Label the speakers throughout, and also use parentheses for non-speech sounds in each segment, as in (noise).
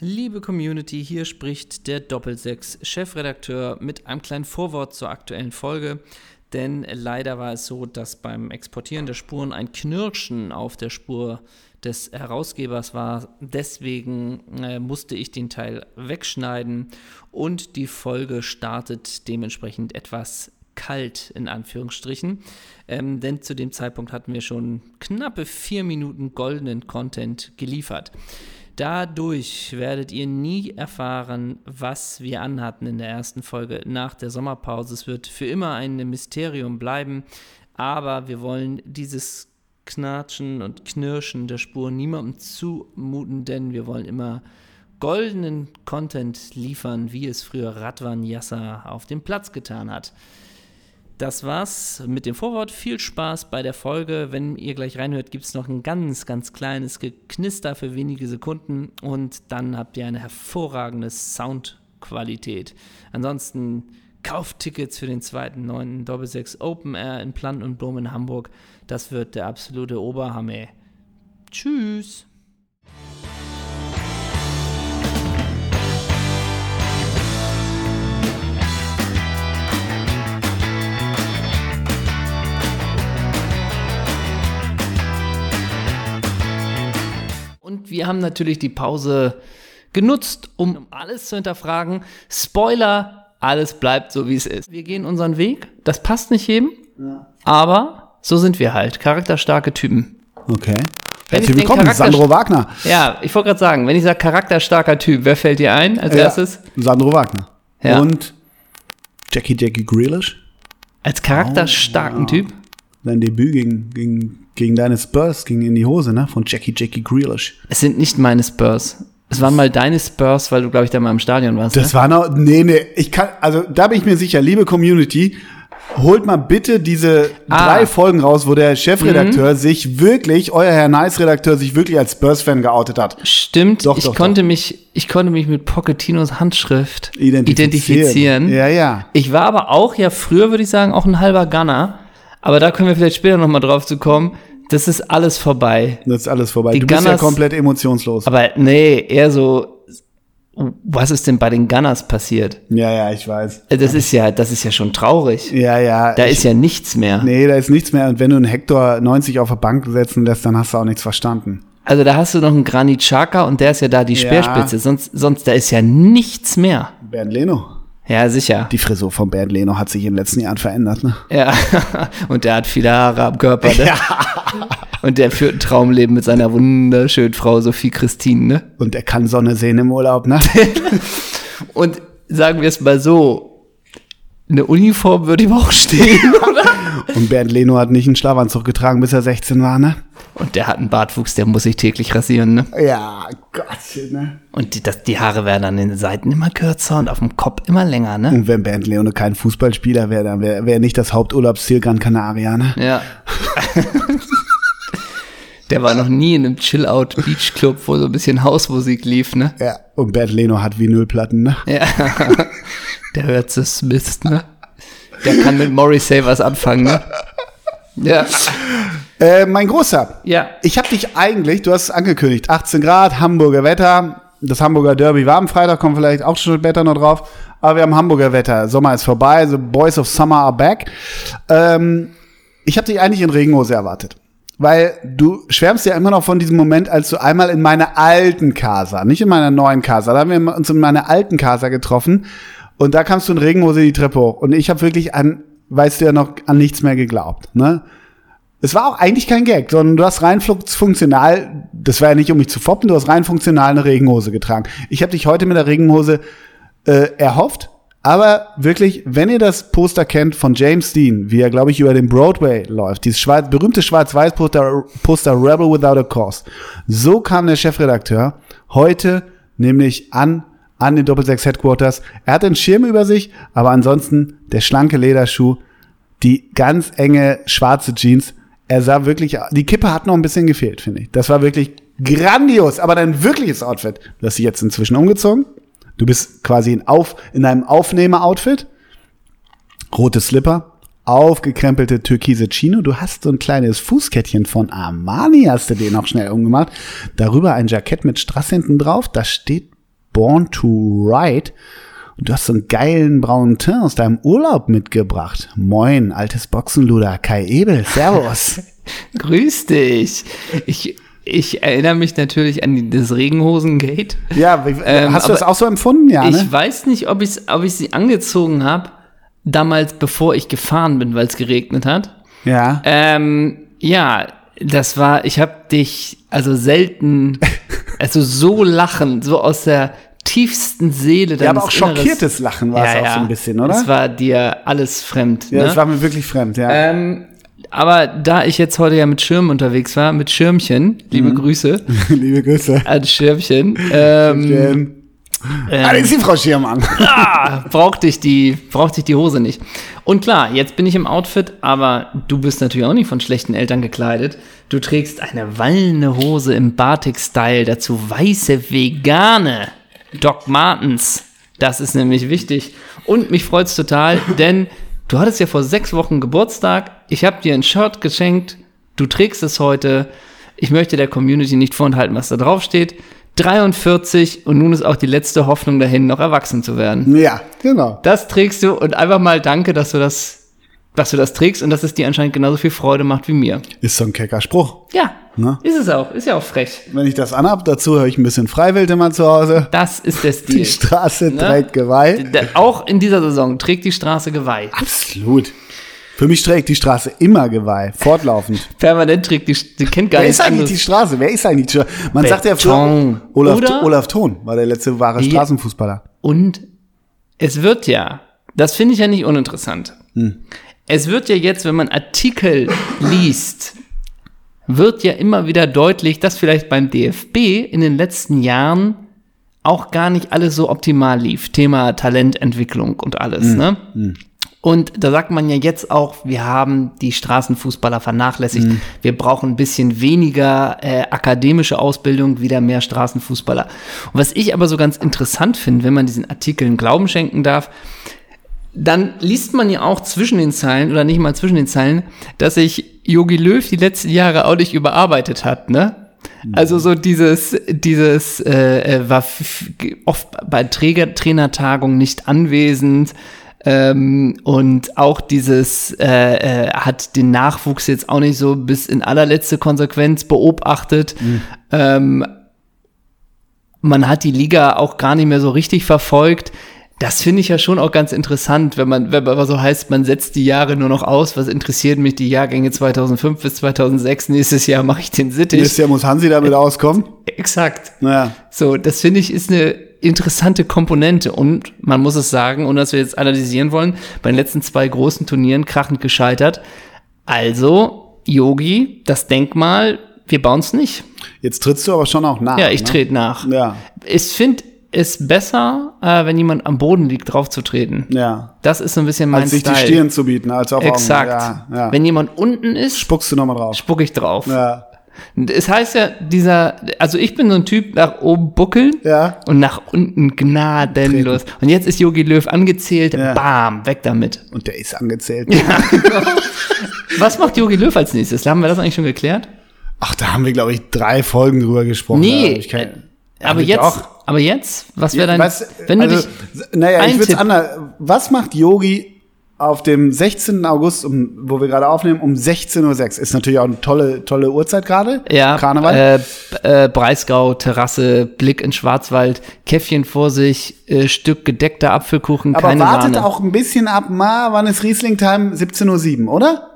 Speaker 1: Liebe Community, hier spricht der Doppelsechs-Chefredakteur mit einem kleinen Vorwort zur aktuellen Folge. Denn leider war es so, dass beim Exportieren der Spuren ein Knirschen auf der Spur des Herausgebers war. Deswegen äh, musste ich den Teil wegschneiden und die Folge startet dementsprechend etwas kalt in Anführungsstrichen. Ähm, denn zu dem Zeitpunkt hatten wir schon knappe vier Minuten goldenen Content geliefert. Dadurch werdet ihr nie erfahren, was wir anhatten in der ersten Folge nach der Sommerpause. Es wird für immer ein Mysterium bleiben, aber wir wollen dieses Knatschen und Knirschen der Spur niemandem zumuten, denn wir wollen immer goldenen Content liefern, wie es früher Radwan Yasser auf dem Platz getan hat. Das war's mit dem Vorwort. Viel Spaß bei der Folge. Wenn ihr gleich reinhört, gibt es noch ein ganz, ganz kleines Geknister für wenige Sekunden und dann habt ihr eine hervorragende Soundqualität. Ansonsten kauft Tickets für den 2.9. Doppelsechs Open Air in Plant und Blumen in Hamburg. Das wird der absolute Oberhammer. Tschüss! Und wir haben natürlich die Pause genutzt, um alles zu hinterfragen. Spoiler, alles bleibt so, wie es ist. Wir gehen unseren Weg. Das passt nicht jedem, aber so sind wir halt. Charakterstarke Typen.
Speaker 2: Okay.
Speaker 1: Wenn ich
Speaker 2: Herzlich
Speaker 1: den
Speaker 2: willkommen,
Speaker 1: Charakter-
Speaker 2: Sandro Wagner.
Speaker 1: Ja, ich wollte gerade sagen, wenn ich sage charakterstarker Typ, wer fällt dir ein als erstes?
Speaker 2: Ja, Sandro Wagner.
Speaker 1: Ja.
Speaker 2: Und Jackie Jackie Grealish.
Speaker 1: Als charakterstarken
Speaker 2: Oh,
Speaker 1: Typ?
Speaker 2: Dein Debüt gegen, gegen, gegen deine Spurs ging in die Hose, ne? Von Jackie Jackie Grealish.
Speaker 1: Es sind nicht meine Spurs. Es waren mal deine Spurs, weil du, glaube ich, da mal im Stadion warst.
Speaker 2: Das
Speaker 1: ne?
Speaker 2: war noch. Nee, nee. Ich kann, also da bin ich mir sicher, liebe Community, holt mal bitte diese
Speaker 1: Ah. Mhm.
Speaker 2: drei Folgen raus, wo der Chefredakteur sich wirklich, euer Herr Nice-Redakteur, sich wirklich als Spurs-Fan geoutet hat.
Speaker 1: Stimmt,
Speaker 2: Doch,
Speaker 1: ich,
Speaker 2: doch,
Speaker 1: konnte Mich, ich konnte mich mit Pochettinos Handschrift identifizieren.
Speaker 2: Ja, ja.
Speaker 1: Ich war aber auch ja früher, würde ich sagen, auch ein halber Gunner. Aber da können wir vielleicht später nochmal drauf zu kommen. Das ist alles vorbei.
Speaker 2: Das ist alles vorbei.
Speaker 1: Die
Speaker 2: du bist ja
Speaker 1: Gunners-
Speaker 2: komplett emotionslos.
Speaker 1: Aber nee, eher so, was ist denn bei den Gunners passiert?
Speaker 2: Ja, ja, ich weiß.
Speaker 1: Das ist ja, das ist ja schon traurig.
Speaker 2: Ja, ja.
Speaker 1: Da ist ja nichts mehr.
Speaker 2: Nee, da ist nichts mehr. Und wenn du einen Hector 90 auf der Bank setzen lässt, dann hast du auch nichts verstanden.
Speaker 1: Also da hast du noch einen Granit Xhaka und der ist ja da die Speerspitze. Sonst, sonst, da ist ja nichts mehr.
Speaker 2: Bernd Leno.
Speaker 1: Ja, sicher.
Speaker 2: Die Frisur von Bernd Leno hat sich in den letzten Jahren verändert, ne?
Speaker 1: Ja. (laughs) Und der hat viele Haare am Körper, ne? Und der führt ein Traumleben mit seiner wunderschönen Frau Sophie Christine, ne?
Speaker 2: Und er kann Sonne sehen im Urlaub, ne? (laughs)
Speaker 1: Und sagen wir es mal so, eine Uniform würde ihm auch stehen, oder?
Speaker 2: Und Bernd Leno hat nicht einen Schlafanzug getragen, bis er 16 war, ne?
Speaker 1: (laughs) Und der hat einen Bartwuchs, der muss sich täglich rasieren, ne?
Speaker 2: Ja, Gott, ne?
Speaker 1: Und die, das, die Haare werden an den Seiten immer kürzer und auf dem Kopf immer länger, ne?
Speaker 2: Und wenn Bernd Leno kein Fußballspieler wäre, dann wäre wär nicht das Haupturlaubsziel Gran Canaria, ne?
Speaker 1: Ja. (laughs) Der war noch nie in einem Chill-Out Beach Club, wo so ein bisschen Hausmusik lief, ne?
Speaker 2: Ja. Und Bernd Leno hat Vinylplatten, ne?
Speaker 1: Ja. (laughs) Der hört so Smith, ne? Der kann mit Morrissey was anfangen, ne? Ja.
Speaker 2: Äh, mein Großer.
Speaker 1: Ja.
Speaker 2: Ich habe dich eigentlich, du hast es angekündigt, 18 Grad, Hamburger Wetter. Das Hamburger Derby war am Freitag, kommt vielleicht auch schon später noch drauf. Aber wir haben Hamburger Wetter. Sommer ist vorbei, the Boys of Summer are back. Ähm, ich habe dich eigentlich in Regenhose erwartet. Weil du schwärmst ja immer noch von diesem Moment, als du einmal in meiner alten Casa, nicht in meiner neuen Casa, da haben wir uns in meiner alten Casa getroffen und da kamst du in Regenhose die Treppe hoch. Und ich habe wirklich an, weißt du ja noch, an nichts mehr geglaubt. Ne? Es war auch eigentlich kein Gag, sondern du hast rein fun- funktional, das war ja nicht, um mich zu foppen, du hast rein funktional eine Regenhose getragen. Ich habe dich heute mit der Regenhose äh, erhofft, aber wirklich, wenn ihr das Poster kennt von James Dean, wie er, glaube ich, über den Broadway läuft, dieses schwarz, berühmte Schwarz-Weiß-Poster Poster Rebel Without a Cause, so kam der Chefredakteur heute nämlich an an den Doppelsechs Headquarters. Er hat einen Schirm über sich, aber ansonsten der schlanke Lederschuh, die ganz enge schwarze Jeans. Er sah wirklich, die Kippe hat noch ein bisschen gefehlt, finde ich. Das war wirklich grandios, aber dein wirkliches Outfit. Du hast dich jetzt inzwischen umgezogen. Du bist quasi in, auf, in einem Aufnehmer-Outfit. Rote Slipper, aufgekrempelte türkise Chino. Du hast so ein kleines Fußkettchen von Armani, hast du dir noch schnell umgemacht. Darüber ein Jackett mit Strass hinten drauf. Da steht Born to Ride. Und du hast so einen geilen braunen Teint aus deinem Urlaub mitgebracht. Moin, altes Boxenluder, Kai Ebel,
Speaker 1: (laughs)
Speaker 2: Servus.
Speaker 1: Grüß dich. Ich, ich erinnere mich natürlich an das Regenhosengate.
Speaker 2: ja, wie-
Speaker 1: Ähm,
Speaker 2: hast du das
Speaker 1: aber
Speaker 2: auch so empfunden? Ja, ne?
Speaker 1: Ich weiß nicht, ob, ich's, ob ich sie angezogen habe, damals, bevor ich gefahren bin, weil es geregnet hat.
Speaker 2: ja.
Speaker 1: Ähm, ja, das war, ich habe dich also
Speaker 2: (laughs)
Speaker 1: selten, also so lachen, so aus der tiefsten Seele deines
Speaker 2: ja, aber auch
Speaker 1: Inneres.
Speaker 2: schockiertes Lachen war es auch so ein bisschen, oder?
Speaker 1: Es war dir alles fremd.
Speaker 2: ja,
Speaker 1: ne?
Speaker 2: das war mir wirklich fremd, ja.
Speaker 1: ähm, aber da ich jetzt heute ja mit Schirm unterwegs war, mit Schirmchen, liebe
Speaker 2: Mhm.
Speaker 1: Grüße
Speaker 2: (laughs) Liebe Grüße.
Speaker 1: an Schirmchen, ähm,
Speaker 2: Ähm, Allerdings die
Speaker 1: (laughs)
Speaker 2: Frau Schirmann.
Speaker 1: ah, brauchte ich die, brauchte ich die Hose nicht. Und klar, jetzt bin ich im Outfit, aber du bist natürlich auch nicht von schlechten Eltern gekleidet. Du trägst eine wallende Hose im Batik-Style, dazu weiße vegane Doc Martens. Das ist nämlich wichtig. Und mich freut's total, denn du hattest ja vor sechs Wochen Geburtstag. Ich habe dir ein Shirt geschenkt. Du trägst es heute. Ich möchte der Community nicht vorenthalten, was da drauf steht. 43 und nun ist auch die letzte Hoffnung dahin, noch erwachsen zu werden.
Speaker 2: ja, genau.
Speaker 1: Das trägst du und einfach mal danke, dass du das, dass du das trägst und dass es dir anscheinend genauso viel Freude macht wie mir.
Speaker 2: Ist so ein kecker Spruch.
Speaker 1: Ja,
Speaker 2: Ne?
Speaker 1: ist es auch, ist ja auch frech.
Speaker 2: Wenn ich das anhab, dazu höre ich ein bisschen Freiwild immer zu Hause.
Speaker 1: Das ist der Stil.
Speaker 2: Die Straße
Speaker 1: Ne?
Speaker 2: trägt Geweih.
Speaker 1: Da- auch in dieser Saison trägt die Straße Geweih.
Speaker 2: Absolut. Für mich trägt die Straße immer Geweih, fortlaufend.
Speaker 1: Permanent trägt die, die kennt gar
Speaker 2: Wer
Speaker 1: nichts
Speaker 2: ist eigentlich die
Speaker 1: anderes.
Speaker 2: Straße? Wer ist eigentlich die Straße? Man sagt ja früher,
Speaker 1: Beton.
Speaker 2: Olaf,
Speaker 1: Oder-
Speaker 2: Olaf Thon war der letzte wahre
Speaker 1: Ja.
Speaker 2: Straßenfußballer.
Speaker 1: Und es wird ja, das finde ich ja nicht uninteressant. Es wird ja jetzt, wenn man Artikel liest, wird ja immer wieder deutlich, dass vielleicht beim DFB in den letzten Jahren auch gar nicht alles so optimal lief. Thema Talententwicklung und alles, ne? Und da sagt man ja jetzt auch, wir haben die Straßenfußballer vernachlässigt. Wir brauchen ein bisschen weniger äh, akademische Ausbildung, wieder mehr Straßenfußballer. Und was ich aber so ganz interessant finde, wenn man diesen Artikeln Glauben schenken darf, dann liest man ja auch zwischen den Zeilen oder nicht mal zwischen den Zeilen, dass sich Yogi Löw die letzten Jahre auch nicht überarbeitet hat, ne? Also so dieses, dieses äh, äh, war f- f- oft bei Träger Trainertagungen nicht anwesend ähm, und auch dieses äh, äh, hat den Nachwuchs jetzt auch nicht so bis in allerletzte Konsequenz beobachtet. Ähm, man hat die Liga auch gar nicht mehr so richtig verfolgt. Das finde ich ja schon auch ganz interessant, wenn man, wenn man so heißt, man setzt die Jahre nur noch aus. Was interessiert mich die Jahrgänge 2005 bis 2006? Nächstes Jahr mache ich den Sittich.
Speaker 2: Nächstes Jahr muss Hansi damit
Speaker 1: Äh,
Speaker 2: auskommen.
Speaker 1: Exakt.
Speaker 2: Naja.
Speaker 1: So, das finde ich ist eine interessante Komponente und man muss es sagen, ohne dass wir jetzt analysieren wollen, bei den letzten zwei großen Turnieren krachend gescheitert. Also, Yogi, das Denkmal, wir bauen es nicht.
Speaker 2: Jetzt trittst du aber schon auch nach.
Speaker 1: Ja, ich
Speaker 2: ne?
Speaker 1: trete nach.
Speaker 2: Ja,
Speaker 1: Ich finde es besser, äh, wenn jemand am Boden liegt, draufzutreten.
Speaker 2: ja.
Speaker 1: Das ist so ein bisschen mein
Speaker 2: Als sich
Speaker 1: Style.
Speaker 2: die Stirn zu bieten, als auf Augenhöhe.
Speaker 1: Exakt.
Speaker 2: Ja, ja.
Speaker 1: Wenn jemand unten ist,
Speaker 2: Spuckst du nochmal drauf.
Speaker 1: spucke ich drauf.
Speaker 2: Ja.
Speaker 1: Es heißt ja, dieser, also ich bin so ein Typ nach oben buckeln
Speaker 2: Ja.
Speaker 1: und nach unten gnadenlos. Und jetzt ist Yogi Löw angezählt, bam, weg damit.
Speaker 2: Und der ist angezählt.
Speaker 1: Was macht Yogi Löw als nächstes? Haben wir das eigentlich schon geklärt?
Speaker 2: Ach, da haben wir, glaube ich, drei Folgen drüber gesprochen. Da hab
Speaker 1: Nee,
Speaker 2: ich kein,
Speaker 1: äh, aber
Speaker 2: ich
Speaker 1: jetzt,
Speaker 2: auch.
Speaker 1: aber jetzt, was wäre dein,
Speaker 2: was,
Speaker 1: wenn du
Speaker 2: also,
Speaker 1: dich,
Speaker 2: naja, ich
Speaker 1: Ein
Speaker 2: würde es
Speaker 1: Tipp.
Speaker 2: anders. Was macht Yogi auf dem 16. August, um, wo wir gerade aufnehmen, um 16.06 Uhr? Ist natürlich auch eine tolle, tolle Uhrzeit gerade.
Speaker 1: ja,
Speaker 2: Karneval.
Speaker 1: Äh, äh, Breisgau, Terrasse, Blick in Schwarzwald, Käffchen vor sich, äh, Stück gedeckter Apfelkuchen,
Speaker 2: aber
Speaker 1: keine
Speaker 2: wartet
Speaker 1: Sahne.
Speaker 2: auch ein bisschen ab, ma, wann ist Riesling-Time? 17.07 Uhr, oder?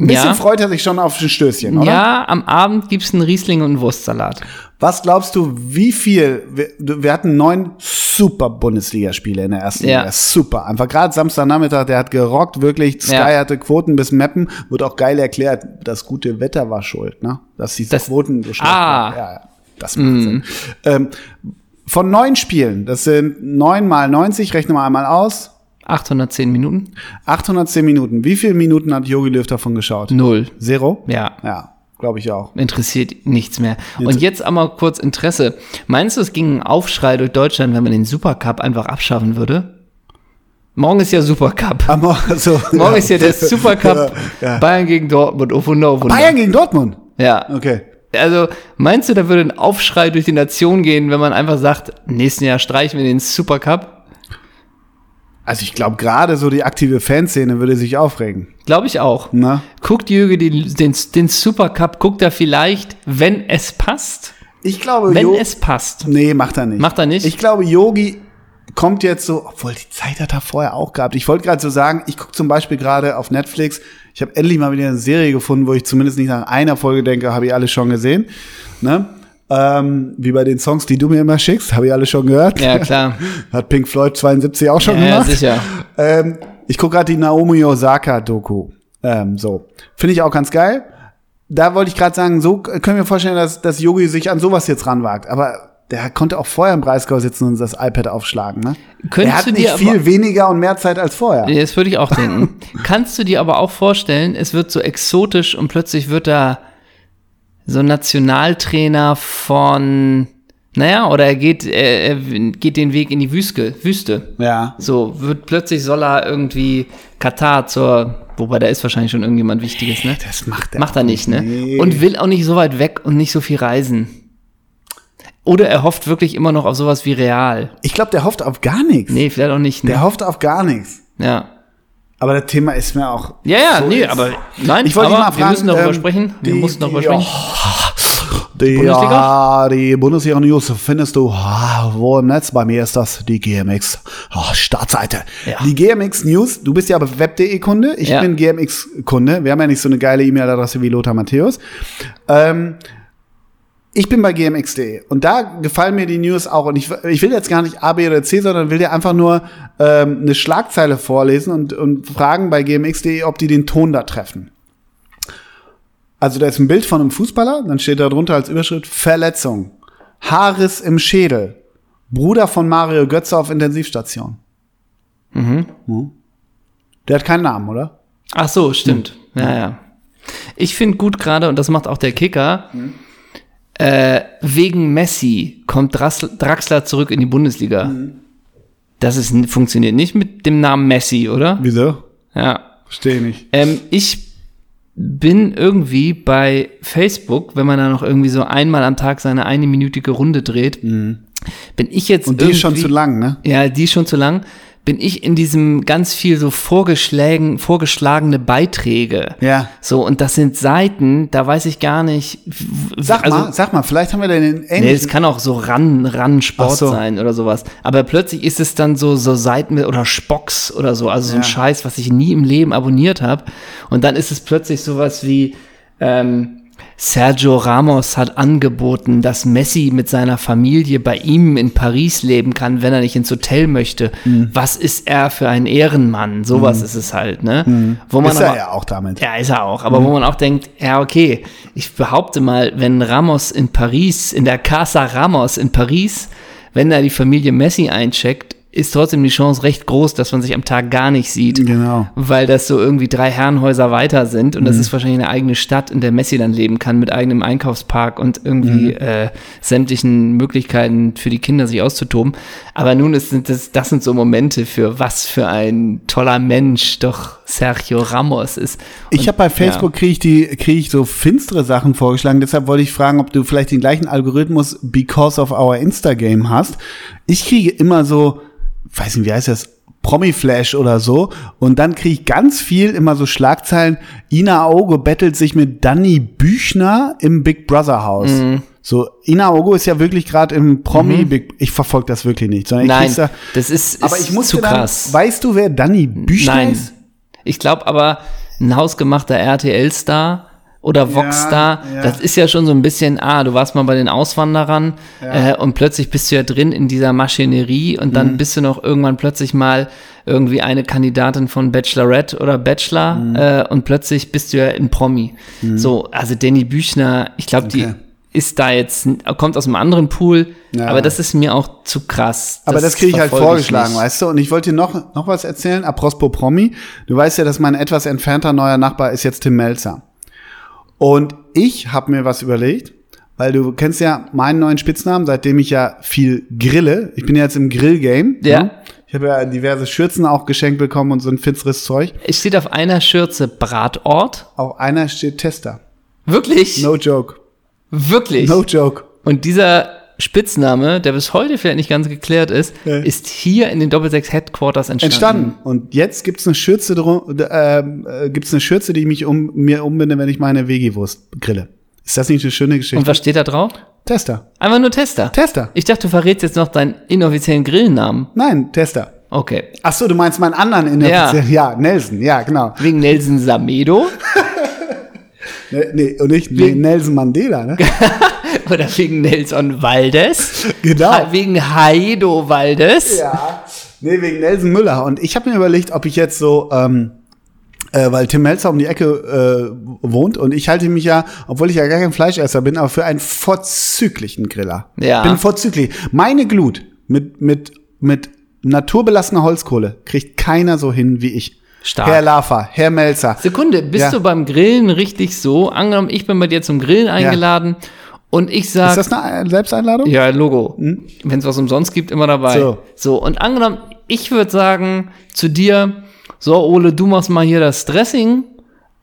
Speaker 2: Ein bisschen
Speaker 1: Ja.
Speaker 2: freut er sich schon auf ein Stößchen, oder?
Speaker 1: ja, am Abend gibt's einen Riesling und einen Wurstsalat.
Speaker 2: Was glaubst du, wie viel? Wir, wir hatten neun super Bundesligaspiele in der ersten
Speaker 1: Ja.
Speaker 2: Liga. Super. Einfach gerade Samstagnachmittag, der hat gerockt, wirklich. Sky
Speaker 1: Ja.
Speaker 2: hatte Quoten bis Mappen. Wird auch geil erklärt, das gute Wetter war schuld, ne? Dass die
Speaker 1: Das-
Speaker 2: Quoten so schlecht
Speaker 1: Ah. Mhm.
Speaker 2: waren. Ja, ja. das macht Sinn. Ähm, von neun Spielen, das sind neun mal 90, rechne mal einmal aus.
Speaker 1: 810 Minuten?
Speaker 2: 810 Minuten. Wie viele Minuten hat Jogi Löw davon geschaut?
Speaker 1: Null.
Speaker 2: Zero?
Speaker 1: Ja.
Speaker 2: Ja, glaube ich auch.
Speaker 1: Interessiert nichts mehr. Und jetzt einmal kurz Interesse. Meinst du, es ging ein Aufschrei durch Deutschland, wenn man den Supercup einfach abschaffen würde? Morgen ist ja
Speaker 2: (laughs)
Speaker 1: Supercup.
Speaker 2: Aber so,
Speaker 1: Morgen ist ja der Supercup
Speaker 2: (laughs) Ja.
Speaker 1: Bayern gegen Dortmund. Oh Wunder, oh Wunder.
Speaker 2: Bayern gegen Dortmund.
Speaker 1: Ja.
Speaker 2: Okay.
Speaker 1: Also, meinst du, da würde ein Aufschrei durch die Nation gehen, wenn man einfach sagt, nächsten Jahr streichen wir den Supercup?
Speaker 2: Also ich glaube, gerade so die aktive Fanszene würde sich aufregen.
Speaker 1: Glaube ich auch.
Speaker 2: Ne?
Speaker 1: Guckt Jürgen den, den, den Supercup, guckt er vielleicht, wenn es passt?
Speaker 2: Ich glaube,
Speaker 1: Wenn
Speaker 2: Jo-
Speaker 1: es passt.
Speaker 2: nee, macht er nicht.
Speaker 1: Macht er nicht?
Speaker 2: Ich glaube, Yogi kommt jetzt so, obwohl die Zeit hat er vorher auch gehabt. Ich wollte gerade so sagen, ich gucke zum Beispiel gerade auf Netflix, ich habe endlich mal wieder eine Serie gefunden, wo ich zumindest nicht nach einer Folge denke, habe ich alles schon gesehen. Ne? Ähm, wie bei den Songs, die du mir immer schickst, habe ich alles schon gehört.
Speaker 1: ja, klar.
Speaker 2: (laughs) Hat Pink Floyd 72 auch schon
Speaker 1: Ja, ja,
Speaker 2: gemacht.
Speaker 1: sicher.
Speaker 2: Ähm, ich gucke gerade die Naomi Osaka-Doku. Ähm, so. Finde ich auch ganz geil. Da wollte ich gerade sagen, so k- können wir vorstellen, dass, dass Yogi sich an sowas jetzt ranwagt. Aber der konnte auch vorher im Breisgau sitzen und das iPad aufschlagen, ne?
Speaker 1: Könntest
Speaker 2: er hat
Speaker 1: du dir
Speaker 2: nicht
Speaker 1: aber-
Speaker 2: viel weniger und mehr Zeit als vorher.
Speaker 1: Ja, Das würde ich auch denken. Kannst du dir aber auch vorstellen, es wird so exotisch und plötzlich wird da so ein Nationaltrainer von, naja, oder er geht, er, er geht den Weg in die Wüste, Wüste.
Speaker 2: Ja.
Speaker 1: So, wird plötzlich soll er irgendwie Katar zur, wobei da ist wahrscheinlich schon irgendjemand Wichtiges, ne?
Speaker 2: Das macht er.
Speaker 1: Macht er nicht, ne?
Speaker 2: Nee.
Speaker 1: Und will auch nicht so weit weg und nicht so viel reisen. Oder er hofft wirklich immer noch auf sowas wie real.
Speaker 2: Ich glaube, der hofft auf gar nichts.
Speaker 1: Nee, vielleicht auch nicht, ne?
Speaker 2: Der hofft auf gar nichts.
Speaker 1: Ja.
Speaker 2: Aber das Thema ist mir auch.
Speaker 1: Ja, ja,
Speaker 2: so
Speaker 1: nee,
Speaker 2: jetzt-
Speaker 1: aber nein,
Speaker 2: Ich wollte
Speaker 1: aber
Speaker 2: dich mal fragen.
Speaker 1: wir müssen darüber
Speaker 2: ähm,
Speaker 1: sprechen. Wir
Speaker 2: die-
Speaker 1: mussten darüber
Speaker 2: die- Oh.
Speaker 1: sprechen.
Speaker 2: Die,
Speaker 1: Bundesliga?
Speaker 2: ja, die Bundesliga News findest du ah, wo im Netz. Bei mir ist das die GMX ah, Startseite.
Speaker 1: Ja.
Speaker 2: Die GMX News. Du bist ja aber Web.de-Kunde. Ich
Speaker 1: Ja.
Speaker 2: bin GMX-Kunde. Wir haben ja nicht so eine geile E-Mail-Adresse wie Lothar Matthäus. Ähm, ich bin bei gmx.de und da gefallen mir die News auch. Und ich, ich will jetzt gar nicht A, B oder C, sondern will dir einfach nur ähm, eine Schlagzeile vorlesen und, und fragen bei gmx.de, ob die den Ton da treffen. Also da ist ein Bild von einem Fußballer, dann steht da drunter als Überschrift Verletzung. Haares im Schädel. Bruder von Mario Götze auf Intensivstation. Mhm. Der hat keinen Namen, oder?
Speaker 1: Ach so, stimmt. Hm. Ja, ja. Ich finde gut gerade, und das macht auch der Kicker, äh, wegen Messi kommt Drassl- Draxler zurück in die Bundesliga.
Speaker 2: Hm.
Speaker 1: Das ist, n- funktioniert nicht mit dem Namen Messi, oder?
Speaker 2: Wieso?
Speaker 1: Ja.
Speaker 2: Verstehe nicht.
Speaker 1: Ähm, ich bin irgendwie bei Facebook, wenn man da noch irgendwie so einmal am Tag seine eineminütige Runde dreht, bin ich jetzt
Speaker 2: Hm. Und die ist schon
Speaker 1: irgendwie-
Speaker 2: zu lang, ne?
Speaker 1: Ja, die ist schon zu lang. Bin ich in diesem ganz viel so vorgeschlagen, vorgeschlagene Beiträge.
Speaker 2: Ja.
Speaker 1: So, und das sind Seiten, da weiß ich gar nicht. w- w-
Speaker 2: Sag
Speaker 1: also,
Speaker 2: mal, sag mal, vielleicht haben wir da den
Speaker 1: Nee,
Speaker 2: ähnlichen
Speaker 1: es kann auch so ran, ran Sport
Speaker 2: Ach so.
Speaker 1: sein oder sowas. Aber plötzlich ist es dann so, so Seiten mit, oder Spocks oder so, also so ein
Speaker 2: Ja.
Speaker 1: Scheiß, was ich nie im Leben abonniert habe. Und dann ist es plötzlich sowas wie, ähm, Sergio Ramos hat angeboten, dass Messi mit seiner Familie bei ihm in Paris leben kann, wenn er nicht ins Hotel möchte.
Speaker 2: Mhm.
Speaker 1: Was ist er für ein Ehrenmann? Sowas ist es halt, ne? Wo
Speaker 2: Mhm. Ist er
Speaker 1: aber-
Speaker 2: ja auch damit.
Speaker 1: ja, ist er auch. Aber wo man auch denkt, ja, okay, ich behaupte mal, wenn Ramos in Paris, in der Casa Ramos in Paris, wenn da die Familie Messi eincheckt, ist trotzdem die Chance recht groß, dass man sich am Tag gar nicht sieht.
Speaker 2: Genau.
Speaker 1: Weil das so irgendwie drei Herrenhäuser weiter sind und das ist wahrscheinlich eine eigene Stadt, in der Messi dann leben kann mit eigenem Einkaufspark und irgendwie äh, sämtlichen Möglichkeiten für die Kinder sich auszutoben. Aber nun ist, sind das, das sind so Momente für was für ein toller Mensch doch Sergio Ramos ist.
Speaker 2: Ich habe bei Facebook kriege ich die kriege ich so finstere Sachen vorgeschlagen. Deshalb wollte ich fragen, ob du vielleicht den gleichen Algorithmus because of our Insta Game hast. Ich kriege immer so, weiß nicht, wie heißt das? Promi Flash oder so und dann kriege ich ganz viel immer so Schlagzeilen Ina Ogo bettelt sich mit Danny Büchner im Big Brother Haus.
Speaker 1: Mhm.
Speaker 2: So Ina Ogo ist ja wirklich gerade im Promi Big ich verfolge das wirklich nicht, sondern ich
Speaker 1: Nein,
Speaker 2: krieg's da,
Speaker 1: das ist, ist
Speaker 2: aber ich muss
Speaker 1: zu
Speaker 2: dir dann,
Speaker 1: krass.
Speaker 2: Weißt du, wer Danny Büchner
Speaker 1: Nein.
Speaker 2: ist?
Speaker 1: Ich glaube aber, ein hausgemachter RTL-Star oder Vox-Star,
Speaker 2: ja.
Speaker 1: das ist ja schon so ein bisschen, ah, du warst mal bei den Auswanderern äh, und plötzlich bist du ja drin in dieser Maschinerie und
Speaker 2: Mhm.
Speaker 1: dann bist du noch irgendwann plötzlich mal irgendwie eine Kandidatin von Bachelorette oder Bachelor
Speaker 2: Mhm.
Speaker 1: äh, und plötzlich bist du ja ein Promi. So, also Danny Büchner, ich glaube,
Speaker 2: Okay.
Speaker 1: die ist da jetzt, kommt aus einem anderen Pool,
Speaker 2: Ja.
Speaker 1: aber das ist mir auch zu krass.
Speaker 2: Aber das, kriege ich halt
Speaker 1: verfolge
Speaker 2: vorgeschlagen,
Speaker 1: nicht.
Speaker 2: weißt du? Und ich wollte dir noch, noch was erzählen, apropos Promi. Du weißt ja, dass mein etwas entfernter neuer Nachbar ist jetzt Tim Melzer. Und ich habe mir was überlegt, weil du kennst ja meinen neuen Spitznamen, seitdem ich ja viel grille. Ich bin ja jetzt im Grill-Game.
Speaker 1: Ja.
Speaker 2: ne? Ich habe ja diverse Schürzen auch geschenkt bekommen und so ein finsteres Zeug.
Speaker 1: Es steht auf einer Schürze Bratort.
Speaker 2: Auf einer steht Tester.
Speaker 1: Wirklich?
Speaker 2: No joke.
Speaker 1: Wirklich.
Speaker 2: No joke.
Speaker 1: Und dieser Spitzname, der bis heute vielleicht nicht ganz geklärt ist,
Speaker 2: Äh.
Speaker 1: ist hier in den Doppelsechs Headquarters entstanden.
Speaker 2: Entstanden. Und jetzt gibt's eine Schürze, drum- äh, äh, gibt's eine Schürze, die ich mich um, mir umbinde, wenn ich meine Veggie-Wurst grille. Ist das nicht eine schöne Geschichte?
Speaker 1: Und was steht da drauf?
Speaker 2: Tester.
Speaker 1: Einfach nur Tester.
Speaker 2: Tester.
Speaker 1: Ich dachte, du verrätst jetzt noch deinen inoffiziellen Grillennamen.
Speaker 2: Nein, Tester.
Speaker 1: Okay.
Speaker 2: Ach so, du meinst meinen anderen in der
Speaker 1: Ja.
Speaker 2: Pizzeria. Ja, Nelson, ja, genau.
Speaker 1: Wegen Nelson
Speaker 2: (laughs)
Speaker 1: Samedo
Speaker 2: Ne- Nee, und ich, nee, Nelson Mandela,
Speaker 1: (laughs)
Speaker 2: ne?
Speaker 1: oder wegen Nelson Valdes.
Speaker 2: Genau.
Speaker 1: Ha- Wegen Haido Valdes.
Speaker 2: Ja, (laughs) nee, wegen Nelson Müller. Und ich habe mir überlegt, ob ich jetzt so, ähm, äh, weil Tim Melzer um die Ecke äh, wohnt und ich halte mich ja, obwohl ich ja gar kein Fleischesser bin, aber für einen vorzüglichen Griller.
Speaker 1: Ja.
Speaker 2: Bin vorzüglich. Meine Glut mit, mit, mit naturbelassener Holzkohle kriegt keiner so hin wie ich.
Speaker 1: Stark.
Speaker 2: Herr Lafer, Herr Melzer.
Speaker 1: Sekunde, bist
Speaker 2: Ja.
Speaker 1: du beim Grillen richtig so? Angenommen, ich bin bei dir zum Grillen eingeladen und ich
Speaker 2: Ist
Speaker 1: sag,
Speaker 2: das eine Selbsteinladung?
Speaker 1: ja, Logo. Wenn es was umsonst gibt, immer dabei.
Speaker 2: Hm? So.
Speaker 1: So, und angenommen, ich würde sagen zu dir, so Ole, du machst mal hier das Dressing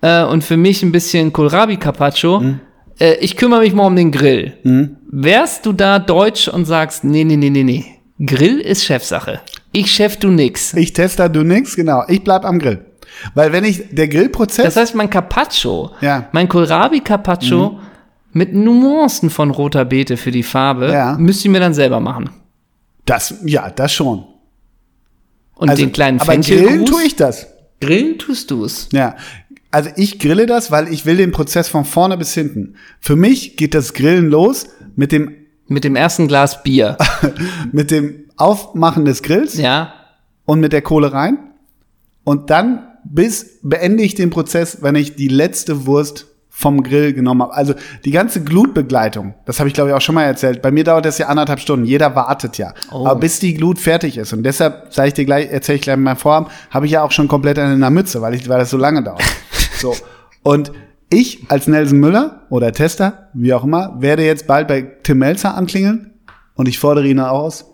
Speaker 1: äh, und für mich ein bisschen Kohlrabi Carpaccio.
Speaker 2: Hm.
Speaker 1: Äh, ich kümmere mich mal um den Grill. Wärst du da deutsch und sagst, nee, nee, nee, nee, nee. Grill ist Chefsache. Ich chef, du nix.
Speaker 2: Ich teste du nix, genau. Ich bleib am Grill. Weil wenn ich, der Grillprozess,
Speaker 1: Das heißt, mein Carpaccio,
Speaker 2: Ja. Mhm.
Speaker 1: mein Kohlrabi Carpaccio mit Nuancen von roter Beete für die Farbe,
Speaker 2: Ja.
Speaker 1: müsste ich mir dann selber machen.
Speaker 2: das, ja, das schon.
Speaker 1: Und den kleinen
Speaker 2: Also, aber grillen
Speaker 1: Fenchelgruß-
Speaker 2: tue ich das.
Speaker 1: Grillen tust du's.
Speaker 2: Ja. Also ich grille das, weil ich will den Prozess von vorne bis hinten. Für mich geht das Grillen los mit dem, (laughs)
Speaker 1: Mit dem ersten Glas Bier.
Speaker 2: mit dem Aufmachen des Grills
Speaker 1: ja.
Speaker 2: und mit der Kohle rein. Und dann bis beende ich den Prozess, wenn ich die letzte Wurst vom Grill genommen habe. Also die ganze Glutbegleitung, das habe ich glaube ich auch schon mal erzählt. Bei mir dauert das ja anderthalb Stunden. Jeder wartet ja.
Speaker 1: Oh.
Speaker 2: Aber bis die Glut fertig ist und deshalb sage ich dir gleich, erzähle ich gleich mal vorhaben, habe ich ja auch schon komplett an der Mütze, weil ich weil das so lange dauert. so. Und ich als Nelson Müller oder Tester, wie auch immer, werde jetzt bald bei Tim Melzer anklingeln und ich fordere ihn aus,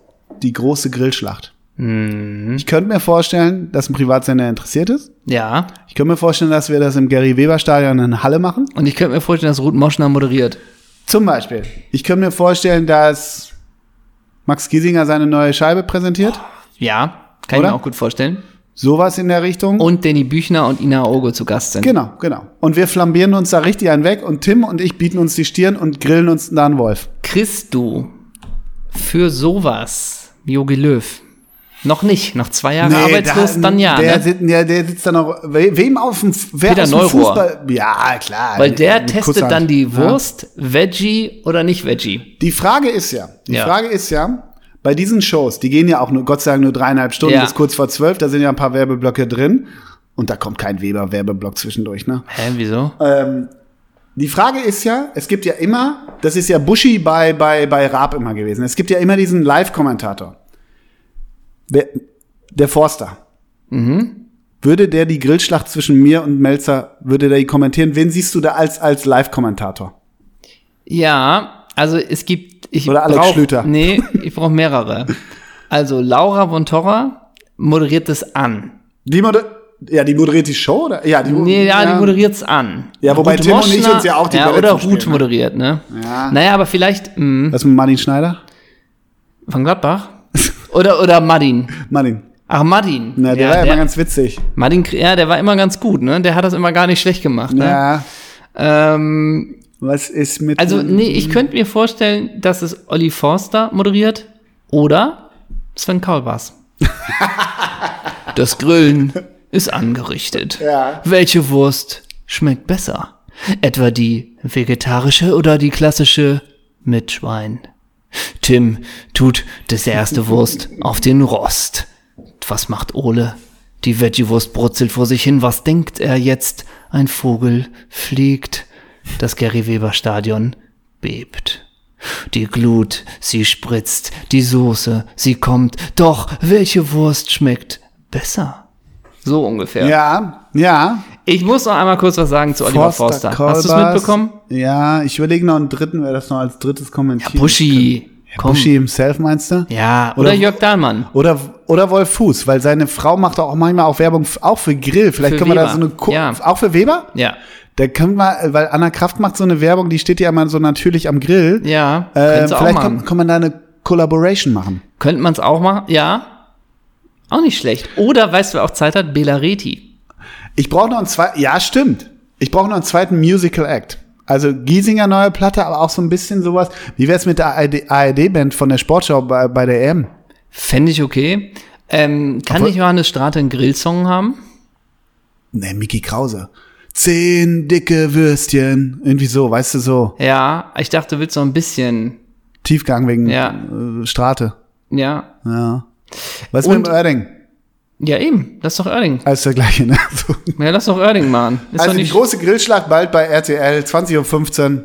Speaker 2: die große Grillschlacht. Ich könnte mir vorstellen, dass ein Privatsender interessiert ist.
Speaker 1: Ja.
Speaker 2: Ich könnte mir vorstellen, dass wir das im Gary Weber Stadion in Halle machen.
Speaker 1: Und ich könnte mir vorstellen, dass Ruth Moschner moderiert.
Speaker 2: Zum Beispiel. Ich könnte mir vorstellen, dass Max Giesinger seine neue Scheibe präsentiert.
Speaker 1: Ja. Kann
Speaker 2: Oder?
Speaker 1: ich mir auch gut vorstellen.
Speaker 2: Sowas in der Richtung.
Speaker 1: Und Danny Büchner und Ina Ogo zu Gast sind.
Speaker 2: genau, genau. Und wir flambieren uns da richtig einen weg und Tim und ich bieten uns die Stirn und grillen uns da einen Wolf.
Speaker 1: Kriegst du für sowas Jogi Löw? Noch nicht. Noch zwei Jahre arbeitslos,
Speaker 2: da-
Speaker 1: dann ja.
Speaker 2: Der,
Speaker 1: Ne?
Speaker 2: sitzt- der, der sitzt dann noch. we- Wem auf dem, F- wer
Speaker 1: Peter
Speaker 2: aus dem
Speaker 1: Neurohr.
Speaker 2: Fußball? Ja, klar.
Speaker 1: Weil der
Speaker 2: Mit
Speaker 1: testet
Speaker 2: Kusshand.
Speaker 1: dann die
Speaker 2: Ja.
Speaker 1: Wurst, Veggie oder nicht Veggie.
Speaker 2: Die Frage ist ja, die
Speaker 1: Ja.
Speaker 2: Frage ist ja, bei diesen Shows, die gehen ja auch nur, Gott sei Dank nur dreieinhalb Stunden
Speaker 1: Ja.
Speaker 2: bis kurz vor zwölf, da sind ja ein paar Werbeblöcke drin. Und da kommt kein Weber-Werbeblock zwischendurch, ne?
Speaker 1: Hä,
Speaker 2: Ähm,
Speaker 1: wieso?
Speaker 2: Die Frage ist ja, es gibt ja immer, das ist ja Buschi bei, bei, bei Raab immer gewesen, es gibt ja immer diesen Live-Kommentator. Der, der Forster.
Speaker 1: Mhm.
Speaker 2: Würde der die Grillschlacht zwischen mir und Melzer, würde der die kommentieren? Wen siehst du da als, als Live-Kommentator?
Speaker 1: Ja, also es gibt. Ich
Speaker 2: Oder Alex
Speaker 1: brauch,
Speaker 2: Schlüter.
Speaker 1: Nee, ich brauche mehrere. Also Laura Vontora moderiert es an.
Speaker 2: Die moder ja, die moderiert die Show, oder? Ja, die,
Speaker 1: Nee, ja, die moderiert es an.
Speaker 2: Ja, wobei Tim und ich
Speaker 1: Moschner-
Speaker 2: uns ja auch die
Speaker 1: Ja,
Speaker 2: Bälle
Speaker 1: oder
Speaker 2: zuspielen,
Speaker 1: Ruth
Speaker 2: ne?
Speaker 1: moderiert, ne?
Speaker 2: Ja.
Speaker 1: Naja, aber vielleicht mh,
Speaker 2: Was mit Martin Schneider?
Speaker 1: von
Speaker 2: (laughs)
Speaker 1: Gladbach. Oder, oder Martin.
Speaker 2: Martin.
Speaker 1: Ach, Martin.
Speaker 2: Na, der
Speaker 1: ja,
Speaker 2: war ja immer ganz witzig.
Speaker 1: Martin, krie- ja, der war immer ganz gut, ne? Der hat das immer gar nicht schlecht gemacht, ne?
Speaker 2: Ja,
Speaker 1: Ähm,
Speaker 2: was ist mit.
Speaker 1: also, nee, ich könnte mir vorstellen, dass es Olli Forster moderiert oder Sven Kaulbars. (laughs) das Grillen ist angerichtet.
Speaker 2: Ja.
Speaker 1: Welche Wurst schmeckt besser? Etwa die vegetarische oder die klassische mit Schwein? Tim tut das erste Wurst auf den Rost. Was macht Ole? Die Veggie-Wurst brutzelt vor sich hin. Was denkt er jetzt? Ein Vogel fliegt. Das Gary Weber Stadion bebt. Die Glut, sie spritzt. Die Soße, sie kommt. Doch, welche Wurst schmeckt besser? So ungefähr.
Speaker 2: Ja, ja.
Speaker 1: Ich muss noch einmal kurz was sagen zu Oliver Forster. Hast du es
Speaker 2: Kolbers.
Speaker 1: mitbekommen?
Speaker 2: Ja, ich überlege noch einen dritten, wer das noch als drittes kommentiert.
Speaker 1: Buschi. Komm.
Speaker 2: Buschi himself meinst du?
Speaker 1: Ja, oder,
Speaker 2: Oder-
Speaker 1: Jörg Dahlmann.
Speaker 2: Oder, oder Wolf Fuß, weil seine Frau macht auch manchmal auch Werbung, f- auch für Grill. Vielleicht
Speaker 1: Für
Speaker 2: können wir da
Speaker 1: Weber,
Speaker 2: so eine, Ko
Speaker 1: ja.
Speaker 2: auch für Weber?
Speaker 1: Ja.
Speaker 2: Da können wir, weil Anna Kraft macht so eine Werbung, die steht ja immer so natürlich am Grill.
Speaker 1: Ja.
Speaker 2: äh,
Speaker 1: Könntest du auch
Speaker 2: vielleicht
Speaker 1: machen.
Speaker 2: kann, kann man da eine Collaboration machen.
Speaker 1: Könnte man es auch machen? Ja. Auch nicht schlecht. Oder weißt du, wer auch Zeit hat? Belareti.
Speaker 2: Ich brauche noch einen zweiten, ja stimmt, ich brauche noch einen zweiten Musical Act. Also Giesinger neue Platte, aber auch so ein bisschen sowas. Wie wär's mit der E ARD-Band von der Sportschau bei, bei der EM?
Speaker 1: Fände ich okay. Ähm, kann
Speaker 2: Obwohl-
Speaker 1: nicht Johannes Strate einen Grillsong haben?
Speaker 2: Ne, Mickey Krause. Zehn dicke Würstchen. Irgendwie so, weißt du, so.
Speaker 1: Ja, ich dachte, du willst so ein bisschen.
Speaker 2: Tiefgang wegen
Speaker 1: Ja.
Speaker 2: äh, Strate.
Speaker 1: Ja.
Speaker 2: Ja. Was
Speaker 1: Und-
Speaker 2: mit dem Oerding?
Speaker 1: Ja, eben. Lass doch Oerding.
Speaker 2: Alles der gleiche, ne? (laughs) So.
Speaker 1: Ja, lass doch Oerding machen. Ist
Speaker 2: Also
Speaker 1: doch
Speaker 2: die
Speaker 1: nicht
Speaker 2: große Grillschlacht bald bei RTL, 20.15 Uhr.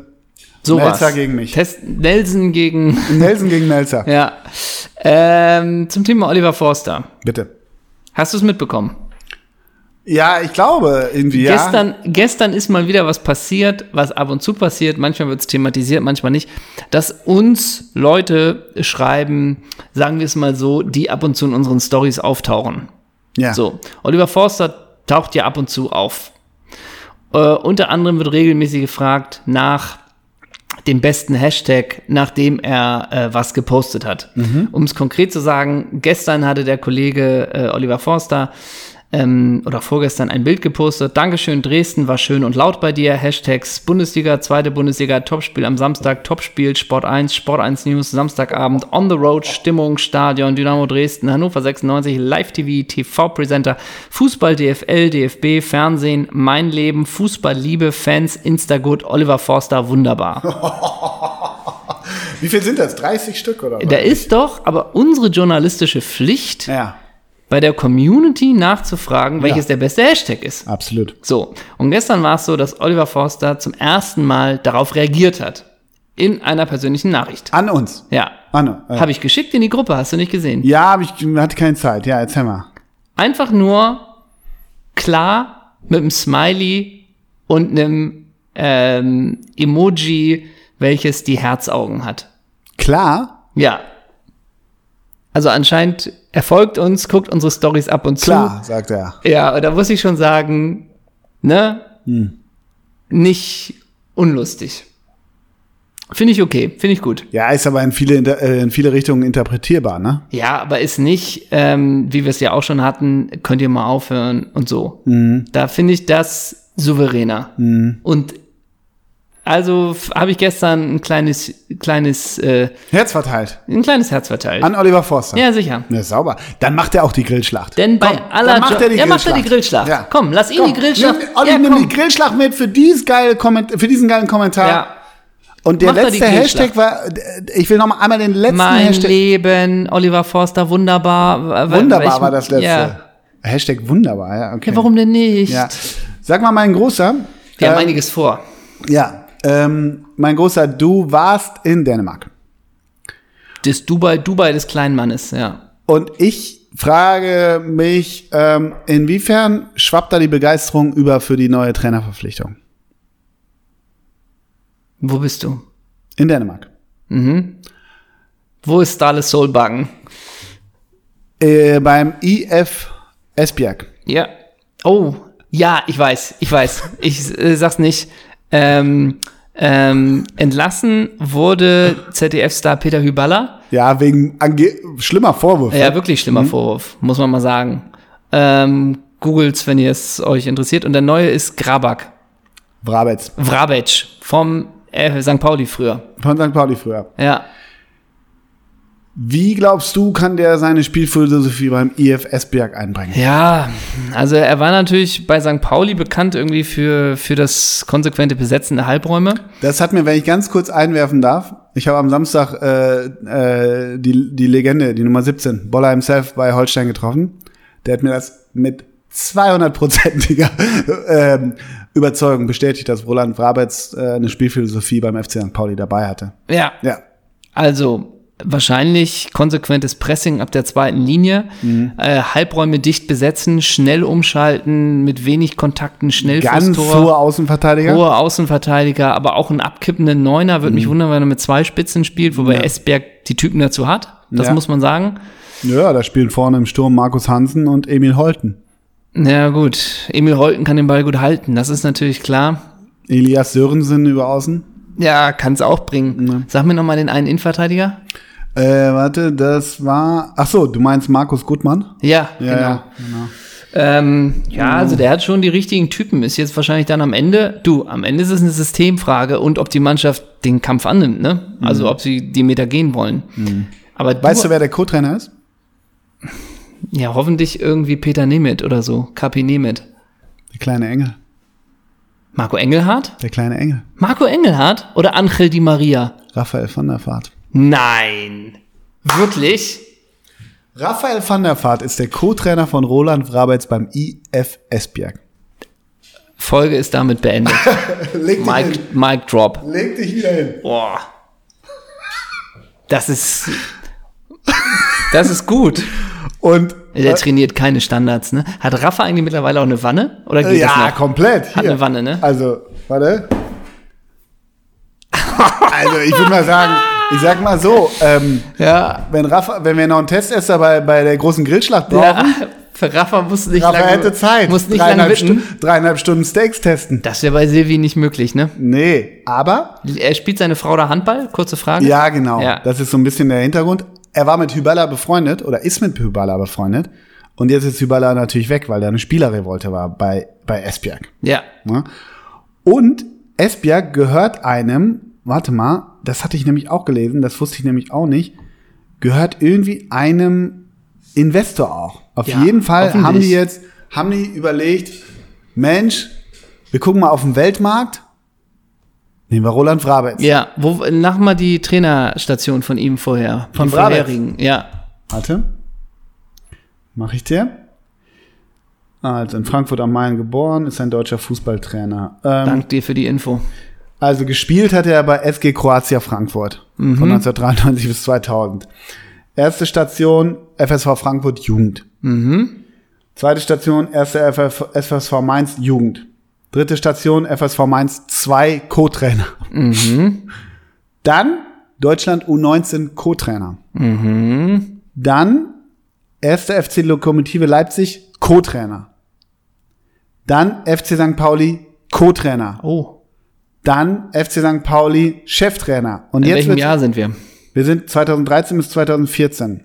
Speaker 1: sowas.
Speaker 2: Melzer gegen mich.
Speaker 1: Test Nelson gegen. (laughs)
Speaker 2: Nelson gegen Melzer.
Speaker 1: ja. Ähm, zum Thema Oliver Forster.
Speaker 2: Bitte.
Speaker 1: Hast du es mitbekommen?
Speaker 2: Ja, ich glaube, irgendwie, ja.
Speaker 1: Gestern, gestern ist mal wieder was passiert, was ab und zu passiert. Manchmal wird es thematisiert, manchmal nicht. Dass uns Leute schreiben, sagen wir es mal so, die ab und zu in unseren Stories auftauchen.
Speaker 2: Ja.
Speaker 1: So, Oliver Forster taucht ja ab und zu auf. Äh, unter anderem wird regelmäßig gefragt nach dem besten Hashtag, nachdem er äh, was gepostet hat.
Speaker 2: Mhm.
Speaker 1: Um es konkret zu sagen, gestern hatte der Kollege äh, Oliver Forster ähm, oder vorgestern ein Bild gepostet. Dankeschön, Dresden, war schön und laut bei dir. Hashtags Bundesliga, zweite Bundesliga, Topspiel am Samstag, Topspiel, Sport 1, Sport 1 News, Samstagabend, On the Road, Stimmung, Stadion, Dynamo Dresden, Hannover 96, Live TV, TV-Presenter, Fußball, DFL, DFB, Fernsehen, Mein Leben, Fußball, Liebe, Fans, Instagut, Oliver Forster, wunderbar.
Speaker 2: Wie viel sind das? 30 Stück oder was?
Speaker 1: Da ist doch aber unsere journalistische Pflicht,
Speaker 2: Ja,
Speaker 1: bei der Community nachzufragen, welches der beste Hashtag ist.
Speaker 2: absolut.
Speaker 1: So, und gestern war es so, dass Oliver Forster zum ersten Mal darauf reagiert hat. In einer persönlichen Nachricht.
Speaker 2: An uns.
Speaker 1: Ja.
Speaker 2: An, äh,
Speaker 1: Habe ich geschickt in die Gruppe, hast du nicht gesehen.
Speaker 2: ja, aber ich hatte keine Zeit. Ja, erzähl mal.
Speaker 1: Einfach nur klar mit einem Smiley und einem ähm, Emoji, welches die Herzaugen hat.
Speaker 2: Klar,
Speaker 1: Ja. Also anscheinend er folgt uns, guckt unsere Stories ab und
Speaker 2: klar, sagt er.
Speaker 1: zu. Ja, und da muss ich schon sagen, ne?
Speaker 2: Hm.
Speaker 1: Nicht unlustig. Finde ich okay, finde ich gut.
Speaker 2: Ja, ist aber in viele, Inter- äh, in viele Richtungen interpretierbar, ne?
Speaker 1: Ja, aber ist nicht, ähm, wie wir es ja auch schon hatten, könnt ihr mal aufhören und so.
Speaker 2: Hm.
Speaker 1: Da finde ich das souveräner. Und also f- habe ich gestern ein kleines, kleines, äh,
Speaker 2: Herz verteilt.
Speaker 1: ein kleines Herz verteilt.
Speaker 2: An Oliver Forster.
Speaker 1: ja, sicher.
Speaker 2: Ja, sauber. Dann macht er auch die Grillschlacht.
Speaker 1: Denn bei aller
Speaker 2: dann macht
Speaker 1: Jo-
Speaker 2: er die
Speaker 1: Ja, macht er die
Speaker 2: Grillschlacht.
Speaker 1: Grillschlacht.
Speaker 2: Ja.
Speaker 1: Komm, lass ihn
Speaker 2: Komm,
Speaker 1: die Grillschlacht.
Speaker 2: Nimm, Olli,
Speaker 1: ja,
Speaker 2: nimm die
Speaker 1: komm.
Speaker 2: Grillschlacht mit für, dieses geile Komment für diesen geilen Kommentar.
Speaker 1: ja.
Speaker 2: Und der
Speaker 1: Macht er die
Speaker 2: letzte Hashtag
Speaker 1: Grillschlacht.
Speaker 2: war, äh, ich will noch mal einmal den letzten
Speaker 1: Mein
Speaker 2: Hashtag.
Speaker 1: Leben, Oliver Forster, wunderbar. W- w-
Speaker 2: Wunderbar
Speaker 1: welchen-
Speaker 2: war das letzte.
Speaker 1: Ja.
Speaker 2: Hashtag wunderbar, ja, okay.
Speaker 1: ja, warum denn nicht?
Speaker 2: Ja. Sag mal, mein Großer.
Speaker 1: Wir haben
Speaker 2: ähm,
Speaker 1: einiges vor.
Speaker 2: ja, ähm, mein Großer, du warst in Dänemark.
Speaker 1: Das Dubai, Dubai des kleinen Mannes, ja.
Speaker 2: Und ich frage mich, ähm, inwiefern schwappt da die Begeisterung über für die neue Trainerverpflichtung
Speaker 1: Wo bist du?
Speaker 2: in Dänemark?
Speaker 1: Wo ist Starless Soulbacken?
Speaker 2: Äh, beim IF Esbjerg.
Speaker 1: Ja. Oh, ja, ich weiß, ich weiß. Ich äh, sag's nicht. Ähm, ähm, entlassen wurde ZDF-Star Peter Hyballa.
Speaker 2: Ja, wegen ange schlimmer Vorwurf.
Speaker 1: Ja, wirklich schlimmer
Speaker 2: Mhm.
Speaker 1: Vorwurf, muss man mal sagen. Ähm, Googles, wenn ihr es euch interessiert. Und der neue ist Grabak,
Speaker 2: Brabetz.
Speaker 1: Vrabec vom äh, St. Pauli früher.
Speaker 2: Von St. Pauli früher.
Speaker 1: Ja.
Speaker 2: Wie glaubst du, kann der seine Spielphilosophie beim IF Esbjerg einbringen?
Speaker 1: Ja, also er war natürlich bei St. Pauli bekannt irgendwie für, für das konsequente Besetzen der Halbräume.
Speaker 2: Das hat mir, wenn ich ganz kurz einwerfen darf, ich habe am Samstag äh, äh, die, die Legende, die Nummer 17, Boller himself bei Holstein getroffen. Der hat mir das mit 200-prozentiger (laughs) ähm, Überzeugung bestätigt, dass Roland Brabetz äh, eine Spielphilosophie beim FC St. Pauli dabei hatte.
Speaker 1: Ja,
Speaker 2: Ja,
Speaker 1: also wahrscheinlich konsequentes Pressing ab der zweiten Linie, äh, Halbräume dicht besetzen, schnell umschalten, mit wenig Kontakten, schnell
Speaker 2: Ganz
Speaker 1: fürs
Speaker 2: hohe
Speaker 1: Tor.
Speaker 2: Außenverteidiger.
Speaker 1: Hohe Außenverteidiger, aber auch einen abkippenden Neuner. Würde mich wundern, wenn er mit zwei Spitzen spielt, wobei Esberg die Typen dazu hat. Das
Speaker 2: Ja.
Speaker 1: muss man sagen.
Speaker 2: Ja, da spielen vorne im Sturm Markus Hansen und Emil Holten.
Speaker 1: Na gut, Emil Holten kann den Ball gut halten, das ist natürlich klar.
Speaker 2: Elias Sörensen über außen.
Speaker 1: Ja, kann es auch bringen. Sag mir nochmal den einen Innenverteidiger.
Speaker 2: Äh, warte, das war. Ach so, du meinst Markus Gutmann?
Speaker 1: Ja, genau.
Speaker 2: ja, genau.
Speaker 1: Ähm, ja, also der hat schon die richtigen Typen. Ist jetzt wahrscheinlich dann am Ende, du, am Ende ist es eine Systemfrage und ob die Mannschaft den Kampf annimmt, ne? Also ob sie die Meter gehen wollen. Aber
Speaker 2: Mhm. Weißt du, wer der Co-Trainer ist?
Speaker 1: ja, hoffentlich irgendwie Peter Nemeth oder so, Kapi Nemeth.
Speaker 2: Der kleine Engel.
Speaker 1: Marco Engelhardt?
Speaker 2: Der kleine Engel.
Speaker 1: Marco Engelhardt oder Angel Di Maria?
Speaker 2: Raphael van der Vaart.
Speaker 1: Nein. Wirklich?
Speaker 2: Raphael van der Vaart ist der Co-Trainer von Roland Wrabetz beim IF Esbjerg.
Speaker 1: Folge ist damit beendet.
Speaker 2: Leg
Speaker 1: Mic, Mic Drop.
Speaker 2: Leg dich wieder hin.
Speaker 1: Boah. Das ist. Das ist gut.
Speaker 2: Und
Speaker 1: Der trainiert keine Standards, ne? Hat Rafa eigentlich mittlerweile auch eine Wanne? Oder
Speaker 2: äh,
Speaker 1: geht
Speaker 2: ja,
Speaker 1: das noch?
Speaker 2: komplett.
Speaker 1: Hat eine Wanne, ne?
Speaker 2: Also, warte. also, ich würde mal sagen, ich sag mal so, ähm,
Speaker 1: Ja.
Speaker 2: wenn, Rafa, wenn wir noch einen Testesser bei, bei der großen Grillschlacht
Speaker 1: ja.
Speaker 2: brauchen,
Speaker 1: Für Rafa muss nicht
Speaker 2: Rafa
Speaker 1: lange.
Speaker 2: hätte Zeit.
Speaker 1: Muss nicht lange
Speaker 2: dreieinhalb,
Speaker 1: bitten.
Speaker 2: Stu- dreieinhalb Stunden Steaks testen.
Speaker 1: Das wäre bei Silvi nicht möglich, ne?
Speaker 2: Nee, aber
Speaker 1: Er spielt seine Frau da Handball? Kurze Frage.
Speaker 2: Ja, genau.
Speaker 1: Ja.
Speaker 2: Das ist so ein bisschen der Hintergrund. Er war mit Hyballa befreundet oder ist mit Hyballa befreundet. Und jetzt ist Hyballa natürlich weg, weil da eine Spielerrevolte war bei, bei Esbjerg.
Speaker 1: Ja.
Speaker 2: Ne? Und Esbjerg gehört einem, warte mal, das hatte ich nämlich auch gelesen, das wusste ich nämlich auch nicht, gehört irgendwie einem Investor auch. Auf
Speaker 1: Ja,
Speaker 2: jeden Fall haben die
Speaker 1: hoffentlich.
Speaker 2: jetzt, haben die überlegt, Mensch, wir gucken mal auf den Weltmarkt. Nehmen wir Roland Frabetz.
Speaker 1: Ja. Wo, nach mal die Trainerstation von ihm vorher. Von
Speaker 2: Von Brabeck.
Speaker 1: vorherigen. Ja.
Speaker 2: Warte. Mach ich dir. Also in Frankfurt am Main geboren, ist ein deutscher Fußballtrainer. Ähm,
Speaker 1: Dank dir für die Info.
Speaker 2: also gespielt hat er bei SG Kroatia Frankfurt von 1993 bis 2000. Erste Station FSV Frankfurt Jugend.
Speaker 1: Mhm.
Speaker 2: Zweite Station erste FF, FSV Mainz Jugend. Dritte Station FSV Mainz 2 Co-Trainer.
Speaker 1: Mhm.
Speaker 2: Dann Deutschland U19 Co-Trainer.
Speaker 1: Mhm.
Speaker 2: Dann erste FC Lokomotive Leipzig Co-Trainer. Dann FC St. Pauli Co-Trainer.
Speaker 1: Oh.
Speaker 2: Dann FC St. Pauli Cheftrainer. Und
Speaker 1: In
Speaker 2: jetzt
Speaker 1: welchem
Speaker 2: wird's-
Speaker 1: Jahr sind wir?
Speaker 2: wir sind 2013 bis 2014.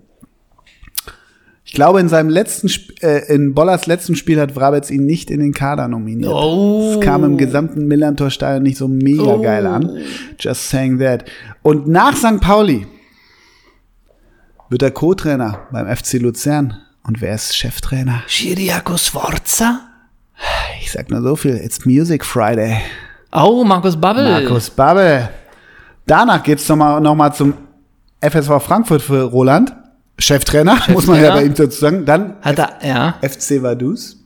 Speaker 2: Ich glaube, in seinem letzten Sp äh, in Bollers letzten Spiel hat Wrabetz ihn nicht in den Kader nominiert.
Speaker 1: Oh.
Speaker 2: Das kam im gesamten Millantor-Stadion nicht so mega
Speaker 1: Oh.
Speaker 2: geil an. Just saying that. Und nach St. Pauli wird er Co-Trainer beim FC Luzern. Und wer ist Cheftrainer?
Speaker 1: Chiriaco Sforza?
Speaker 2: Ich sag nur so viel. It's Music Friday.
Speaker 1: Oh, Markus Babbel.
Speaker 2: Markus Babbel. Danach geht's nochmal noch mal zum FSV Frankfurt für Roland. Cheftrainer, muss man
Speaker 1: Cheftrainer.
Speaker 2: ja bei ihm dazu sagen. Dann
Speaker 1: Hat er, ja.
Speaker 2: FC Vaduz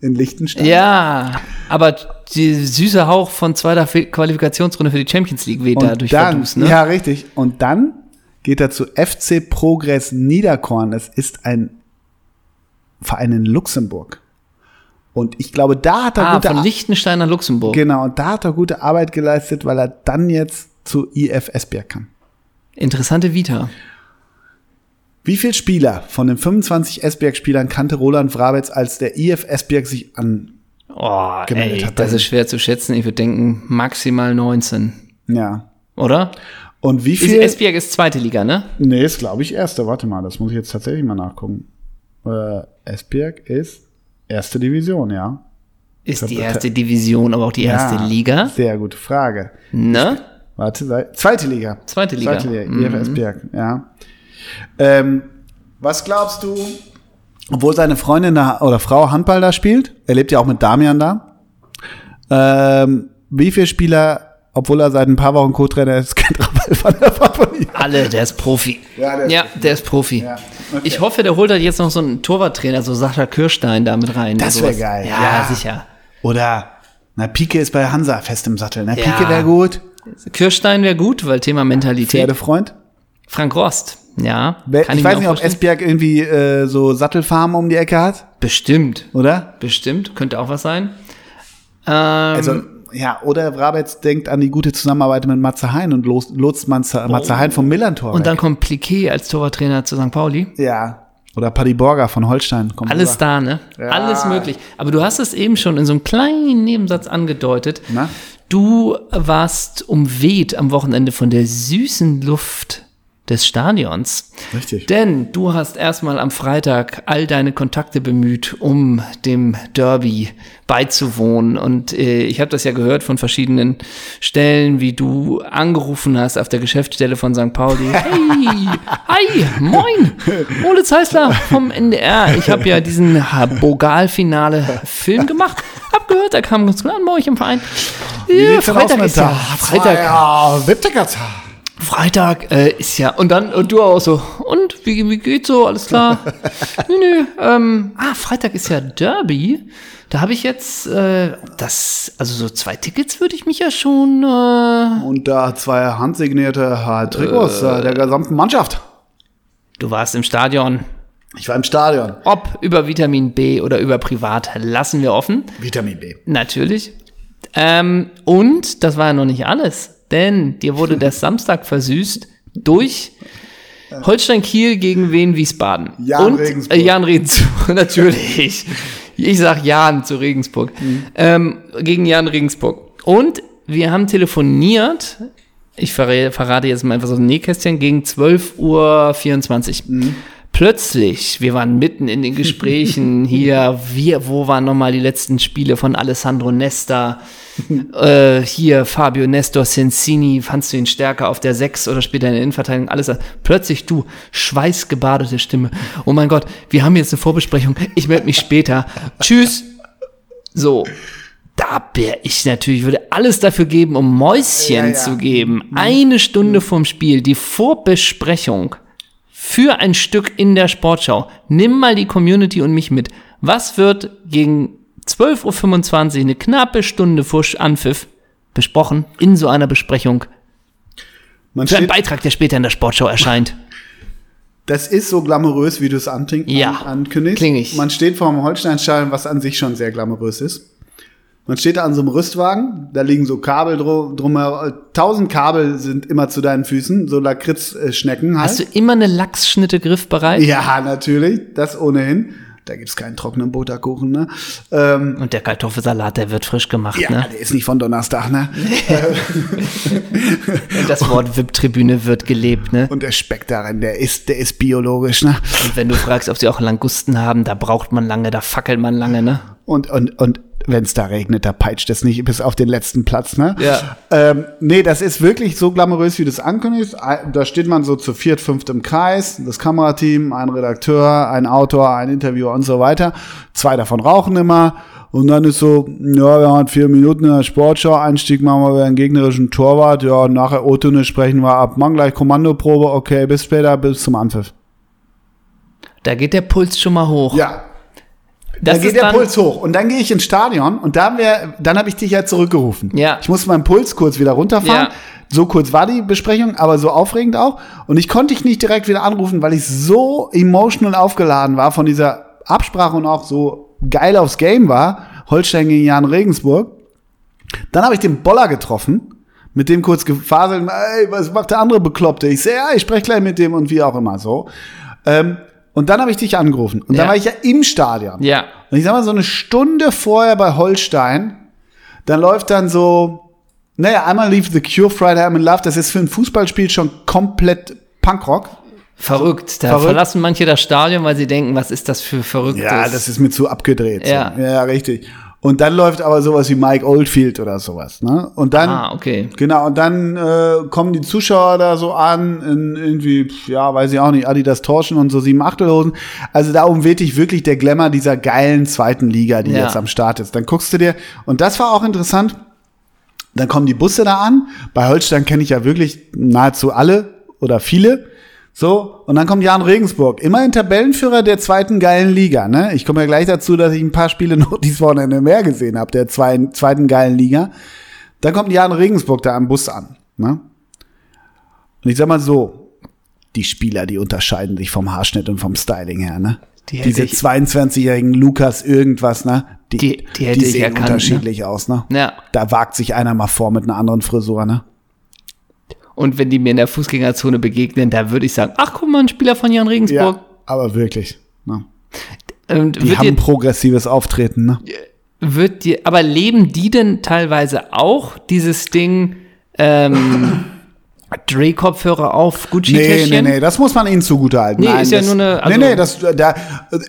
Speaker 2: in Liechtenstein.
Speaker 1: Ja, aber die süße Hauch von zweiter Fe- Qualifikationsrunde für die Champions League weht da
Speaker 2: Und
Speaker 1: durch
Speaker 2: dann,
Speaker 1: Verdus, ne?
Speaker 2: Ja, richtig. Und dann geht er zu FC Progress Niederkorn. Das ist ein Verein in Luxemburg. Und ich glaube, da hat er
Speaker 1: ah,
Speaker 2: gute
Speaker 1: von
Speaker 2: Ar-
Speaker 1: Liechtenstein nach Luxemburg.
Speaker 2: Genau, und da hat er gute Arbeit geleistet, weil er dann jetzt zu IF Esbjerg kann.
Speaker 1: Interessante Vita.
Speaker 2: Wie viele Spieler von den 25 Esbjerg-Spielern kannte Roland Wrabetz, als der IF Esbjerg sich an...
Speaker 1: Oh,
Speaker 2: Gemeldet
Speaker 1: ey,
Speaker 2: Genau, hat
Speaker 1: das
Speaker 2: er-
Speaker 1: ist schwer zu schätzen. Ich würde denken, maximal 19.
Speaker 2: Ja.
Speaker 1: Oder?
Speaker 2: Und wie
Speaker 1: Ist,
Speaker 2: viel...
Speaker 1: Esbjerg ist zweite Liga, ne?
Speaker 2: nee, ist glaube ich erster. Warte mal, das muss ich jetzt tatsächlich mal nachgucken. Äh, Esbjerg ist erste Division, ja.
Speaker 1: Ist die
Speaker 2: Dritte.
Speaker 1: erste Division, aber auch die erste
Speaker 2: ja,
Speaker 1: Liga.
Speaker 2: Sehr gute Frage.
Speaker 1: Ne?
Speaker 2: Warte, sei- zweite Liga.
Speaker 1: Zweite Liga. Mhm.
Speaker 2: Zweite Liga, E IF Esbjerg, ja. Ähm, was glaubst du, obwohl seine Freundin da, oder Frau Handball da spielt, er lebt ja auch mit Damian da, ähm, wie viele Spieler, obwohl er seit ein paar Wochen Co-Trainer ist, (laughs) kennt Raphael van der Vaart von ihm?
Speaker 1: Alle, der ist Profi.
Speaker 2: Ja, der ist Profi.
Speaker 1: der ist Profi.
Speaker 2: Ja, okay.
Speaker 1: Ich hoffe, der holt halt jetzt noch so einen Torwarttrainer, so Sascha Kirstein da mit rein.
Speaker 2: Das
Speaker 1: sowas.
Speaker 2: wär geil,
Speaker 1: Ja,
Speaker 2: ja.
Speaker 1: sicher.
Speaker 2: Oder, na, Pike ist bei Hansa fest im Sattel, na,
Speaker 1: Ja.
Speaker 2: Pike wäre gut.
Speaker 1: Kirstein wäre gut, weil Thema Mentalität.
Speaker 2: Pferdefreund?
Speaker 1: Frank Rost, ja.
Speaker 2: Wer-
Speaker 1: kann
Speaker 2: ich
Speaker 1: mir
Speaker 2: weiß
Speaker 1: auch
Speaker 2: nicht, ob
Speaker 1: vorstellen.
Speaker 2: Esbjerg irgendwie äh, so Sattelfarmen um die Ecke hat,
Speaker 1: Bestimmt,
Speaker 2: oder?
Speaker 1: bestimmt, könnte auch was sein. Ähm,
Speaker 2: Also, ja, oder Brabetz denkt an die gute Zusammenarbeit mit Matze Hein und los- lotst Matze, Matze Hein vom Millantor.
Speaker 1: Oh. und
Speaker 2: weg.
Speaker 1: dann kommt Pliquet als Torwarttrainer zu St. Pauli.
Speaker 2: ja. Oder Paddy Borger von Holstein. Kommt
Speaker 1: Alles
Speaker 2: rüber.
Speaker 1: da, ne? Alles möglich. Aber du hast es eben schon in so einem kleinen Nebensatz angedeutet.
Speaker 2: Na?
Speaker 1: Du warst umweht am Wochenende von der süßen Luft des Stadions.
Speaker 2: Richtig.
Speaker 1: Denn du hast erstmal am Freitag all deine Kontakte bemüht, um dem Derby beizuwohnen. Und äh, ich habe das ja gehört von verschiedenen Stellen, wie du angerufen hast auf der Geschäftsstelle von St.
Speaker 2: (laughs)
Speaker 1: Pauli. Hey, hi, moin, Ole Zeissler vom NDR. Ich habe ja diesen Bogal-Finale-Film gemacht. Hab gehört, da kam ganz gut an bei euch im Verein. Ja,
Speaker 2: sieht's denn aus
Speaker 1: Freitag
Speaker 2: mit
Speaker 1: ist ja,
Speaker 2: da?
Speaker 1: Freitag
Speaker 2: Ja, Wipptegatzer.
Speaker 1: Freitag äh, ist ja und dann und du auch so und wie, wie geht's so alles klar nö nö ähm, ah Freitag ist ja Derby da habe ich jetzt äh, das also so zwei Tickets würde ich mich ja schon äh,
Speaker 2: Und da zwei handsignierte äh, Trikots äh, der gesamten Mannschaft.
Speaker 1: du warst im Stadion
Speaker 2: Ich war im Stadion.
Speaker 1: ob über Vitamin B oder über privat lassen wir offen
Speaker 2: Vitamin B.
Speaker 1: Natürlich. Ähm, und das war ja noch nicht alles, denn dir wurde der Samstag versüßt durch Holstein Kiel gegen Wien Wiesbaden.
Speaker 2: Jan
Speaker 1: und,
Speaker 2: Regensburg.
Speaker 1: Äh, Jan Regensburg, (laughs) natürlich. Ich sag Jan zu Regensburg.
Speaker 2: Mhm.
Speaker 1: Ähm, gegen Jan Regensburg. Und wir haben telefoniert, ich verrä- verrate jetzt mal etwas aus dem Nähkästchen, gegen 12.24 Uhr.
Speaker 2: Mhm.
Speaker 1: Plötzlich, wir waren mitten in
Speaker 2: (laughs)
Speaker 1: den Gesprächen hier, wir, wo waren nochmal die letzten Spiele von Alessandro Nesta? äh, hier Fabio Nestor Sensini, fandst du ihn stärker auf der 6 oder später in der Innenverteidigung, alles. Plötzlich du, schweißgebadete Stimme. Oh mein Gott, wir haben jetzt eine Vorbesprechung, ich melde mich später. Tschüss. So. Da wär ich natürlich, würde alles dafür geben, um Mäuschen
Speaker 2: Ja, Mhm. ja.
Speaker 1: zu geben. Eine Stunde vorm Spiel, die Vorbesprechung für ein Stück in der Sportschau. Nimm mal die Community und mich mit. Was wird gegen 12.25 Uhr, eine knappe Stunde vor Sch- Anpfiff, besprochen in so einer Besprechung
Speaker 2: Man
Speaker 1: für einen
Speaker 2: steht,
Speaker 1: Beitrag, der später in der Sportschau erscheint?
Speaker 2: das ist so glamourös, wie du es antin-
Speaker 1: Ja.
Speaker 2: an, ankündigst.
Speaker 1: Kling ich.
Speaker 2: Man steht vor einem Holsteinstadion, was an sich schon sehr glamourös ist. Man steht da an so einem Rüstwagen, da liegen so Kabel drum, drumherum. Tausend Kabel sind immer zu deinen Füßen, so Lakritz-Schnecken halt.
Speaker 1: Hast du immer eine Lachsschnitte griffbereit?
Speaker 2: Ja, natürlich, das ohnehin. Da gibt's keinen trockenen Butterkuchen, ne? Ähm,
Speaker 1: Und der Kartoffelsalat, der wird frisch gemacht,
Speaker 2: ja,
Speaker 1: ne?
Speaker 2: der ist nicht von Donnerstag, ne?
Speaker 1: Und das Wort VIP-Tribüne wird gelebt, ne?
Speaker 2: Und der Speck darin, der ist, der ist biologisch, ne?
Speaker 1: Und wenn du fragst, ob sie auch Langusten haben, da braucht man lange, da fackelt man lange, ne?
Speaker 2: Und, und, und wenn's da regnet, da peitscht es nicht bis auf den letzten Platz, ne?
Speaker 1: Ja.
Speaker 2: Ähm, nee, das ist wirklich so glamourös, wie du es ankündigst. Ein- Da steht man so zu viert, fünft im Kreis, das Kamerateam, ein Redakteur, ein Autor, ein Interviewer und so weiter. Zwei davon rauchen immer. Und dann ist so, ja, wir haben vier Minuten in der Sportschau, Einstieg machen wir über den gegnerischen Torwart, ja, und nachher O-Töne sprechen wir ab, machen gleich Kommandoprobe, okay, bis später, bis zum Anpfiff.
Speaker 1: Da geht der Puls schon mal hoch.
Speaker 2: Ja,
Speaker 1: das
Speaker 2: dann geht der Puls hoch. Und dann gehe ich ins Stadion und da haben wir, dann habe ich dich ja zurückgerufen.
Speaker 1: Ja.
Speaker 2: Ich musste meinen Puls kurz wieder runterfahren.
Speaker 1: Ja.
Speaker 2: So kurz war die Besprechung, aber so aufregend auch. Und ich konnte dich nicht direkt wieder anrufen, weil ich so emotional aufgeladen war von dieser Absprache und auch so geil aufs Game war. Holstein gegen Jan Regensburg. Dann habe ich den Boller getroffen, mit dem kurz gefaselt, ey, was macht der andere Bekloppte? Ich sehe, ja, ich spreche gleich mit dem und wie auch immer so. Ähm, und dann habe ich dich angerufen. Und dann
Speaker 1: Ja.
Speaker 2: war ich ja im Stadion.
Speaker 1: Ja.
Speaker 2: Und ich sag mal, so eine Stunde vorher bei Holstein, dann läuft dann so, naja, einmal lief The Cure Friday I'm in Love, das ist für ein Fußballspiel schon komplett Punkrock.
Speaker 1: Verrückt. Da
Speaker 2: Verrückt.
Speaker 1: verlassen manche das Stadion, weil sie denken, was ist das für verrücktes.
Speaker 2: Ja, das, ist mir zu abgedreht.
Speaker 1: Ja.
Speaker 2: So. ja, richtig. Und dann läuft aber sowas wie Mike Oldfield oder sowas. Ne? Und dann,
Speaker 1: Ah, okay.
Speaker 2: genau, und dann äh, kommen die Zuschauer da so an, in irgendwie, pf, ja, weiß ich auch nicht, Adidas Torschen und so sieben Achtelhosen. Also da umweht dich wirklich der Glamour dieser geilen zweiten Liga, die
Speaker 1: Ja.
Speaker 2: jetzt am Start ist. Dann guckst du dir, und das war auch interessant, dann kommen die Busse da an. Bei Holstein kenne ich ja wirklich nahezu alle oder viele. So, und dann kommt Jan Regensburg. Immerhin Tabellenführer der zweiten geilen Liga. Ne? Ich komme ja gleich dazu, dass ich ein paar Spiele noch (laughs) dieses Wochenende mehr gesehen habe, der zweiten, zweiten geilen Liga. Dann kommt Jan Regensburg da am Bus an. Ne? Und ich sag mal so, die Spieler, die unterscheiden sich vom Haarschnitt und vom Styling her, ne?
Speaker 3: Die hätte
Speaker 2: Diese
Speaker 3: ich-
Speaker 2: 22-jährigen Lukas irgendwas, ne?
Speaker 3: Die- die hätte
Speaker 2: die
Speaker 3: ich
Speaker 2: sehen
Speaker 3: erkannt, ne?
Speaker 2: unterschiedlich aus, ne?
Speaker 1: Ja.
Speaker 2: Da wagt sich einer mal vor mit einer anderen Frisur, ne?
Speaker 1: Und wenn die mir in der Fußgängerzone begegnen, da würde ich sagen, ach guck mal, ein Spieler von Jan Regensburg.
Speaker 2: Ja, aber wirklich. Ne?
Speaker 1: Und
Speaker 2: Die
Speaker 1: wird
Speaker 2: haben
Speaker 1: dir,
Speaker 2: progressives Auftreten, ne?
Speaker 1: wird dir, aber leben die denn teilweise auch dieses Ding,
Speaker 2: (laughs)
Speaker 1: ähm, Drehkopfhörer auf,
Speaker 2: Nee,
Speaker 1: Gucci-Täschchen?
Speaker 2: nee, nee, das muss man ihnen zugutehalten.
Speaker 1: Nee,
Speaker 2: Nein,
Speaker 1: ist ja
Speaker 2: das,
Speaker 1: nur eine- also-
Speaker 2: nee, nee, das, da,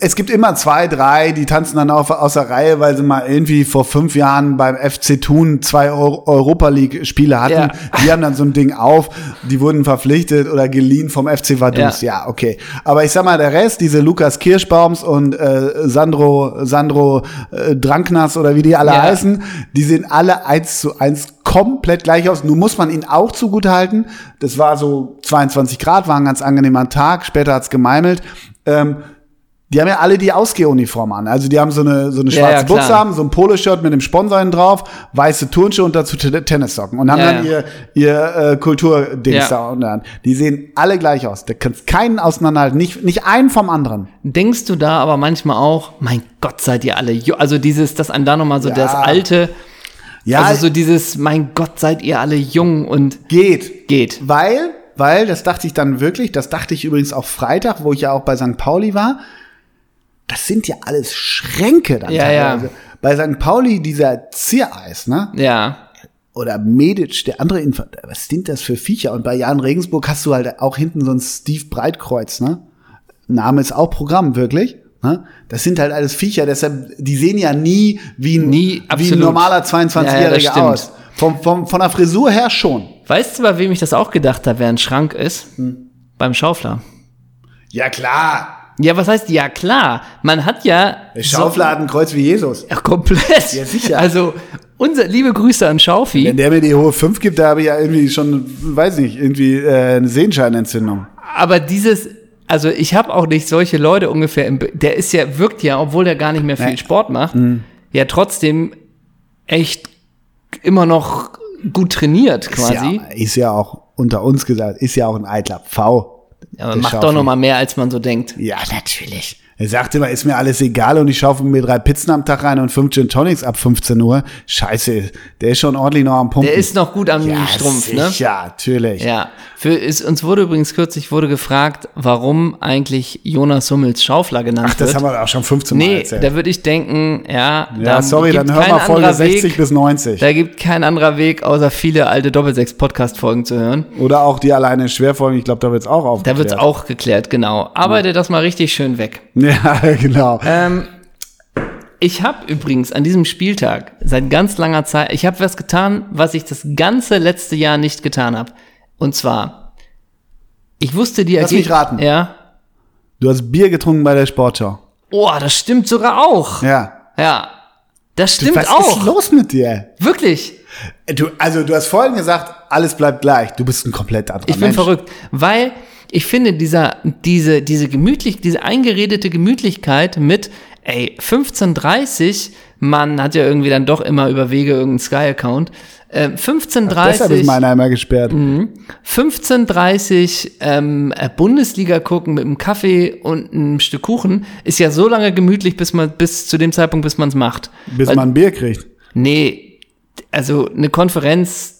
Speaker 2: es gibt immer zwei, drei, die tanzen dann auf, aus der Reihe, weil sie mal irgendwie vor fünf Jahren beim FC Thun zwei Eu- Europa League-Spiele hatten.
Speaker 1: Ja.
Speaker 2: Die haben dann so ein Ding auf, die wurden verpflichtet oder geliehen vom FC Vaduz. Ja. okay. Aber ich sag mal, der Rest, diese Lukas Kirschbaums und äh, Sandro, Sandro äh, Dranknas oder wie die alle
Speaker 1: Ja.
Speaker 2: heißen, die sehen alle eins zu eins komplett gleich aus. Nur muss man ihn auch zugutehalten. Das war so 22 Grad, war ein ganz angenehmer Tag. Später hat's gemeimelt. Ähm, die haben ja alle die Ausgehuniform an. Also die haben so eine, so eine
Speaker 1: Ja,
Speaker 2: schwarze
Speaker 1: ja, klar.
Speaker 2: Buchse, haben so ein Poloshirt mit dem Sponsor hinten drauf, weiße Turnschuhe und dazu Ten- Tennissocken. Und haben
Speaker 1: Ja,
Speaker 2: dann
Speaker 1: ja.
Speaker 2: ihr, ihr äh, Kulturdings
Speaker 1: Ja.
Speaker 2: da unten an. Die sehen alle gleich aus. Da kannst keinen auseinanderhalten. Nicht, nicht einen vom anderen.
Speaker 1: Denkst du da aber manchmal auch, mein Gott, seid ihr alle, jo also dieses, das an da nochmal so
Speaker 2: Ja.
Speaker 1: das alte,
Speaker 2: Ja,
Speaker 1: also so dieses, mein Gott, seid ihr alle jung und
Speaker 2: geht.
Speaker 1: geht.
Speaker 2: Weil, weil, das dachte ich dann wirklich, das dachte ich übrigens auch Freitag, wo ich ja auch bei St. Pauli war. Das sind ja alles Schränke dann
Speaker 1: Ja,
Speaker 2: teilweise.
Speaker 1: ja.
Speaker 2: Bei St. Pauli dieser Ziereis, ne?
Speaker 1: Ja,
Speaker 2: Oder Medic, der andere Infant. Was sind das für Viecher? Und bei Jan Regensburg hast du halt auch hinten so ein Steve Breitkreuz, ne? Name ist auch Programm, wirklich. Ne? Das sind halt alles Viecher, deshalb, die sehen ja nie wie ein,
Speaker 1: Nie,
Speaker 2: wie ein
Speaker 1: absolut.
Speaker 2: normaler
Speaker 1: Ja, ja, das
Speaker 2: 22-Jähriger
Speaker 1: stimmt.
Speaker 2: aus. Vom, vom, von der Frisur her schon.
Speaker 1: Weißt du, bei wem ich das auch gedacht habe, wer ein Schrank ist?
Speaker 2: Hm.
Speaker 1: Beim Schaufler.
Speaker 2: Ja, klar.
Speaker 1: Ja, was heißt, ja klar, man hat ja
Speaker 2: Der Schaufler hat ein Kreuz wie Jesus.
Speaker 1: so, ja, komplett.
Speaker 2: Ja, sicher.
Speaker 1: Also, unser, liebe Grüße an Schaufi,
Speaker 2: Wenn der mir die hohe 5 gibt, da habe ich ja irgendwie schon, weiß nicht, irgendwie äh, eine Sehenscheinentzündung.
Speaker 1: aber dieses, also ich habe auch nicht solche Leute ungefähr im, Bi- der ist ja, wirkt ja, obwohl der gar nicht mehr viel
Speaker 2: Nee.
Speaker 1: Sport macht,
Speaker 2: Mhm.
Speaker 1: ja trotzdem echt immer noch gut trainiert quasi.
Speaker 2: Ist ja, ist ja auch unter uns gesagt, ist ja auch ein eitler Pfau.
Speaker 1: aber
Speaker 2: der
Speaker 1: macht doch
Speaker 2: Schaufi.
Speaker 1: noch mal mehr, als man so denkt.
Speaker 2: Ja, natürlich. Er sagt immer, ist mir alles egal und ich schaufel mir drei Pizzen am Tag rein und fünf Gin Tonics ab 15 Uhr. Scheiße, der ist schon ordentlich noch am Pumpen.
Speaker 1: Der ist noch gut am
Speaker 2: ja,
Speaker 1: Strumpf,
Speaker 2: sicher,
Speaker 1: ne?
Speaker 2: natürlich.
Speaker 1: Ja, für, ist, uns wurde übrigens kürzlich wurde gefragt, warum eigentlich Jonas Hummels Schaufler genannt
Speaker 2: Ach, das
Speaker 1: wird.
Speaker 2: haben wir auch schon 15 Mal
Speaker 1: nee,
Speaker 2: erzählt.
Speaker 1: da würde ich denken, ja,
Speaker 2: ja,
Speaker 1: da
Speaker 2: sorry,
Speaker 1: gibt
Speaker 2: dann hör
Speaker 1: kein
Speaker 2: mal Folge
Speaker 1: anderer
Speaker 2: 60
Speaker 1: Weg,
Speaker 2: bis 90.
Speaker 1: Da gibt kein anderer Weg, außer viele alte Doppelsechs-Podcast-Folgen zu hören.
Speaker 2: Oder auch die alleine schwerfolgen, ich glaube, da wird's auch
Speaker 1: Da
Speaker 2: aufgeklärt.
Speaker 1: wird's auch geklärt, genau. Arbeite das mal richtig schön weg.
Speaker 2: (laughs) Ja, genau.
Speaker 1: Ähm, ich habe übrigens an diesem Spieltag seit ganz langer Zeit, ich habe was getan, was ich das ganze letzte Jahr nicht getan habe. Und zwar, ich wusste die
Speaker 2: Lass
Speaker 1: Ergeb-
Speaker 2: mich raten.
Speaker 1: Ja.
Speaker 2: Du hast Bier getrunken bei der Sportschau.
Speaker 1: Oh, das stimmt sogar auch. Ja,
Speaker 2: Ja.
Speaker 1: das stimmt
Speaker 2: Was ist
Speaker 1: auch.
Speaker 2: los mit dir?
Speaker 1: Wirklich.
Speaker 2: Du, also du hast vorhin gesagt, alles bleibt gleich. Du bist ein komplett anderer
Speaker 1: Ich bin
Speaker 2: Ah, Mensch.
Speaker 1: verrückt, weil ich finde dieser diese diese gemütlich diese eingeredete Gemütlichkeit mit ey 15:30 man hat ja irgendwie dann doch immer über Wege irgendeinen Sky Account äh,
Speaker 2: Deshalb ist
Speaker 1: 15:30
Speaker 2: meiner immer gesperrt.
Speaker 1: Mhm. 15:30 ähm, äh, Bundesliga gucken mit einem Kaffee und einem Stück Kuchen ist ja so lange gemütlich bis man bis zu dem Zeitpunkt bis man es macht Also
Speaker 2: Bis
Speaker 1: Weil-
Speaker 2: man ein Bier kriegt.
Speaker 1: Nee, also eine Konferenz,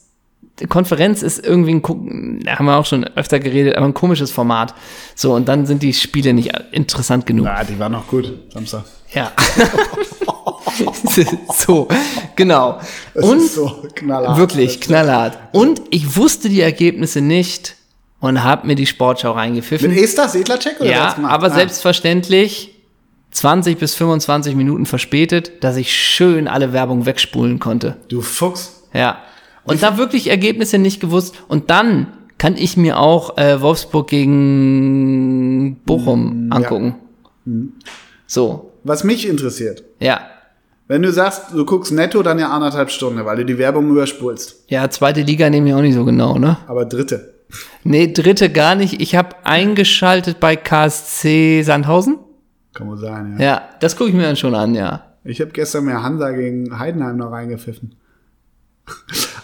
Speaker 1: eine Konferenz ist irgendwie ein, ko- da haben wir auch schon öfter geredet, aber ein komisches Format. So, und dann sind die Spiele nicht interessant genug.
Speaker 2: Ah, die war noch gut, Samstag.
Speaker 1: Ja. (laughs) so, genau.
Speaker 2: Das
Speaker 1: und
Speaker 2: ist so knallhart.
Speaker 1: wirklich knallhart. Und ich wusste die Ergebnisse nicht und habe mir die Sportschau reingepfiffen.
Speaker 2: Mit Estas Edlacek oder
Speaker 1: Ja,
Speaker 2: was gemacht?
Speaker 1: aber
Speaker 2: Ah.
Speaker 1: selbstverständlich 20 bis 25 Minuten verspätet, dass ich schön alle Werbung wegspulen konnte.
Speaker 2: Du Fuchs.
Speaker 1: Ja. Und da wirklich Ergebnisse nicht gewusst. Und dann kann ich mir auch äh, Wolfsburg gegen Bochum angucken. So,
Speaker 2: Was mich interessiert,
Speaker 1: ja.
Speaker 2: wenn du sagst, du guckst netto dann ja anderthalb Stunden, weil du die Werbung überspulst.
Speaker 1: Ja, zweite Liga nehme ich auch nicht so genau, ne?
Speaker 2: Aber dritte.
Speaker 1: Nee, dritte gar nicht. Ich habe eingeschaltet bei KSC Sandhausen.
Speaker 2: Kann wohl sein, ja.
Speaker 1: Ja, das gucke ich mir dann schon an, ja.
Speaker 2: Ich habe gestern mehr Hansa gegen Heidenheim noch (laughs) reingepfiffen.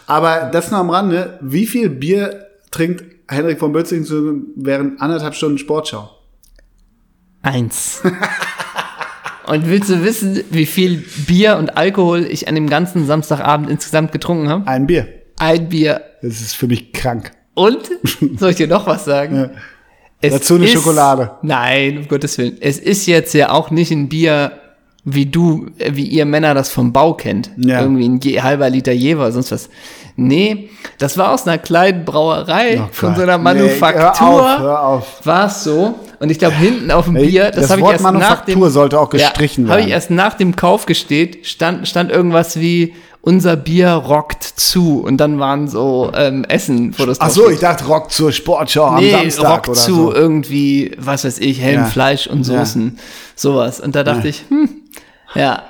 Speaker 2: Aber das noch am Rande, wie viel Bier trinkt Henrik von Bötzing zu wären anderthalb Stunden Sportschau.
Speaker 1: Eins. und willst du wissen, wie viel Bier und Alkohol ich an dem ganzen Samstagabend insgesamt getrunken habe?
Speaker 2: Ein Bier.
Speaker 1: Ein Bier.
Speaker 2: Das ist für mich krank.
Speaker 1: Und? Soll ich dir noch was sagen?
Speaker 2: (laughs) Ja.
Speaker 1: Es
Speaker 2: Dazu eine Schokolade.
Speaker 1: Nein, um Gottes Willen. Es ist jetzt ja auch nicht ein Bier, wie du, äh, wie ihr Männer das vom Bau kennt.
Speaker 2: Ja.
Speaker 1: Irgendwie ein je, halber Liter Jever oder sonst was. Nee, das war aus einer kleinen Brauerei,
Speaker 2: Oh
Speaker 1: von
Speaker 2: Gott.
Speaker 1: so einer Manufaktur.
Speaker 2: Nee, hör auf, hör auf.
Speaker 1: War es so. Und ich glaube, hinten auf dem Bier, das,
Speaker 2: das
Speaker 1: habe ich
Speaker 2: Wort
Speaker 1: erst
Speaker 2: Manufaktur
Speaker 1: nach dem,
Speaker 2: sollte auch gestrichen
Speaker 1: ja, Habe ich
Speaker 2: werden.
Speaker 1: erst nach dem Kauf gesteht, stand, stand irgendwas wie, unser Bier rockt zu. Und dann waren so ähm, Essen, wo das
Speaker 2: Ach
Speaker 1: drauf
Speaker 2: so,
Speaker 1: steht.
Speaker 2: ich dachte Rock zur Sportschau
Speaker 1: Nee,
Speaker 2: am Samstag
Speaker 1: Rock
Speaker 2: oder
Speaker 1: zu
Speaker 2: so.
Speaker 1: irgendwie, was weiß ich, Helm,
Speaker 2: Ja.
Speaker 1: Fleisch und
Speaker 2: Ja.
Speaker 1: Soßen. Sowas. Und da dachte ich, hm, ja.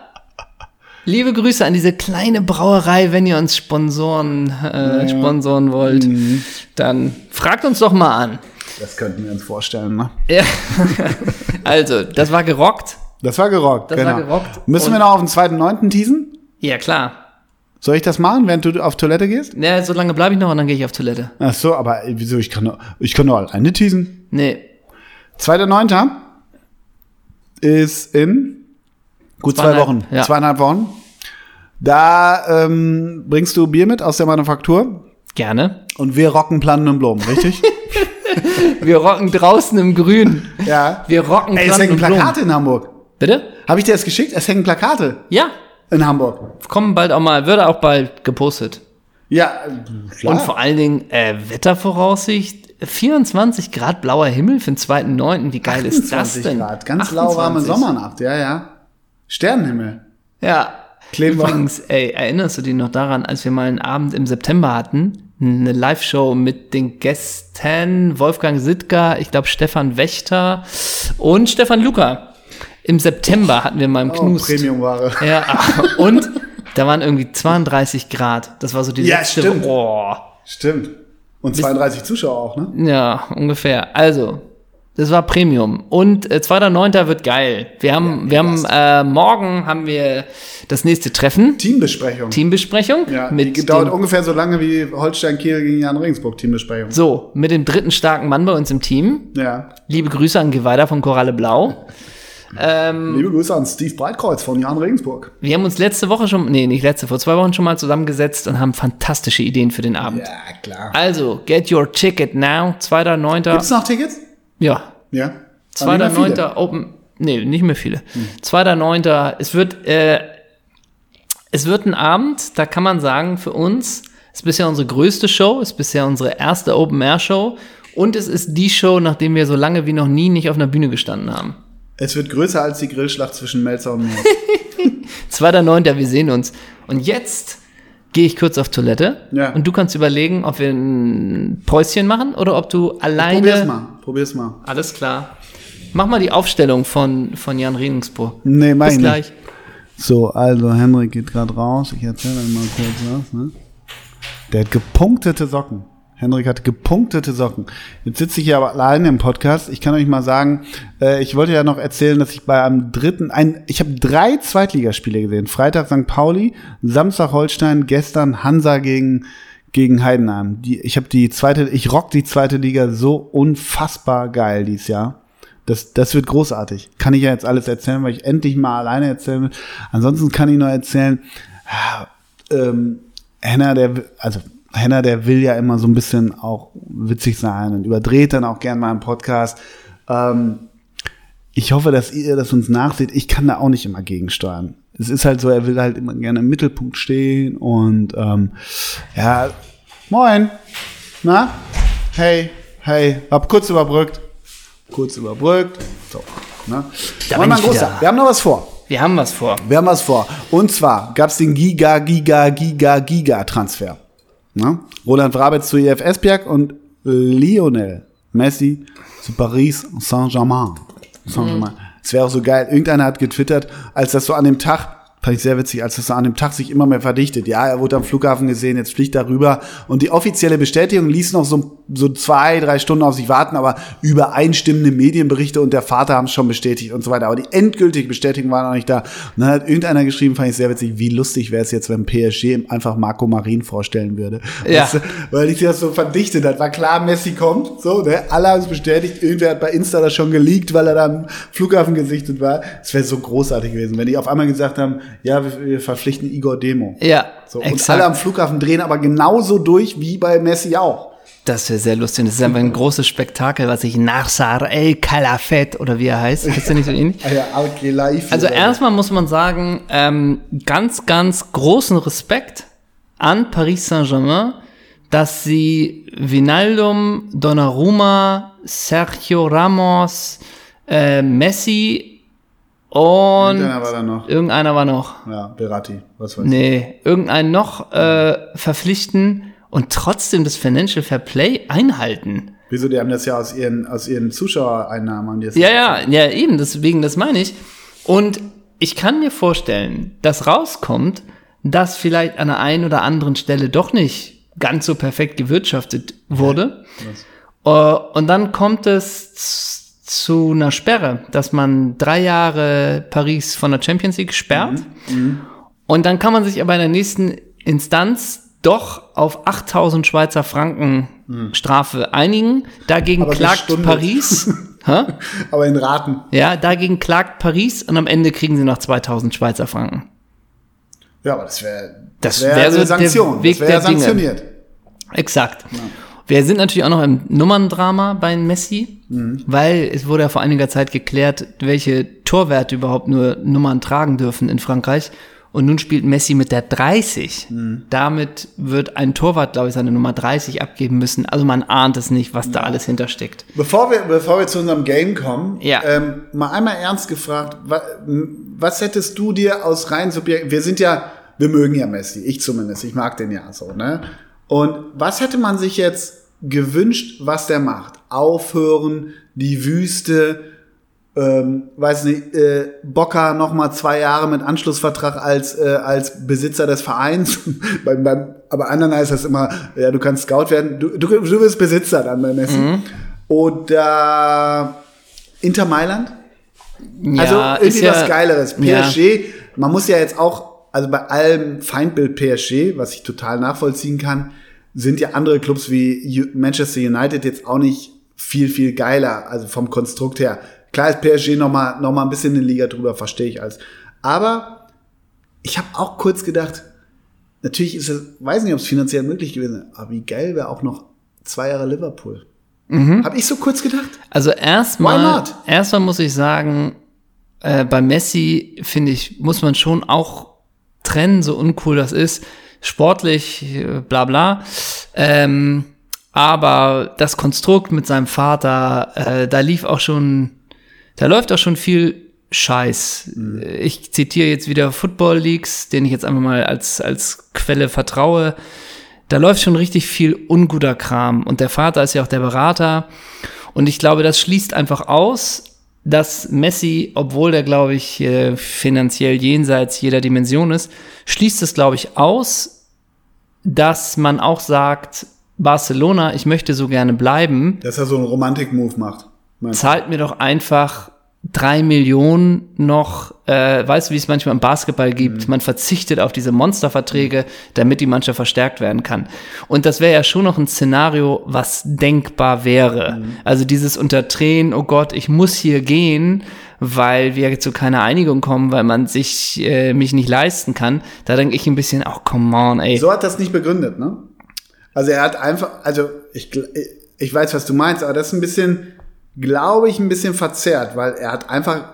Speaker 1: Liebe Grüße an diese kleine Brauerei, wenn ihr uns sponsoren, äh, sponsoren wollt,
Speaker 2: Mhm.
Speaker 1: dann fragt uns doch mal an.
Speaker 2: Das könnten wir uns vorstellen, ne?
Speaker 1: Ja. (laughs) also, das war gerockt.
Speaker 2: Das war gerockt,
Speaker 1: Das
Speaker 2: genau.
Speaker 1: war gerockt.
Speaker 2: Müssen wir
Speaker 1: Und-
Speaker 2: noch auf den zweiten Neunten teasen?
Speaker 1: Ja, klar.
Speaker 2: Soll ich das machen, während du auf Toilette gehst?
Speaker 1: Ja, so lange bleibe ich noch und dann gehe ich auf Toilette.
Speaker 2: Ach so, aber wieso? Ich kann nur, ich kann nur alleine teasen.
Speaker 1: Nee,
Speaker 2: Zweiter Neunter ist in gut zwei
Speaker 1: Zweieinhalb,
Speaker 2: Wochen,
Speaker 1: ja.
Speaker 2: zweieinhalb Wochen. Da ähm, bringst du Bier mit aus der Manufaktur
Speaker 1: gerne.
Speaker 2: und wir rocken Planen und Blumen, richtig?
Speaker 1: Wir rocken draußen im Grün.
Speaker 2: (laughs) ja.
Speaker 1: Wir rocken
Speaker 2: Ey, es
Speaker 1: Pflanzen
Speaker 2: hängen
Speaker 1: und Blumen.
Speaker 2: Plakate in Hamburg.
Speaker 1: Bitte?
Speaker 2: Habe ich dir das geschickt? Es hängen Plakate
Speaker 1: Ja,
Speaker 2: in Hamburg.
Speaker 1: kommen bald auch mal, würde auch bald gepostet.
Speaker 2: Ja, klar.
Speaker 1: Und vor allen Dingen äh, Wettervoraussicht, 24 Grad blauer Himmel für den 2.9. Wie geil ist das
Speaker 2: 28
Speaker 1: denn?
Speaker 2: Grad, ganz lauwarme
Speaker 1: 28.
Speaker 2: Sommernacht, ja, ja. Sternenhimmel.
Speaker 1: Ja.
Speaker 2: Kleben wir-
Speaker 1: Übrigens, ey, erinnerst du dich noch daran, als wir mal einen Abend im September hatten? Eine Live-Show mit den Gästen Wolfgang Sittger, ich glaube Stefan Wächter und Stefan Luca. Im September hatten wir mal im
Speaker 2: Oh,
Speaker 1: Knust.
Speaker 2: Premiumware.
Speaker 1: Ja, und da waren irgendwie 32 Grad. Das war so die
Speaker 2: Ja,
Speaker 1: letzte.
Speaker 2: stimmt.
Speaker 1: Oh.
Speaker 2: Stimmt. Und 32 Zuschauer auch, ne?
Speaker 1: Ja, ungefähr. Also, das war Premium. Und äh, 2.9. wird geil. Wir haben, wir haben äh, morgen haben wir das nächste Treffen.
Speaker 2: Teambesprechung.
Speaker 1: Teambesprechung.
Speaker 2: ja, die um-
Speaker 1: mit
Speaker 2: dauert
Speaker 1: dem-
Speaker 2: ungefähr so lange wie Holstein Kiel gegen Jan Regensburg Teambesprechung.
Speaker 1: so, mit dem dritten starken Mann bei uns im Team.
Speaker 2: Ja.
Speaker 1: Liebe Grüße an Geweider von Koralle Blau.
Speaker 2: Liebe Grüße an Steve Breitkreuz von Jan Regensburg.
Speaker 1: Wir haben uns letzte Woche schon, nee, nicht letzte, vor zwei Wochen schon mal zusammengesetzt und haben fantastische Ideen für den Abend.
Speaker 2: Ja, klar.
Speaker 1: Also, get your ticket now, 2.9.
Speaker 2: Gibt's noch Tickets?
Speaker 1: Ja,
Speaker 2: Ja. Aber nicht mehr viele. Hm.
Speaker 1: 2.9. Open. Nee, nicht mehr viele. 2.9. Es wird, äh, es wird ein Abend, da kann man sagen, für uns ist bisher unsere größte Show, ist bisher unsere erste Open-Air-Show und es ist die Show, nachdem wir so lange wie noch nie nicht auf einer Bühne gestanden haben.
Speaker 2: Es wird größer als die Grillschlacht zwischen Melzer und mir.
Speaker 1: 2.9. Wir sehen uns. Und jetzt gehe ich kurz auf Toilette
Speaker 2: Ja.
Speaker 1: und du kannst überlegen, ob wir ein Päuschen machen oder ob du alleine.
Speaker 2: Probier's mal. Probier's mal.
Speaker 1: Alles klar. Mach mal die Aufstellung von, von Jan Regensburg.
Speaker 2: Nee, mach
Speaker 1: Bis
Speaker 2: ich
Speaker 1: gleich.
Speaker 2: So, also Henrik geht gerade raus. Ich erzähle euch mal kurz was. Ne? Der hat gepunktete Socken. Henrik hat gepunktete Socken. Jetzt sitze ich hier aber alleine im Podcast. Ich kann euch mal sagen, äh, ich wollte ja noch erzählen, dass ich bei einem dritten, ein, ich habe drei Zweitligaspiele gesehen. Freitag St. Pauli, Samstag Holstein, gestern Hansa gegen gegen Heidenheim. Die, ich habe die zweite, ich rock die zweite Liga so unfassbar geil dieses Jahr. Das, das wird großartig. Kann ich ja jetzt alles erzählen, weil ich endlich mal alleine erzählen will. Ansonsten kann ich nur erzählen, ah, ähm, Henna, der, w- also Henna, der will ja immer so ein bisschen auch witzig sein und überdreht dann auch gern mal im Podcast. Ähm, ich hoffe, dass ihr das uns nachseht. Ich kann da auch nicht immer gegensteuern. Es ist halt so, er will halt immer gerne im Mittelpunkt stehen und ähm, ja, moin, na, hey, hey, hab kurz überbrückt, kurz überbrückt, so, ne?
Speaker 1: Da
Speaker 2: Moin,
Speaker 1: bin
Speaker 2: mein
Speaker 1: ich
Speaker 2: Großer,
Speaker 1: wieder.
Speaker 2: wir haben noch was vor.
Speaker 1: Wir haben was vor.
Speaker 2: Wir haben was vor. Und zwar gab es den Giga, Giga, Giga, Giga-Transfer. Ne? Roland Wrabetz zu IF Esbjerg und Lionel Messi zu Paris Saint-Germain. Saint-Germain. Es wäre auch so geil. Irgendeiner hat getwittert, als das so an dem Tag Fand ich sehr witzig, als das an dem Tag sich immer mehr verdichtet. Ja, er wurde am Flughafen gesehen, jetzt fliegt er rüber. Und die offizielle Bestätigung ließ noch so, so zwei, drei Stunden auf sich warten, aber übereinstimmende Medienberichte und der Vater haben es schon bestätigt und so weiter. Aber die endgültige Bestätigung war noch nicht da. Und dann hat irgendeiner geschrieben, fand ich sehr witzig, wie lustig wäre es jetzt, wenn PSG einfach Marco Marin vorstellen würde.
Speaker 1: Ja.
Speaker 2: Weißt du, weil ich das so verdichtet hat. War klar, Messi kommt, so, ne? Alle haben es bestätigt. Irgendwer hat bei Insta das schon geleakt, weil er da am Flughafen gesichtet war. Es wäre so großartig gewesen, wenn die auf einmal gesagt haben, ja, wir, wir verpflichten Igor Demo.
Speaker 1: Ja,
Speaker 2: So, und
Speaker 1: exakt.
Speaker 2: alle am Flughafen drehen aber genauso durch wie bei Messi auch.
Speaker 1: Das wäre sehr lustig. Das ist einfach ein großes Spektakel, was ich Nassar El Kalafet oder wie er heißt. Ist ja nicht so ähnlich?
Speaker 2: Ah (laughs) Ja, Al-Khelaifi.
Speaker 1: Also
Speaker 2: Oder-
Speaker 1: erstmal muss man sagen, ähm, ganz, ganz großen Respekt an Paris Saint-Germain, dass sie Vinaldum, Donnarumma, Sergio Ramos, äh, Messi und
Speaker 2: Irgendeiner war da noch.
Speaker 1: irgendeiner war noch.
Speaker 2: Ja, Berati. Was weiß ich.
Speaker 1: Nee, irgendeinen noch äh, verpflichten und trotzdem das Financial Fair Play einhalten.
Speaker 2: Wieso, die haben das ja aus ihren, aus ihren Zuschauereinnahmen. Haben die das
Speaker 1: Ja, ja, ja, eben, deswegen, das meine ich. Und ich kann mir vorstellen, dass rauskommt, dass vielleicht an der einen oder anderen Stelle doch nicht ganz so perfekt gewirtschaftet wurde. Äh, Und dann kommt es z- zu einer Sperre, dass man drei Jahre Paris von der Champions League sperrt. Und dann kann man sich aber in der nächsten Instanz doch auf 8000 Schweizer Franken Strafe einigen. Dagegen
Speaker 2: Aber
Speaker 1: klagt
Speaker 2: gestundet.
Speaker 1: Paris. Hä?
Speaker 2: Aber in Raten.
Speaker 1: Ja, dagegen klagt Paris und am Ende kriegen sie noch 2000 Schweizer Franken.
Speaker 2: Ja, aber das wäre
Speaker 1: Das
Speaker 2: wär
Speaker 1: wär
Speaker 2: eine
Speaker 1: so der
Speaker 2: Sanktion.
Speaker 1: Weg
Speaker 2: das wäre
Speaker 1: der Dinge.
Speaker 2: sanktioniert.
Speaker 1: Exakt. Wir sind natürlich auch noch im Nummerndrama bei Messi,
Speaker 2: Mhm.
Speaker 1: weil es wurde ja vor einiger Zeit geklärt, welche Torwerte überhaupt nur Nummern tragen dürfen in Frankreich. Und nun spielt Messi mit der 30.
Speaker 2: Mhm.
Speaker 1: Damit wird ein Torwart, glaube ich, seine Nummer 30 abgeben müssen. Also man ahnt es nicht, was da alles hintersteckt.
Speaker 2: Bevor wir, bevor wir zu unserem Game kommen,
Speaker 1: Ja.
Speaker 2: ähm, mal einmal ernst gefragt, was, was hättest du dir aus rein Subjekt, wir sind ja, wir mögen ja Messi, ich zumindest, ich mag den ja so, ne? Und was hätte man sich jetzt gewünscht, was der macht? Aufhören, die Wüste, ähm, weiß nicht, äh, Bocker noch mal zwei Jahre mit Anschlussvertrag als äh, als Besitzer des Vereins. (laughs) beim, beim, aber anderen heißt das immer, ja, du kannst Scout werden, du, du, du wirst Besitzer dann bei Messi. Oder Inter Mailand. also irgendwie was Geileres.
Speaker 1: ja.
Speaker 2: PSG, man muss ja jetzt auch, also bei allem Feindbild PSG, was ich total nachvollziehen kann, sind ja andere Clubs wie U- Manchester United jetzt auch nicht viel, viel geiler, also vom Konstrukt her. Klar ist PSG nochmal noch mal ein bisschen in der Liga drüber, verstehe ich alles. Aber ich habe auch kurz gedacht, natürlich ist es, weiß nicht, ob es finanziell möglich gewesen ist, aber wie geil wäre auch noch zwei Jahre Liverpool. Habe ich so kurz gedacht?
Speaker 1: Also
Speaker 2: Why
Speaker 1: erstmal,
Speaker 2: not?
Speaker 1: erstmal muss ich sagen, äh, bei Messi finde ich, muss man schon auch trennen, so uncool das ist. Sportlich, äh, bla bla. Ähm, aber das Konstrukt mit seinem Vater, äh, da lief auch schon, da läuft auch schon viel Scheiß.
Speaker 2: Mhm.
Speaker 1: Ich zitiere jetzt wieder Football Leaks, den ich jetzt einfach mal als, als Quelle vertraue. Da läuft schon richtig viel unguter Kram. Und der Vater ist ja auch der Berater. Und ich glaube, das schließt einfach aus, dass Messi, obwohl der, glaube ich, äh, finanziell jenseits jeder Dimension ist, schließt es, glaube ich, aus, dass man auch sagt, Barcelona, ich möchte so gerne bleiben,
Speaker 2: Dass er so einen Romantik-Move macht. Meinst du?
Speaker 1: zahlt mir doch einfach drei Millionen noch, äh, weißt du, wie es manchmal im Basketball gibt,
Speaker 2: Mhm.
Speaker 1: man verzichtet auf diese Monsterverträge, damit die Mannschaft verstärkt werden kann. Und das wäre ja schon noch ein Szenario, was denkbar wäre.
Speaker 2: Mhm.
Speaker 1: Also dieses unter Tränen, oh Gott, ich muss hier gehen, weil wir zu keiner Einigung kommen, weil man sich äh, mich nicht leisten kann. Da denke ich ein bisschen, ach, come on, ey.
Speaker 2: So hat das nicht begründet, ne? Also er hat einfach, also ich, gl- ich weiß, was du meinst, aber das ist ein bisschen, glaube ich, ein bisschen verzerrt, weil er hat einfach,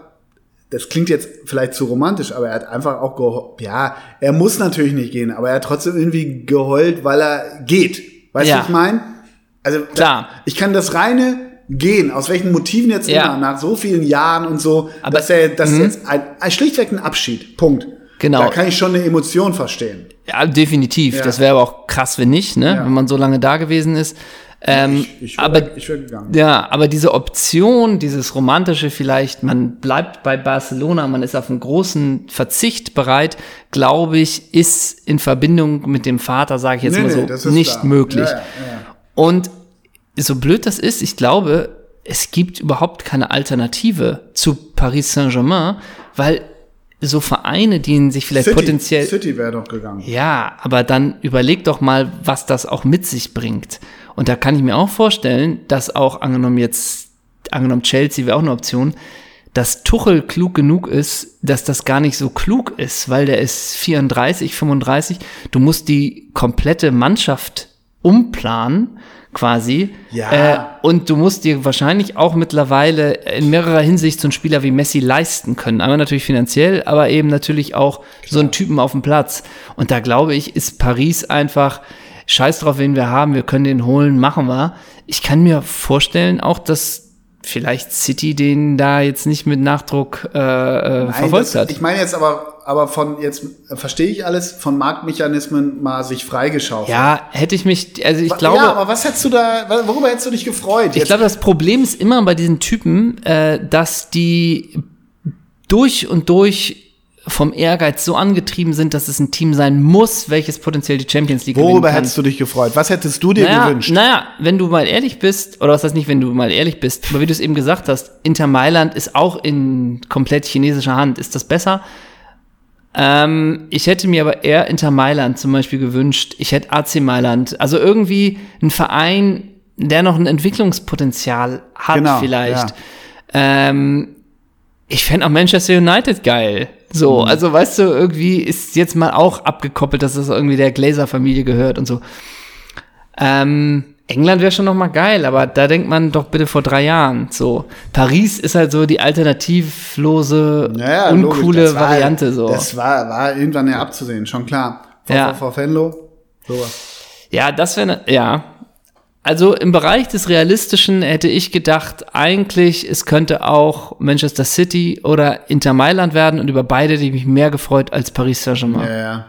Speaker 2: das klingt jetzt vielleicht zu romantisch, aber er hat einfach auch geheult, ja, er muss natürlich nicht gehen, aber er hat trotzdem irgendwie geheult, weil er geht. Weißt du,
Speaker 1: Ja.
Speaker 2: was ich meine? Also
Speaker 1: Klar.
Speaker 2: ich kann das reine gehen, aus welchen Motiven jetzt
Speaker 1: Ja.
Speaker 2: immer, nach so vielen Jahren und so,
Speaker 1: Aber- mhm.
Speaker 2: dass er, das ist jetzt ein, ein schlichtweg ein Abschied. Punkt.
Speaker 1: Genau.
Speaker 2: Da kann ich schon eine Emotion verstehen.
Speaker 1: Ja, definitiv.
Speaker 2: Ja.
Speaker 1: Das wäre aber auch krass, wenn nicht, ne?
Speaker 2: Ja.
Speaker 1: wenn man so lange da gewesen ist. Ähm,
Speaker 2: Ich- ich wär-
Speaker 1: aber
Speaker 2: ich wär gegangen.
Speaker 1: ja, aber diese Option, dieses romantische vielleicht, man bleibt bei Barcelona, man ist auf einen großen Verzicht bereit, glaube ich, ist in Verbindung mit dem Vater, sage ich jetzt mal so, nicht möglich.
Speaker 2: Ja, ja, ja.
Speaker 1: Und so blöd das ist, ich glaube, es gibt überhaupt keine Alternative zu Paris Saint-Germain, weil so Vereine, die ihn sich vielleicht
Speaker 2: City,
Speaker 1: potenziell
Speaker 2: City wäre doch gegangen.
Speaker 1: ja, aber dann überleg doch mal, was das auch mit sich bringt. Und da kann ich mir auch vorstellen, dass auch angenommen jetzt, angenommen Chelsea wäre auch eine Option, dass Tuchel klug genug ist, dass das gar nicht so klug ist, weil der ist 34, 35. Du musst die komplette Mannschaft umplanen, quasi.
Speaker 2: Ja.
Speaker 1: Äh, und du musst dir wahrscheinlich auch mittlerweile in mehrerer Hinsicht so einen Spieler wie Messi leisten können. Einmal natürlich finanziell, aber eben natürlich auch so einen Typen auf dem Platz. Und da glaube ich, ist Paris einfach scheiß drauf, wen wir haben, wir können den holen, machen wir. Ich kann mir vorstellen auch, dass vielleicht City den da jetzt nicht mit Nachdruck äh, äh,
Speaker 2: Nein,
Speaker 1: verfolgt
Speaker 2: das,
Speaker 1: hat.
Speaker 2: Ich meine jetzt aber, aber von jetzt äh, verstehe ich alles, von Marktmechanismen mal sich freigeschaut.
Speaker 1: Ja, hätte ich mich, also ich glaube,
Speaker 2: ja, aber was hättest du da, worüber hättest du dich gefreut?
Speaker 1: Ich glaube, das Problem ist immer bei diesen Typen, äh, dass die durch und durch vom Ehrgeiz so angetrieben sind, dass es ein Team sein muss, welches potenziell die Champions League gewinnen
Speaker 2: worüber
Speaker 1: kann.
Speaker 2: hättest du dich gefreut? Was hättest du dir
Speaker 1: naja,
Speaker 2: gewünscht?
Speaker 1: Naja, wenn du mal ehrlich bist, oder was heißt nicht, wenn du mal ehrlich bist, aber wie du es eben gesagt hast, Inter Mailand ist auch in komplett chinesischer Hand. Ist das besser? Ähm, ich hätte mir aber eher Inter Mailand zum Beispiel gewünscht. Ich hätte AC Mailand. Also irgendwie ein Verein, der noch ein Entwicklungspotenzial hat
Speaker 2: Genau,
Speaker 1: vielleicht.
Speaker 2: ja.
Speaker 1: Ähm, ich fände auch Manchester United geil. So,
Speaker 2: Mhm.
Speaker 1: also weißt du, irgendwie ist jetzt mal auch abgekoppelt, dass das irgendwie der Glazer-Familie gehört und so. Ähm, England wäre schon noch mal geil, aber da denkt man doch bitte vor drei Jahren. So, Paris ist halt so die alternativlose,
Speaker 2: Naja,
Speaker 1: uncoole
Speaker 2: logisch, das war-
Speaker 1: Variante. So,
Speaker 2: Das war, war irgendwann ja abzusehen, schon klar.
Speaker 1: Ja.
Speaker 2: VV Venlo, sowas.
Speaker 1: ja, das wäre ne- ja. Also im Bereich des Realistischen hätte ich gedacht, eigentlich es könnte auch Manchester City oder Inter Mailand werden und über beide hätte ich mich mehr gefreut als Paris Saint-Germain.
Speaker 2: Ja, ja.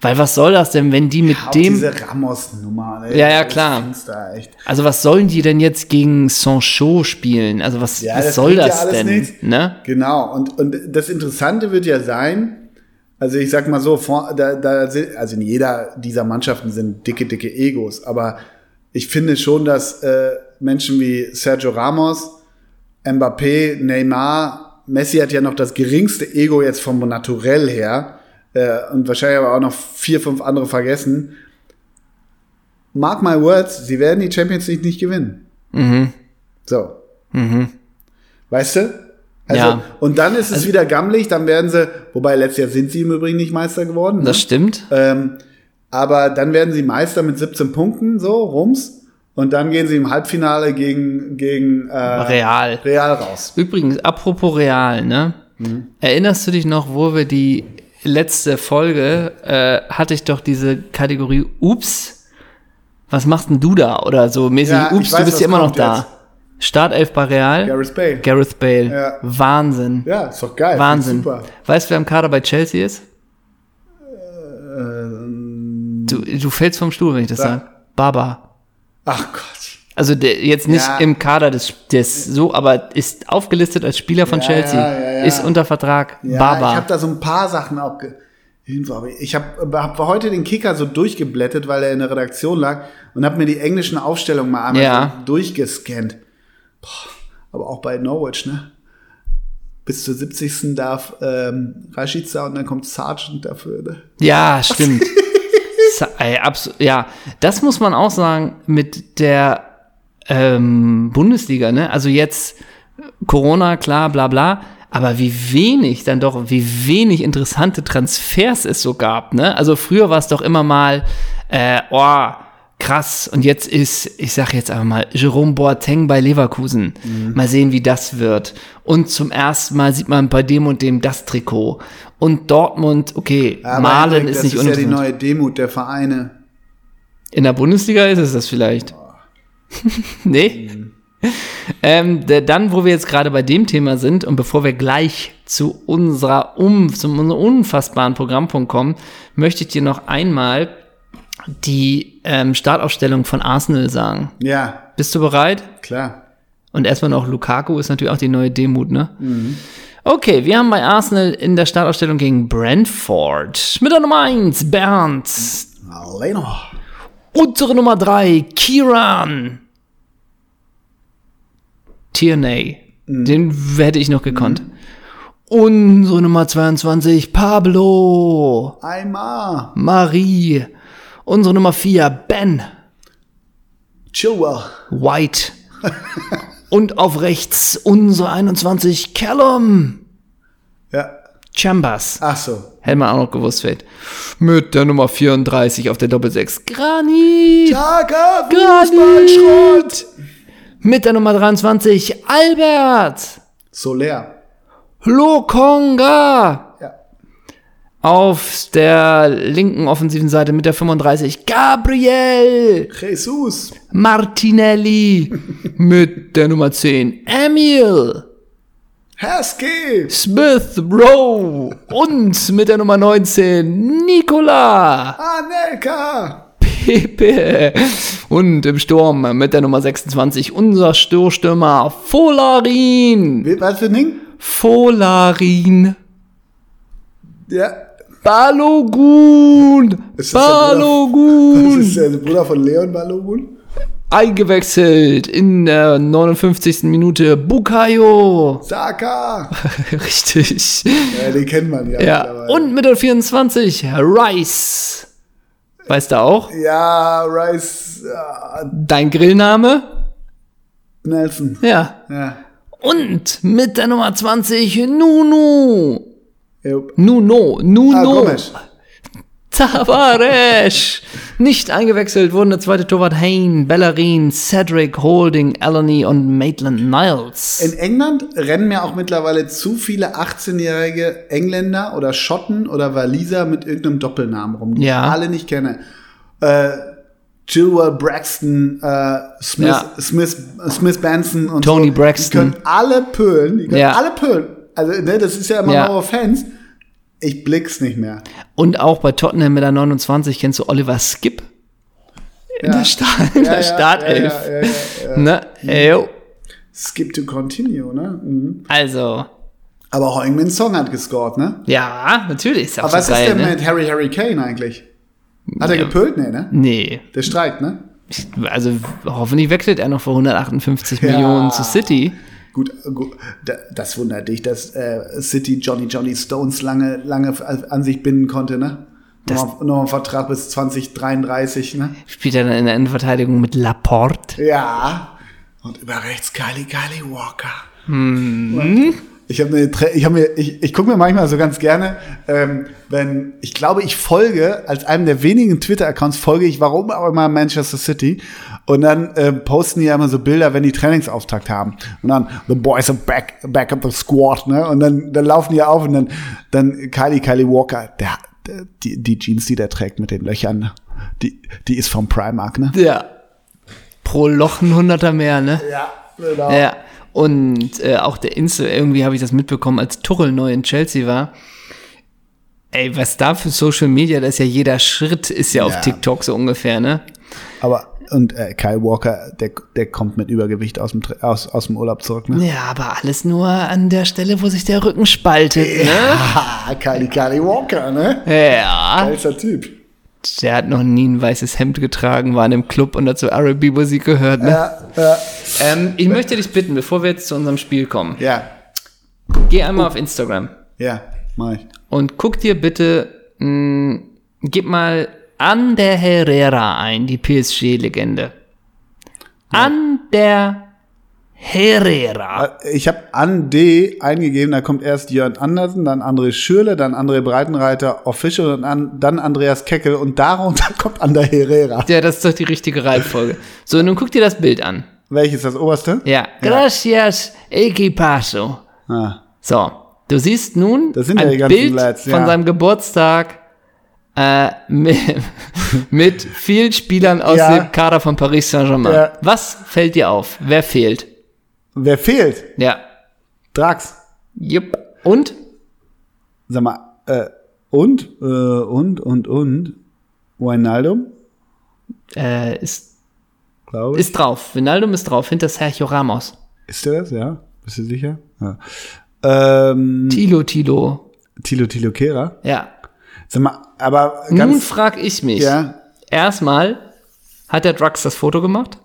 Speaker 1: Weil was soll das denn, wenn die mit
Speaker 2: Auch
Speaker 1: dem
Speaker 2: diese Ramos-Nummer. ey,
Speaker 1: Ja, ja,
Speaker 2: das
Speaker 1: klar.
Speaker 2: Finster, echt.
Speaker 1: Also was sollen die denn jetzt gegen Sancho spielen? Also was,
Speaker 2: Ja,
Speaker 1: was
Speaker 2: das
Speaker 1: soll
Speaker 2: bringt ja
Speaker 1: das
Speaker 2: alles
Speaker 1: denn?
Speaker 2: nichts.
Speaker 1: Ne?
Speaker 2: Genau, und, und das Interessante wird ja sein, also ich sag mal so, vor, da, da, sind- also in jeder dieser Mannschaften sind dicke, dicke Egos, aber ich finde schon, dass äh, Menschen wie Sergio Ramos, Mbappé, Neymar, Messi hat ja noch das geringste Ego jetzt vom Naturell her äh, und wahrscheinlich aber auch noch vier, fünf andere vergessen. Mark my words, sie werden die Champions League nicht gewinnen. So. Weißt du? Also,
Speaker 1: Ja.
Speaker 2: und dann ist es
Speaker 1: Also-
Speaker 2: wieder gammelig, dann werden sie, wobei letztes Jahr sind sie im Übrigen nicht Meister geworden. Ne?
Speaker 1: Das stimmt.
Speaker 2: Ähm, aber dann werden sie Meister mit 17 Punkten, so, rums. Und dann gehen sie im Halbfinale gegen, gegen äh, Real.
Speaker 1: Real.
Speaker 2: raus.
Speaker 1: Übrigens, apropos Real, ne?
Speaker 2: Mhm.
Speaker 1: Erinnerst du dich noch, wo wir die letzte Folge, äh, hatte ich doch diese Kategorie Ups, was machst denn du da? Oder so mäßig,
Speaker 2: Ja, ich
Speaker 1: Ups,
Speaker 2: weiß,
Speaker 1: du bist
Speaker 2: was
Speaker 1: ja immer noch
Speaker 2: kommt
Speaker 1: da. Startelf bei Real, Gareth,
Speaker 2: Gareth Bale.
Speaker 1: Bale.
Speaker 2: Ja.
Speaker 1: Wahnsinn.
Speaker 2: ja, ist doch geil.
Speaker 1: Wahnsinn.
Speaker 2: Super.
Speaker 1: Weißt du, wer im Kader bei Chelsea ist?
Speaker 2: Äh, ähm,
Speaker 1: Du, du fällst vom Stuhl, wenn ich das
Speaker 2: Sag.
Speaker 1: sage. Baba.
Speaker 2: Ach Gott.
Speaker 1: Also der, jetzt nicht
Speaker 2: Ja.
Speaker 1: im Kader des, des so, aber ist aufgelistet als Spieler von
Speaker 2: Ja,
Speaker 1: Chelsea.
Speaker 2: ja, ja, ja.
Speaker 1: Ist unter Vertrag.
Speaker 2: Ja, ich
Speaker 1: Baba.
Speaker 2: habe da so ein paar Sachen auch ge- Info, aber ich habe hab heute den Kicker so durchgeblättert, weil er in der Redaktion lag und habe mir die englischen Aufstellungen mal einmal
Speaker 1: Ja.
Speaker 2: so durchgescannt. Boah, aber auch bei Norwich, ne? Bis zur 70. darf ähm, Rashica und dann kommt Sargent dafür. Ne?
Speaker 1: Ja, stimmt. Sa- ey, abs- ja, das muss man auch sagen mit der ähm, Bundesliga, ne? Also jetzt Corona, klar, bla bla. Aber wie wenig dann doch, wie wenig interessante Transfers es so gab, ne? Also früher war es doch immer mal, äh, oh, krass. Und jetzt ist, ich sag jetzt einfach mal, Jerome Boateng bei Leverkusen.
Speaker 2: Mhm.
Speaker 1: Mal sehen, wie das wird. Und zum ersten Mal sieht man bei dem und dem das Trikot. Und Dortmund, okay,
Speaker 2: Aber
Speaker 1: Malen
Speaker 2: Hendrik,
Speaker 1: ist
Speaker 2: das
Speaker 1: nicht
Speaker 2: ist ja die
Speaker 1: uninteressant.
Speaker 2: neue Demut der Vereine.
Speaker 1: In der Bundesliga ist es das vielleicht. nee. Ähm, der- dann, wo wir jetzt gerade bei dem Thema sind und bevor wir gleich zu unserer um, zum unserem unfassbaren Programmpunkt kommen, möchte ich dir noch einmal die ähm, Startaufstellung von Arsenal sagen.
Speaker 2: Ja,
Speaker 1: Bist du bereit?
Speaker 2: klar.
Speaker 1: Und erstmal noch Lukaku ist natürlich auch die neue Demut, ne? Okay, wir haben bei Arsenal in der Startausstellung gegen Brentford mit der Nummer 1 Bernd,
Speaker 2: Alena.
Speaker 1: unsere Nummer 3 Kiran, Tierney, den hätte ich noch gekonnt. Unsere Nummer 22 Pablo,
Speaker 2: Einmal.
Speaker 1: Marie, unsere Nummer 4 Ben,
Speaker 2: Chilwell.
Speaker 1: White. Und auf rechts unsere 21 Callum
Speaker 2: Ja.
Speaker 1: Chambers.
Speaker 2: Ach so.
Speaker 1: Hätte man auch noch gewusst, Fate. Mit der Nummer 34 auf der Doppelsechs. Granit!
Speaker 2: Taka,
Speaker 1: Granit! Mit der Nummer 23 Albert!
Speaker 2: Soler.
Speaker 1: Lokonga!
Speaker 2: Ja.
Speaker 1: Auf der linken offensiven Seite mit der 35 Gabriel!
Speaker 2: Jesus.
Speaker 1: Martinelli! mit der Nummer 10 Emil!
Speaker 2: Haskell.
Speaker 1: Smith Rowe und mit der Nummer 19 Nicola
Speaker 2: Anelka.
Speaker 1: Pepe und im Sturm mit der Nummer 26 unser Stürstürmer Folarin.
Speaker 2: Wie- Was für ein Ding?
Speaker 1: Folarin.
Speaker 2: Ja.
Speaker 1: Balogun.
Speaker 2: Ist das der Bruder? Das (laughs)
Speaker 1: Balogun.
Speaker 2: ist der Bruder von Leon Balogun.
Speaker 1: Eingewechselt in der 59. Minute Bukayo. (laughs)
Speaker 2: Saka.
Speaker 1: Richtig.
Speaker 2: Ja, den kennt man ja.
Speaker 1: Ja.
Speaker 2: mittlerweile.
Speaker 1: Und mit der 24 Rice. Weißt du auch?
Speaker 2: Ja, Rice. ah,
Speaker 1: Dein Grillname?
Speaker 2: Nelson.
Speaker 1: Ja.
Speaker 2: Ja.
Speaker 1: Und mit der Nummer 20 Nunu.
Speaker 2: Jupp.
Speaker 1: Nuno,
Speaker 2: Ah,
Speaker 1: Nuno.
Speaker 2: komisch. (laughs)
Speaker 1: Tavares. Nicht eingewechselt wurden der zweite Torwart Hain, Bellerin, Cedric, Holding, Eleni und Maitland Niles.
Speaker 2: In England rennen mir auch mittlerweile zu viele 18-jährige Engländer oder Schotten oder Waliser mit irgendeinem Doppelnamen rum, die
Speaker 1: Ja.
Speaker 2: ich alle nicht kenne. Äh, Chilwell, Braxton, äh, Smith,
Speaker 1: Ja.
Speaker 2: Smith, Smith Benson und
Speaker 1: Tony
Speaker 2: so.
Speaker 1: Braxton.
Speaker 2: Die können alle pölen. Die können
Speaker 1: Ja.
Speaker 2: alle pölen. Also, ne, das ist ja immer
Speaker 1: Ja.
Speaker 2: no offense. Ich blick's nicht mehr.
Speaker 1: Und auch bei Tottenham mit der 29 kennst du Oliver Skip? In
Speaker 2: Ja.
Speaker 1: der, Sta in (laughs) der Startelf.
Speaker 2: Ja, ja, ja, ja, ja. Mhm.
Speaker 1: Ne? Ew.
Speaker 2: Skip to continue, ne? Mhm.
Speaker 1: Also,
Speaker 2: Aber Heung-Min Song hat gescored, ne?
Speaker 1: ja, natürlich. Ist auch
Speaker 2: Aber
Speaker 1: so
Speaker 2: was
Speaker 1: geil,
Speaker 2: ist denn
Speaker 1: ne?
Speaker 2: mit Harry Harry Kane eigentlich? Hat er gepölt? Nee, ne?
Speaker 1: Nee,
Speaker 2: Der streikt, ne?
Speaker 1: Also hoffentlich wechselt er noch für 158
Speaker 2: Ja.
Speaker 1: Millionen zu City.
Speaker 2: Gut, äh, gut, da- das wundert dich, dass äh, City Johnny Johnny Stones lange, lange äh, an sich binden konnte, ne? Nochmal, nochmal einen Vertrag bis 2033, ne?
Speaker 1: Spielt er dann in der Innenverteidigung mit Laporte.
Speaker 2: Ja. Und über rechts Kylie Kylie Walker. Ich habe mir, Trä- ich habe mir, ich, ich gucke mir manchmal so ganz gerne, ähm, wenn ich glaube, ich folge als einem der wenigen Twitter-Accounts folge ich, warum auch immer Manchester City. Und dann ähm, posten die ja immer so Bilder, wenn die Trainingsauftakt haben. Und dann the boys are back, back up the squad, ne? Und dann, dann laufen die ja auf und dann, dann Kylie Kylie Walker, der, der die, die Jeans, die der trägt mit den Löchern, ne? die, die ist vom Primark, ne?
Speaker 1: Ja. Pro Loch ein Hunderter mehr, ne?
Speaker 2: Ja, genau.
Speaker 1: Ja. Und äh, auch der Insel, irgendwie habe ich das mitbekommen, als Tuchel neu in Chelsea war. Ey, was da für Social Media, da ist ja jeder Schritt ist ja, auf
Speaker 2: Ja.
Speaker 1: TikTok so ungefähr, ne?
Speaker 2: Aber und äh, Kyle Walker, der, der kommt mit Übergewicht aus dem, Tra- aus, aus dem Urlaub zurück, ne?
Speaker 1: Ja, aber alles nur an der Stelle, wo sich der Rücken spaltet, ne?
Speaker 2: Ah, (laughs) Kylie Kylie Walker, ne?
Speaker 1: Ja.
Speaker 2: Alter Typ.
Speaker 1: Der hat noch nie ein weißes Hemd getragen, war in einem Club und hat so R&B-Musik gehört, ne?
Speaker 2: Ja, ja.
Speaker 1: Ähm, ich möchte dich bitten, bevor wir jetzt zu unserem Spiel kommen,
Speaker 2: Ja,
Speaker 1: geh einmal auf Instagram
Speaker 2: ja, mach ich.
Speaker 1: und guck dir bitte, mh, gib mal Ander Herrera ein, die PSG-Legende. Ander Herrera.
Speaker 2: Äh, Ich habe an D eingegeben, da kommt erst Jörn Andersen, dann André Schürle, dann André Breitenreiter, Official und an, dann Andreas Keckel und darunter (laughs) kommt Ander Herrera.
Speaker 1: Ja, das ist doch die richtige Reihenfolge. So, nun guck dir das Bild an.
Speaker 2: Welches das oberste?
Speaker 1: Ja. Gracias, equipazo.
Speaker 2: Ah,
Speaker 1: So, du siehst nun
Speaker 2: Das sind ja
Speaker 1: ein
Speaker 2: die ganzen
Speaker 1: Bild
Speaker 2: Lads, ja.
Speaker 1: von seinem Geburtstag äh,
Speaker 2: (laughs)
Speaker 1: mit, mit vielen Spielern aus
Speaker 2: Ja.
Speaker 1: dem Kader von Paris Saint-Germain.
Speaker 2: Ja.
Speaker 1: Was fällt dir auf? Wer fehlt?
Speaker 2: wer fehlt?
Speaker 1: Ja.
Speaker 2: Drax.
Speaker 1: Jupp. Und?
Speaker 2: Sag mal, äh, und, äh, und, und, und. Wijnaldum?
Speaker 1: Äh, ist,
Speaker 2: glaube ich.
Speaker 1: ist drauf. Vinaldum ist drauf, hinter Sergio Ramos.
Speaker 2: Ist der das? Ja? Bist du sicher? Ja. Ähm,
Speaker 1: Tilo, Tilo.
Speaker 2: Tilo Tilo Kehrer.
Speaker 1: Ja.
Speaker 2: Sag mal, aber
Speaker 1: Nun
Speaker 2: ganz.
Speaker 1: frag ich mich.
Speaker 2: Ja.
Speaker 1: Erstmal, hat der Drugs das Foto gemacht?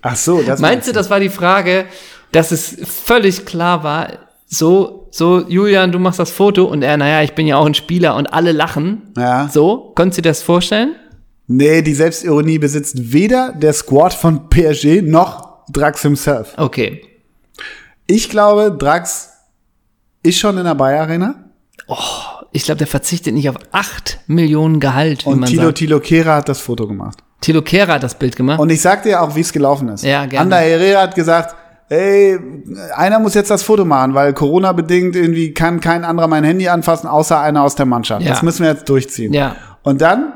Speaker 2: Ach so, das
Speaker 1: Meinst du, das war die Frage, dass es völlig klar war, so, so, Julian, du machst das Foto und er, naja, ich bin ja auch ein Spieler und alle lachen.
Speaker 2: Ja.
Speaker 1: So, konntest du dir das vorstellen?
Speaker 2: Nee, die Selbstironie besitzt weder der Squad von PSG noch Drax himself.
Speaker 1: Okay.
Speaker 2: Ich glaube, Drax ist schon in der Bayer Arena.
Speaker 1: Ich glaube, der verzichtet nicht auf 8 Millionen Gehalt, wie
Speaker 2: Und
Speaker 1: man
Speaker 2: Tilo
Speaker 1: sagt.
Speaker 2: Tilo Kehrer hat das Foto gemacht.
Speaker 1: Tilo Kehrer hat das Bild gemacht.
Speaker 2: Und ich sag dir auch, wie es gelaufen ist.
Speaker 1: Ja, gerne.
Speaker 2: Ander Herrera hat gesagt, ey, einer muss jetzt das Foto machen, weil Corona-bedingt irgendwie kann kein anderer mein Handy anfassen, außer einer aus der Mannschaft.
Speaker 1: Ja.
Speaker 2: Das müssen wir jetzt durchziehen.
Speaker 1: Ja.
Speaker 2: Und dann,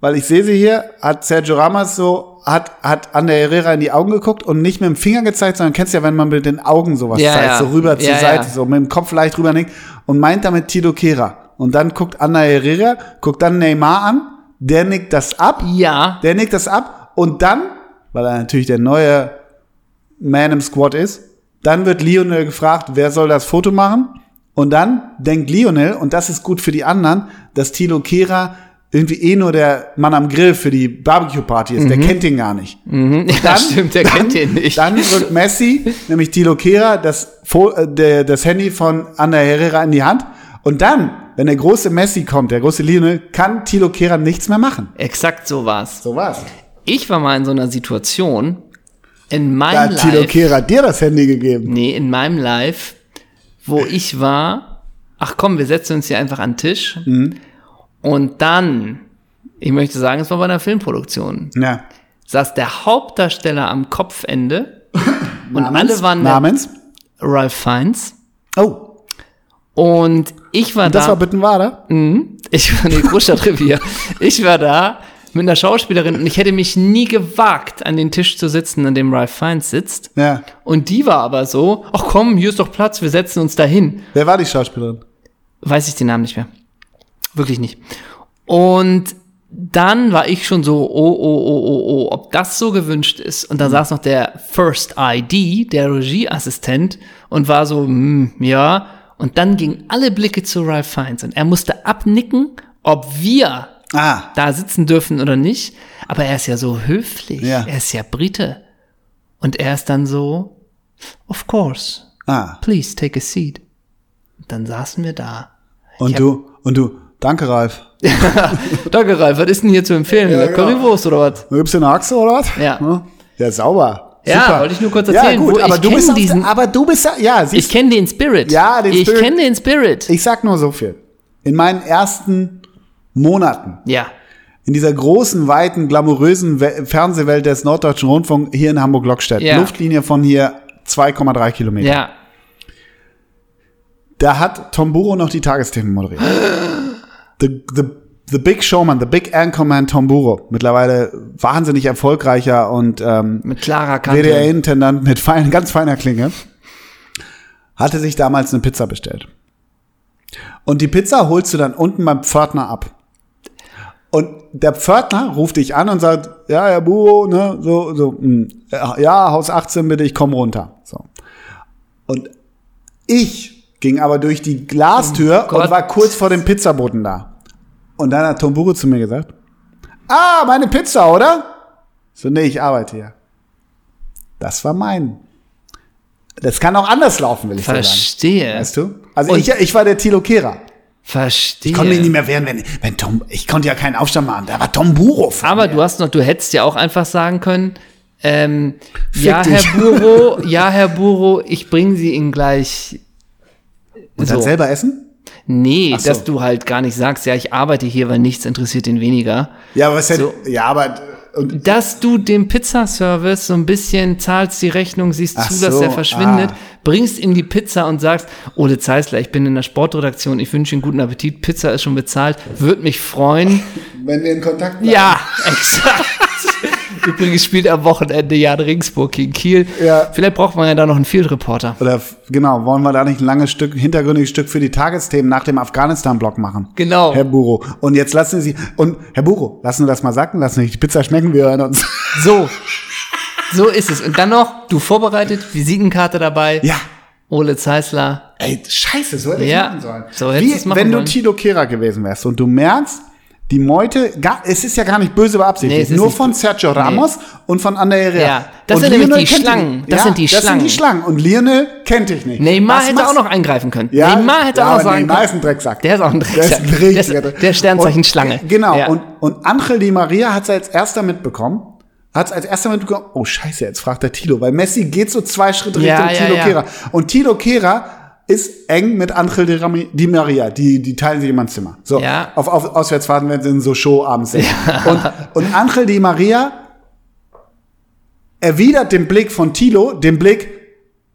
Speaker 2: weil ich sehe sie hier, hat Sergio Ramos so, hat, hat Ander Herrera in die Augen geguckt und nicht mit dem Finger gezeigt, sondern kennst ja, wenn man mit den Augen sowas
Speaker 1: Ja,
Speaker 2: zeigt,
Speaker 1: ja.
Speaker 2: so rüber zur
Speaker 1: Ja, ja.
Speaker 2: Seite, so mit dem Kopf leicht rüber nickt und meint damit Tilo Kehrer. Und dann guckt Ander Herrera, guckt dann Neymar an, der nickt das ab.
Speaker 1: ja,
Speaker 2: Der nickt das ab und dann, weil er natürlich der neue Man im Squad ist, dann wird Lionel gefragt, wer soll das Foto machen? Und dann denkt Lionel, und das ist gut für die anderen, dass Tilo Kehrer irgendwie eh nur der Mann am Grill für die Barbecue-Party ist. Der kennt ihn gar nicht.
Speaker 1: Mhm. ja stimmt, der kennt den nicht.
Speaker 2: Dann drückt Messi, nämlich Tilo Kehrer, das, Fo- äh, der- das Handy von Ander Herrera in die Hand. Und dann, wenn der große Messi kommt, der große Lionel, kann Tilo Kehrer nichts mehr machen.
Speaker 1: Exakt so war's.
Speaker 2: So war's.
Speaker 1: Ich war mal in so einer Situation, in
Speaker 2: Da
Speaker 1: meinem
Speaker 2: hat Tilo
Speaker 1: Life,
Speaker 2: Kehrer dir das Handy gegeben.
Speaker 1: nee, in meinem Live, wo ich war, ach komm, wir setzen uns hier einfach an den Tisch.
Speaker 2: Mhm.
Speaker 1: Und dann, ich möchte sagen, es war bei einer Filmproduktion,
Speaker 2: Ja.
Speaker 1: saß der Hauptdarsteller am Kopfende und
Speaker 2: Namens?
Speaker 1: alle waren
Speaker 2: Namens?
Speaker 1: Ralph Fiennes.
Speaker 2: Oh,
Speaker 1: Und ich war
Speaker 2: das
Speaker 1: da.
Speaker 2: war Bittenwader?
Speaker 1: (laughs) Ich war in Großstadtrevier. Ich war da mit einer Schauspielerin und ich hätte mich nie gewagt, an den Tisch zu sitzen, an dem Ralph Fiennes sitzt.
Speaker 2: Ja.
Speaker 1: Und die war aber so, ach komm, hier ist doch Platz, wir setzen uns dahin.
Speaker 2: Wer war die Schauspielerin?
Speaker 1: Weiß ich den Namen nicht mehr. Wirklich nicht. Und dann war ich schon so, oh, oh, oh, oh, oh, ob das so gewünscht ist. Und da saß noch der First ID, der Regieassistent, und war so, hm, ja. Und dann gingen alle Blicke zu Ralph Fiennes und er musste abnicken, ob wir
Speaker 2: Ah,
Speaker 1: da sitzen dürfen oder nicht. Aber er ist ja so höflich.
Speaker 2: Ja.
Speaker 1: Er ist ja Brite. Und er ist dann so, of course,
Speaker 2: ah.
Speaker 1: please take a seat. Und dann saßen wir da.
Speaker 2: Und du, und du, danke Ralf.
Speaker 1: Danke, Ralf, was ist denn hier zu empfehlen?
Speaker 2: Ja, genau.
Speaker 1: Currywurst oder was?
Speaker 2: Du gibst dir eine Achse oder was?
Speaker 1: Ja.
Speaker 2: Hm? Ja, sauber.
Speaker 1: Ja,
Speaker 2: Super.
Speaker 1: wollte ich nur kurz erzählen,
Speaker 2: Ja, gut,
Speaker 1: wo
Speaker 2: aber
Speaker 1: ich
Speaker 2: du
Speaker 1: kenn
Speaker 2: bist auf
Speaker 1: diesen-
Speaker 2: der- aber du bist ja, ja, siehst
Speaker 1: Ich kenne den Spirit.
Speaker 2: Ja, den
Speaker 1: ich
Speaker 2: Spirit.
Speaker 1: Ich kenne den Spirit.
Speaker 2: ich sag nur so viel. In meinen ersten Monaten
Speaker 1: ja.
Speaker 2: in dieser großen, weiten, glamourösen We Fernsehwelt des Norddeutschen Rundfunk hier in Hamburg-Lockstedt.
Speaker 1: Ja.
Speaker 2: Luftlinie von hier 2,3 Kilometer.
Speaker 1: Ja.
Speaker 2: Da hat Tom Buro noch die Tagesthemen moderiert. (gasps) the, the, the Big Showman, The Big Anchorman Tom Buro. Mittlerweile wahnsinnig erfolgreicher und ähm,
Speaker 1: Mit klarer Kante.
Speaker 2: WDR-Intendant mit fein, ganz feiner Klinge, hatte sich damals eine Pizza bestellt. Und die Pizza holst du dann unten beim Pförtner ab. Und der Pförtner ruft dich an und sagt, ja, Herr Buro, ne, so, so, hm, ja, Haus 18 bitte, ich komm runter. So. Und ich ging aber durch die Glastür
Speaker 1: Um
Speaker 2: und war
Speaker 1: Gottes-
Speaker 2: kurz vor dem Pizzaboten da. Und dann hat Tom Buro zu mir gesagt, ah, meine Pizza, oder? So, nee, ich arbeite hier. Das war mein. Das kann auch anders laufen, will ich dir sagen.
Speaker 1: Verstehe.
Speaker 2: Weißt du? Also
Speaker 1: Und-
Speaker 2: ich, ich war der Tilo Kehrer.
Speaker 1: Verstehe.
Speaker 2: Ich konnte mich nicht mehr wehren, wenn, wenn Tom, ich konnte ja keinen Aufstand machen. Da war Tom Buro. vor
Speaker 1: Aber
Speaker 2: mir.
Speaker 1: du hast noch, du hättest ja auch einfach sagen können, ähm, ja,
Speaker 2: dich. (laughs)
Speaker 1: Herr Buro, ja, Herr Buro, ich bringe Sie Ihnen gleich.
Speaker 2: Und dann selber essen?
Speaker 1: Nee,
Speaker 2: Ach so.
Speaker 1: dass du halt gar nicht sagst, ja, ich arbeite hier, weil nichts interessiert ihn weniger.
Speaker 2: Ja, aber was hätte,
Speaker 1: So.
Speaker 2: ja, aber, und,
Speaker 1: Dass du dem Pizzaservice so ein bisschen zahlst die Rechnung, siehst
Speaker 2: Ach
Speaker 1: zu, dass
Speaker 2: so,
Speaker 1: er verschwindet,
Speaker 2: ah.
Speaker 1: bringst ihm die Pizza und sagst, Ole Zeisler, ich bin in der Sportredaktion, ich wünsche Ihnen guten Appetit, Pizza ist schon
Speaker 2: (laughs)
Speaker 1: bezahlt, würde mich freuen. (laughs)
Speaker 2: wenn wir in Kontakt bleiben.
Speaker 1: Ja, exakt. Übrigens spielt am Wochenende Jan Ringsburg gegen Kiel.
Speaker 2: Ja.
Speaker 1: Vielleicht braucht man ja da noch einen Field Reporter.
Speaker 2: Oder f- genau, wollen wir da nicht ein langes Stück, hintergründiges Stück für die Tagesthemen nach dem Afghanistan-Block machen?
Speaker 1: Genau.
Speaker 2: Herr Buro. Und jetzt lassen Sie, und Herr Buro, lassen wir das mal sacken, lassen Sie nicht die Pizza schmecken, wir hören uns.
Speaker 1: So. So ist es. Und dann noch, du vorbereitet, Visitenkarte dabei.
Speaker 2: Ja.
Speaker 1: Ole Zeisler.
Speaker 2: Ey, scheiße, so hätte ich
Speaker 1: Ja,
Speaker 2: machen sollen.
Speaker 1: so hättest du's
Speaker 2: Wie,
Speaker 1: machen
Speaker 2: wenn du
Speaker 1: sollen.
Speaker 2: Tilo Kehrer gewesen wärst und du merkst, die Meute, gar, es ist ja gar nicht böse
Speaker 1: Nee,
Speaker 2: beabsichtigt,
Speaker 1: es ist
Speaker 2: nur
Speaker 1: nicht
Speaker 2: von Sergio Ramos und von Ander Herrera.
Speaker 1: Ja, das
Speaker 2: und
Speaker 1: sind nämlich die
Speaker 2: Lionel kennt dich
Speaker 1: Schlangen.
Speaker 2: nicht.
Speaker 1: Das sind die
Speaker 2: das
Speaker 1: Schlangen.
Speaker 2: sind die Schlangen. Und Lionel kennt dich nicht.
Speaker 1: Neymar
Speaker 2: Was
Speaker 1: hätte
Speaker 2: machst
Speaker 1: auch noch eingreifen können.
Speaker 2: Ja,
Speaker 1: Neymar hätte
Speaker 2: ja,
Speaker 1: auch
Speaker 2: aber
Speaker 1: sagen
Speaker 2: Neymar
Speaker 1: können.
Speaker 2: ist ein Drecksack.
Speaker 1: Der ist auch ein Drecksack.
Speaker 2: Der, ist ein
Speaker 1: Der ist-
Speaker 2: Drecksack.
Speaker 1: der Sternzeichen
Speaker 2: Und-
Speaker 1: Schlange.
Speaker 2: Genau.
Speaker 1: Ja.
Speaker 2: Und, und Angel Di Maria hat es als erster mitbekommen. Hat es als erster mitbekommen. Oh, scheiße, jetzt fragt der Tilo. Weil Messi geht so zwei Schritte
Speaker 1: Ja,
Speaker 2: Richtung
Speaker 1: ja,
Speaker 2: Tilo
Speaker 1: ja.
Speaker 2: Kehrer. Und Tilo Kehrer ist eng mit Angel Di, Rami, Di Maria. Die, die teilen sich immer ein Zimmer. So,
Speaker 1: Ja.
Speaker 2: auf, auf Auswärtsfahrten werden sie in so Show abends sehen. Und, und Angel Di Maria erwidert den Blick von Tilo, den Blick,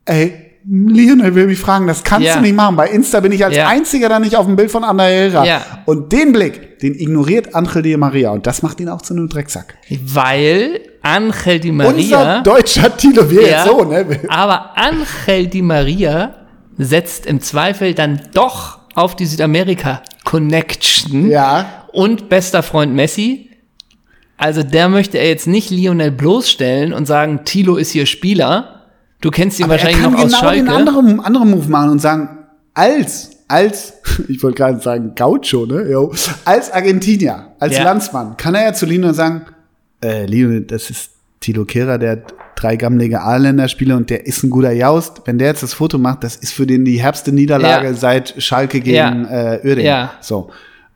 Speaker 2: ey, Lionel will mich fragen, das kannst
Speaker 1: Ja.
Speaker 2: du nicht machen. Bei Insta bin ich als
Speaker 1: Ja.
Speaker 2: einziger da nicht auf dem Bild von Anna Herrera.
Speaker 1: Ja.
Speaker 2: Und den Blick, den ignoriert Angel Di Maria. Und das macht ihn auch zu einem Drecksack.
Speaker 1: Weil Angel Di Maria.
Speaker 2: Unser deutscher Tilo, wir
Speaker 1: Ja.
Speaker 2: jetzt so, ne?
Speaker 1: Aber Angel Di Maria setzt im Zweifel dann doch auf die Südamerika-Connection.
Speaker 2: Ja.
Speaker 1: Und bester Freund Messi. Also der möchte er jetzt nicht Lionel bloßstellen und sagen, Tilo ist hier Spieler. Du kennst ihn
Speaker 2: er
Speaker 1: wahrscheinlich
Speaker 2: kann
Speaker 1: noch aus
Speaker 2: genau den
Speaker 1: Schalke.
Speaker 2: anderen, anderen Move machen und sagen, als, als, (laughs) ich wollte gerade sagen Gaucho, ne? Jo. Als Argentinier, als
Speaker 1: Ja.
Speaker 2: Landsmann, kann er ja zu Lionel sagen, äh, Lionel, das ist Tilo Kehrer, der hat drei gammelige A-Länder-Spiele und der ist ein guter Jaust. Wenn der jetzt das Foto macht, das ist für den die herbste Niederlage
Speaker 1: Ja.
Speaker 2: seit Schalke gegen
Speaker 1: Ja.
Speaker 2: äh, Uerdingen.
Speaker 1: Ja.
Speaker 2: So.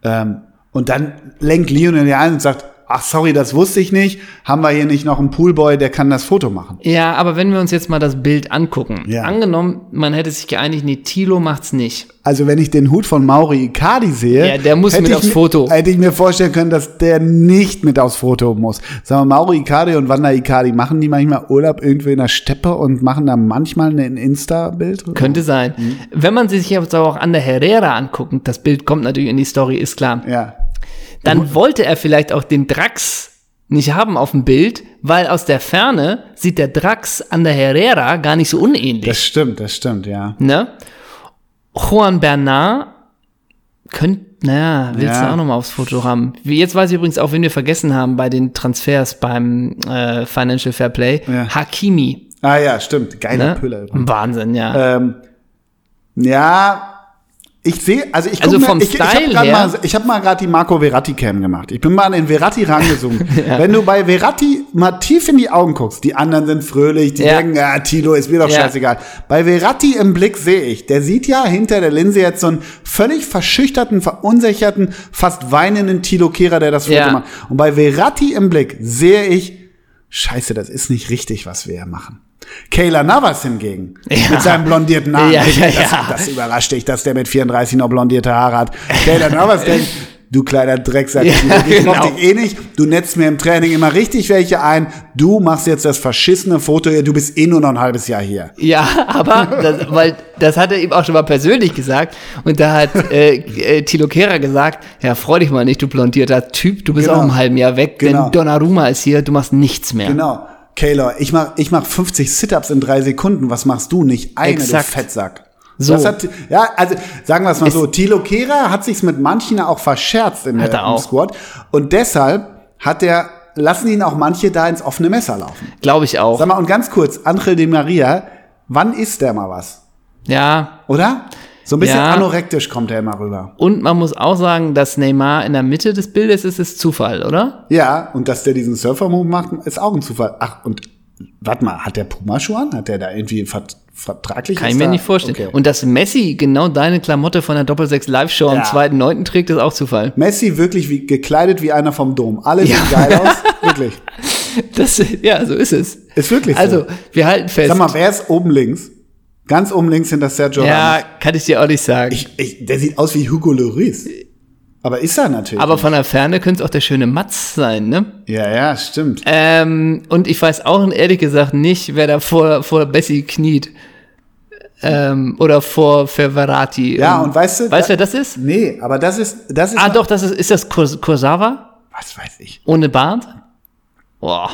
Speaker 2: Ähm, und dann lenkt Lionel ja ein und sagt, ach sorry, das wusste ich nicht. Haben wir hier nicht noch einen Poolboy, der kann das Foto machen?
Speaker 1: Ja, aber wenn wir uns jetzt mal das Bild angucken.
Speaker 2: Ja.
Speaker 1: Angenommen, man hätte sich geeinigt, nee, Tilo macht's nicht.
Speaker 2: Also wenn ich den Hut von Mauri Icardi sehe,
Speaker 1: Ja, der muss
Speaker 2: hätte
Speaker 1: mit
Speaker 2: ich
Speaker 1: aufs
Speaker 2: mir-
Speaker 1: Foto.
Speaker 2: Hätte ich mir vorstellen können, dass der nicht mit aufs Foto muss. Sagen wir, Mauri Icardi und Wanda Icardi machen die manchmal Urlaub irgendwo in der Steppe und machen da manchmal ein Insta-Bild.
Speaker 1: Könnte sein.
Speaker 2: Mhm.
Speaker 1: Wenn man sich jetzt aber auch an der Herrera angucken, das Bild kommt natürlich in die Story, ist klar.
Speaker 2: Ja.
Speaker 1: dann wollte er vielleicht auch den Drax nicht haben auf dem Bild, weil aus der Ferne sieht der Drax an der Herrera gar nicht so
Speaker 2: Das
Speaker 1: unähnlich.
Speaker 2: stimmt, das stimmt, ja.
Speaker 1: Ne? Juan Bernard könnte, naja, willst
Speaker 2: Ja.
Speaker 1: du auch nochmal aufs Foto haben. Wie- Jetzt weiß ich übrigens auch, wen wir vergessen haben bei den Transfers beim äh, Financial Fair Play.
Speaker 2: Ja.
Speaker 1: Hakimi.
Speaker 2: Ah ja, stimmt.
Speaker 1: Ne?
Speaker 2: Geiler Pöller. übrigens.
Speaker 1: Wahnsinn, ja.
Speaker 2: Ähm, ja, ich sehe, also ich guck
Speaker 1: Also
Speaker 2: mir,
Speaker 1: vom
Speaker 2: ich, ich
Speaker 1: Style
Speaker 2: hab grad
Speaker 1: her-
Speaker 2: mal, ich habe mal gerade die Marco Verratti Cam gemacht. Ich bin mal an den
Speaker 1: (laughs)
Speaker 2: Verratti rangezoomt. Wenn du bei Verratti mal tief in die Augen guckst, die anderen sind fröhlich, die
Speaker 1: Ja.
Speaker 2: denken, ja, Tilo ist mir doch
Speaker 1: Ja.
Speaker 2: scheißegal. Bei Verratti im Blick sehe ich, der sieht ja hinter der Linse jetzt so einen völlig verschüchterten, verunsicherten, fast weinenden Tilo Kehrer, der das Foto
Speaker 1: Ja.
Speaker 2: macht. Und bei Verratti im Blick sehe ich, Scheiße, das ist nicht richtig, was wir hier machen. Kayla Navas hingegen, mit seinem blondierten Haaren.
Speaker 1: Ja, ja,
Speaker 2: das,
Speaker 1: ja.
Speaker 2: das überrascht dich, dass der mit 34 noch blondierte Haare hat. Kayla
Speaker 1: (laughs)
Speaker 2: Navas denkt, du kleiner Drecksack,
Speaker 1: Ja,
Speaker 2: ich mock
Speaker 1: genau.
Speaker 2: dich eh nicht, du netzt mir im Training immer richtig welche ein, du machst jetzt das verschissene Foto hier, du bist eh nur noch ein halbes Jahr hier.
Speaker 1: Ja, aber das, weil das hat er ihm auch schon mal persönlich gesagt und da
Speaker 2: (laughs)
Speaker 1: hat äh, äh, Tilo Kehrer gesagt, ja, freu dich mal nicht, du blondierter Typ, du bist
Speaker 2: Genau.
Speaker 1: auch im halben Jahr weg,
Speaker 2: Genau.
Speaker 1: denn Donnarumma ist hier, du machst nichts mehr.
Speaker 2: Genau. Kayla, ich mach, ich mach 50 Sit-Ups in drei Sekunden, was machst du? Nicht eine,
Speaker 1: Exakt.
Speaker 2: du Fettsack.
Speaker 1: So.
Speaker 2: Das hat, ja, also sagen wir es mal so, Thilo Kehrer hat sich's mit manchen auch verscherzt in
Speaker 1: Hat er
Speaker 2: der, im
Speaker 1: auch.
Speaker 2: Squad. Und deshalb hat er, lassen ihn auch manche da ins offene Messer laufen.
Speaker 1: Glaube ich auch.
Speaker 2: Sag mal, und ganz kurz, Angel de Maria, wann isst der mal was?
Speaker 1: Ja,
Speaker 2: Oder? So ein bisschen
Speaker 1: Ja.
Speaker 2: anorektisch kommt er immer rüber.
Speaker 1: und man muss auch sagen, dass Neymar in der Mitte des Bildes ist, ist Zufall, oder?
Speaker 2: Ja, und dass der diesen Surfer-Move macht, ist auch ein Zufall. Ach, und warte mal, hat der Puma-Schuhe an? Hat der da irgendwie vert vertraglich?
Speaker 1: Kann
Speaker 2: ist
Speaker 1: ich mir
Speaker 2: da-
Speaker 1: nicht vorstellen.
Speaker 2: Okay.
Speaker 1: Und dass Messi genau deine Klamotte von der Doppelsechs Live-Show am
Speaker 2: Ja.
Speaker 1: 2.9. trägt, ist auch Zufall. (laughs)
Speaker 2: Messi wirklich wie, gekleidet wie einer vom Dom. Alle sehen geil
Speaker 1: (laughs)
Speaker 2: aus. Wirklich.
Speaker 1: Das, ja, so ist es.
Speaker 2: Ist wirklich so.
Speaker 1: Also, wir halten fest.
Speaker 2: Sag mal, wer ist oben links? Ganz oben links hinter Sergio
Speaker 1: ja,
Speaker 2: Ramos.
Speaker 1: kann ich dir auch nicht sagen.
Speaker 2: Ich, ich, der sieht aus wie Hugo Lloris. Aber ist er natürlich.
Speaker 1: Aber von der Ferne könnte es auch der schöne Matz sein, ne?
Speaker 2: ja, ja, stimmt.
Speaker 1: Ähm, und ich weiß auch ehrlich gesagt nicht, wer da vor, vor Bessie kniet. Ähm, oder vor Ferverati.
Speaker 2: Ja, und weißt du-
Speaker 1: Weißt du, wer das ist?
Speaker 2: Nee, aber das ist, das ist,
Speaker 1: Ah, doch, das ist, ist das Kurs- Kursawa?
Speaker 2: was weiß ich.
Speaker 1: Ohne Bart? Boah.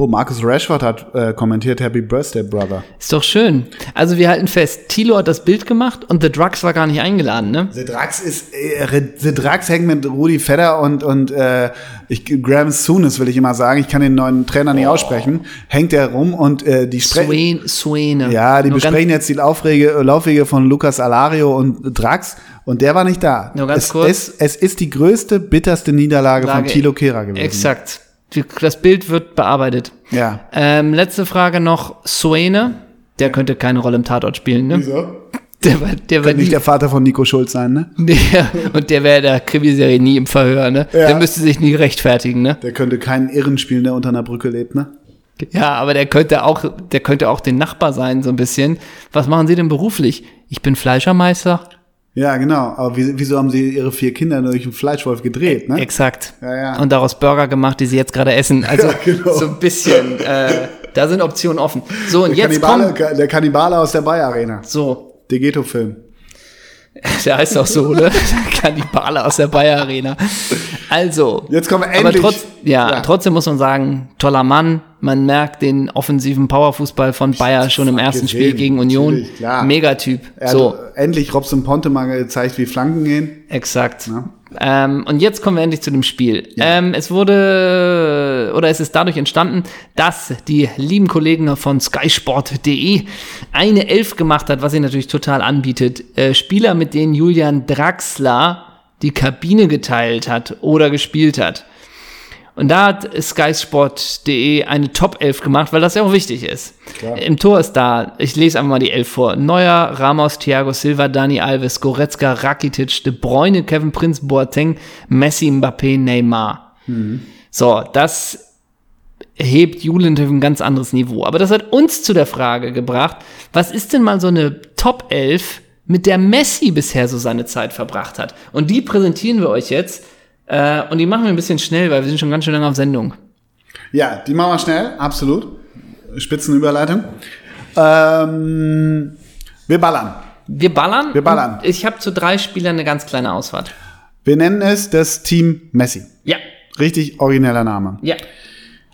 Speaker 2: Oh, Marcus Rashford hat äh, kommentiert Happy Birthday, Brother.
Speaker 1: Ist doch schön. Also wir halten fest, Thilo hat das Bild gemacht und The Drugs war gar nicht eingeladen, ne?
Speaker 2: The Drax ist, äh, The Drax hängt mit Rudi Fedder und, und äh, ich, Graham Souness will ich immer sagen, ich kann den neuen Trainer
Speaker 1: Oh.
Speaker 2: nicht aussprechen, hängt er rum und äh, die sprechen.
Speaker 1: Swain, Swaine.
Speaker 2: Ja, die
Speaker 1: Nur ganz-
Speaker 2: besprechen jetzt die Laufwege, Laufwege von Lucas Alario und Drax und der war nicht da.
Speaker 1: Nur ganz
Speaker 2: es,
Speaker 1: kurz.
Speaker 2: Es, es ist die größte, bitterste Niederlage von
Speaker 1: Lage-
Speaker 2: Thilo Kehrer gewesen.
Speaker 1: Exakt. Die- Das Bild wird bearbeitet.
Speaker 2: Ja.
Speaker 1: Ähm, letzte Frage noch. Swaine, der könnte keine Rolle im Tatort spielen, ne?
Speaker 2: Wieso?
Speaker 1: Der war, der war
Speaker 2: Nicht
Speaker 1: nie,
Speaker 2: der Vater von Nico Schulz sein, ne?
Speaker 1: (laughs) der, und der wäre der Krimiserie nie im Verhör, ne?
Speaker 2: Ja.
Speaker 1: Der müsste sich nie rechtfertigen, ne?
Speaker 2: Der könnte keinen Irren spielen, der unter einer Brücke lebt, ne?
Speaker 1: Ja, aber der könnte auch, der könnte auch den Nachbar sein, so ein bisschen. Was machen Sie denn beruflich? Ich bin Fleischermeister.
Speaker 2: Ja, genau. Aber wie, wieso haben sie ihre vier Kinder durch einen Fleischwolf gedreht, ne?
Speaker 1: Exakt.
Speaker 2: Ja, ja. genau.
Speaker 1: Und daraus Burger gemacht, die Sie jetzt gerade essen. Also so ein bisschen, äh, da sind Optionen offen. So, und
Speaker 2: der,
Speaker 1: jetzt
Speaker 2: Kannibale,
Speaker 1: kommt.
Speaker 2: Ka- der Kannibale aus der Bayer Arena.
Speaker 1: So, (laughs)
Speaker 2: Der Ghetto-Film.
Speaker 1: der heißt auch so, ne? Kannibale aus der Bayer Arena. Also.
Speaker 2: Jetzt kommen wir
Speaker 1: Aber
Speaker 2: endlich.
Speaker 1: trotz, ja,
Speaker 2: Ja.
Speaker 1: trotzdem muss man sagen, toller Mann. Man merkt den offensiven Powerfußball von Bayer schon im ersten Spiel
Speaker 2: gesehen,
Speaker 1: gegen Union.
Speaker 2: natürlich, klar.
Speaker 1: Megatyp.
Speaker 2: Er
Speaker 1: so.
Speaker 2: hat endlich Robson Ponte mal gezeigt, wie Flanken gehen.
Speaker 1: Exakt. Ähm, und jetzt kommen wir endlich zu dem Spiel. Ähm, es wurde oder es ist dadurch entstanden, dass die lieben Kollegen von skysport.de eine Elf gemacht hat, was sie natürlich total anbietet. Äh, Spieler, mit denen Julian Draxler die Kabine geteilt hat oder gespielt hat. Und da hat skysport.de eine Top 11 gemacht, weil das ja auch wichtig ist. Im Tor ist da, ich lese einfach mal die 11 vor. Neuer, Ramos, Thiago Silva, Dani Alves, Goretzka, Rakitic, De Bruyne, Kevin Prinz, Boateng, Messi, Mbappé, Neymar. So, das hebt Julian auf ein ganz anderes Niveau. Aber das hat uns zu der Frage gebracht, was ist denn mal so eine Top 11, mit der Messi bisher so seine Zeit verbracht hat? Und die präsentieren wir euch jetzt. Äh, und die machen wir ein bisschen schnell, weil wir sind schon ganz schön lange auf Sendung.
Speaker 2: Ja, die machen wir schnell, absolut. Spitzenüberleitung. Ähm, wir ballern.
Speaker 1: Wir ballern.
Speaker 2: Wir ballern.
Speaker 1: Und Ich habe zu drei Spielern eine ganz kleine Ausfahrt.
Speaker 2: Wir nennen es das Team Messi.
Speaker 1: Ja,
Speaker 2: Richtig origineller Name.
Speaker 1: ja.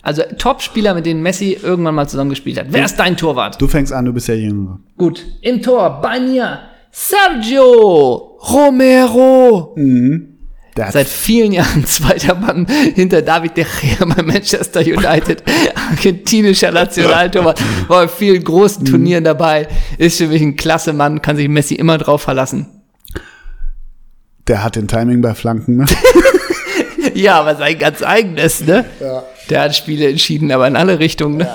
Speaker 1: Also Top-Spieler, mit denen Messi irgendwann mal zusammen gespielt hat. Wer ist dein Torwart?
Speaker 2: Du fängst an, du bist der Jüngere.
Speaker 1: Gut, im Tor bei mir Sergio Romero.
Speaker 2: Hm. Der hat
Speaker 1: seit vielen Jahren (laughs) zweiter Mann hinter David De Gea bei Manchester United,
Speaker 2: (laughs)
Speaker 1: argentinischer Nationaltorwart, war bei vielen großen Turnieren dabei, ist für mich ein klasse Mann, kann sich Messi immer drauf verlassen.
Speaker 2: Der hat den Timing bei Flanken, ne?
Speaker 1: Ja, aber sein ganz eigenes, ne? Der hat Spiele entschieden, aber in alle Richtungen, ne?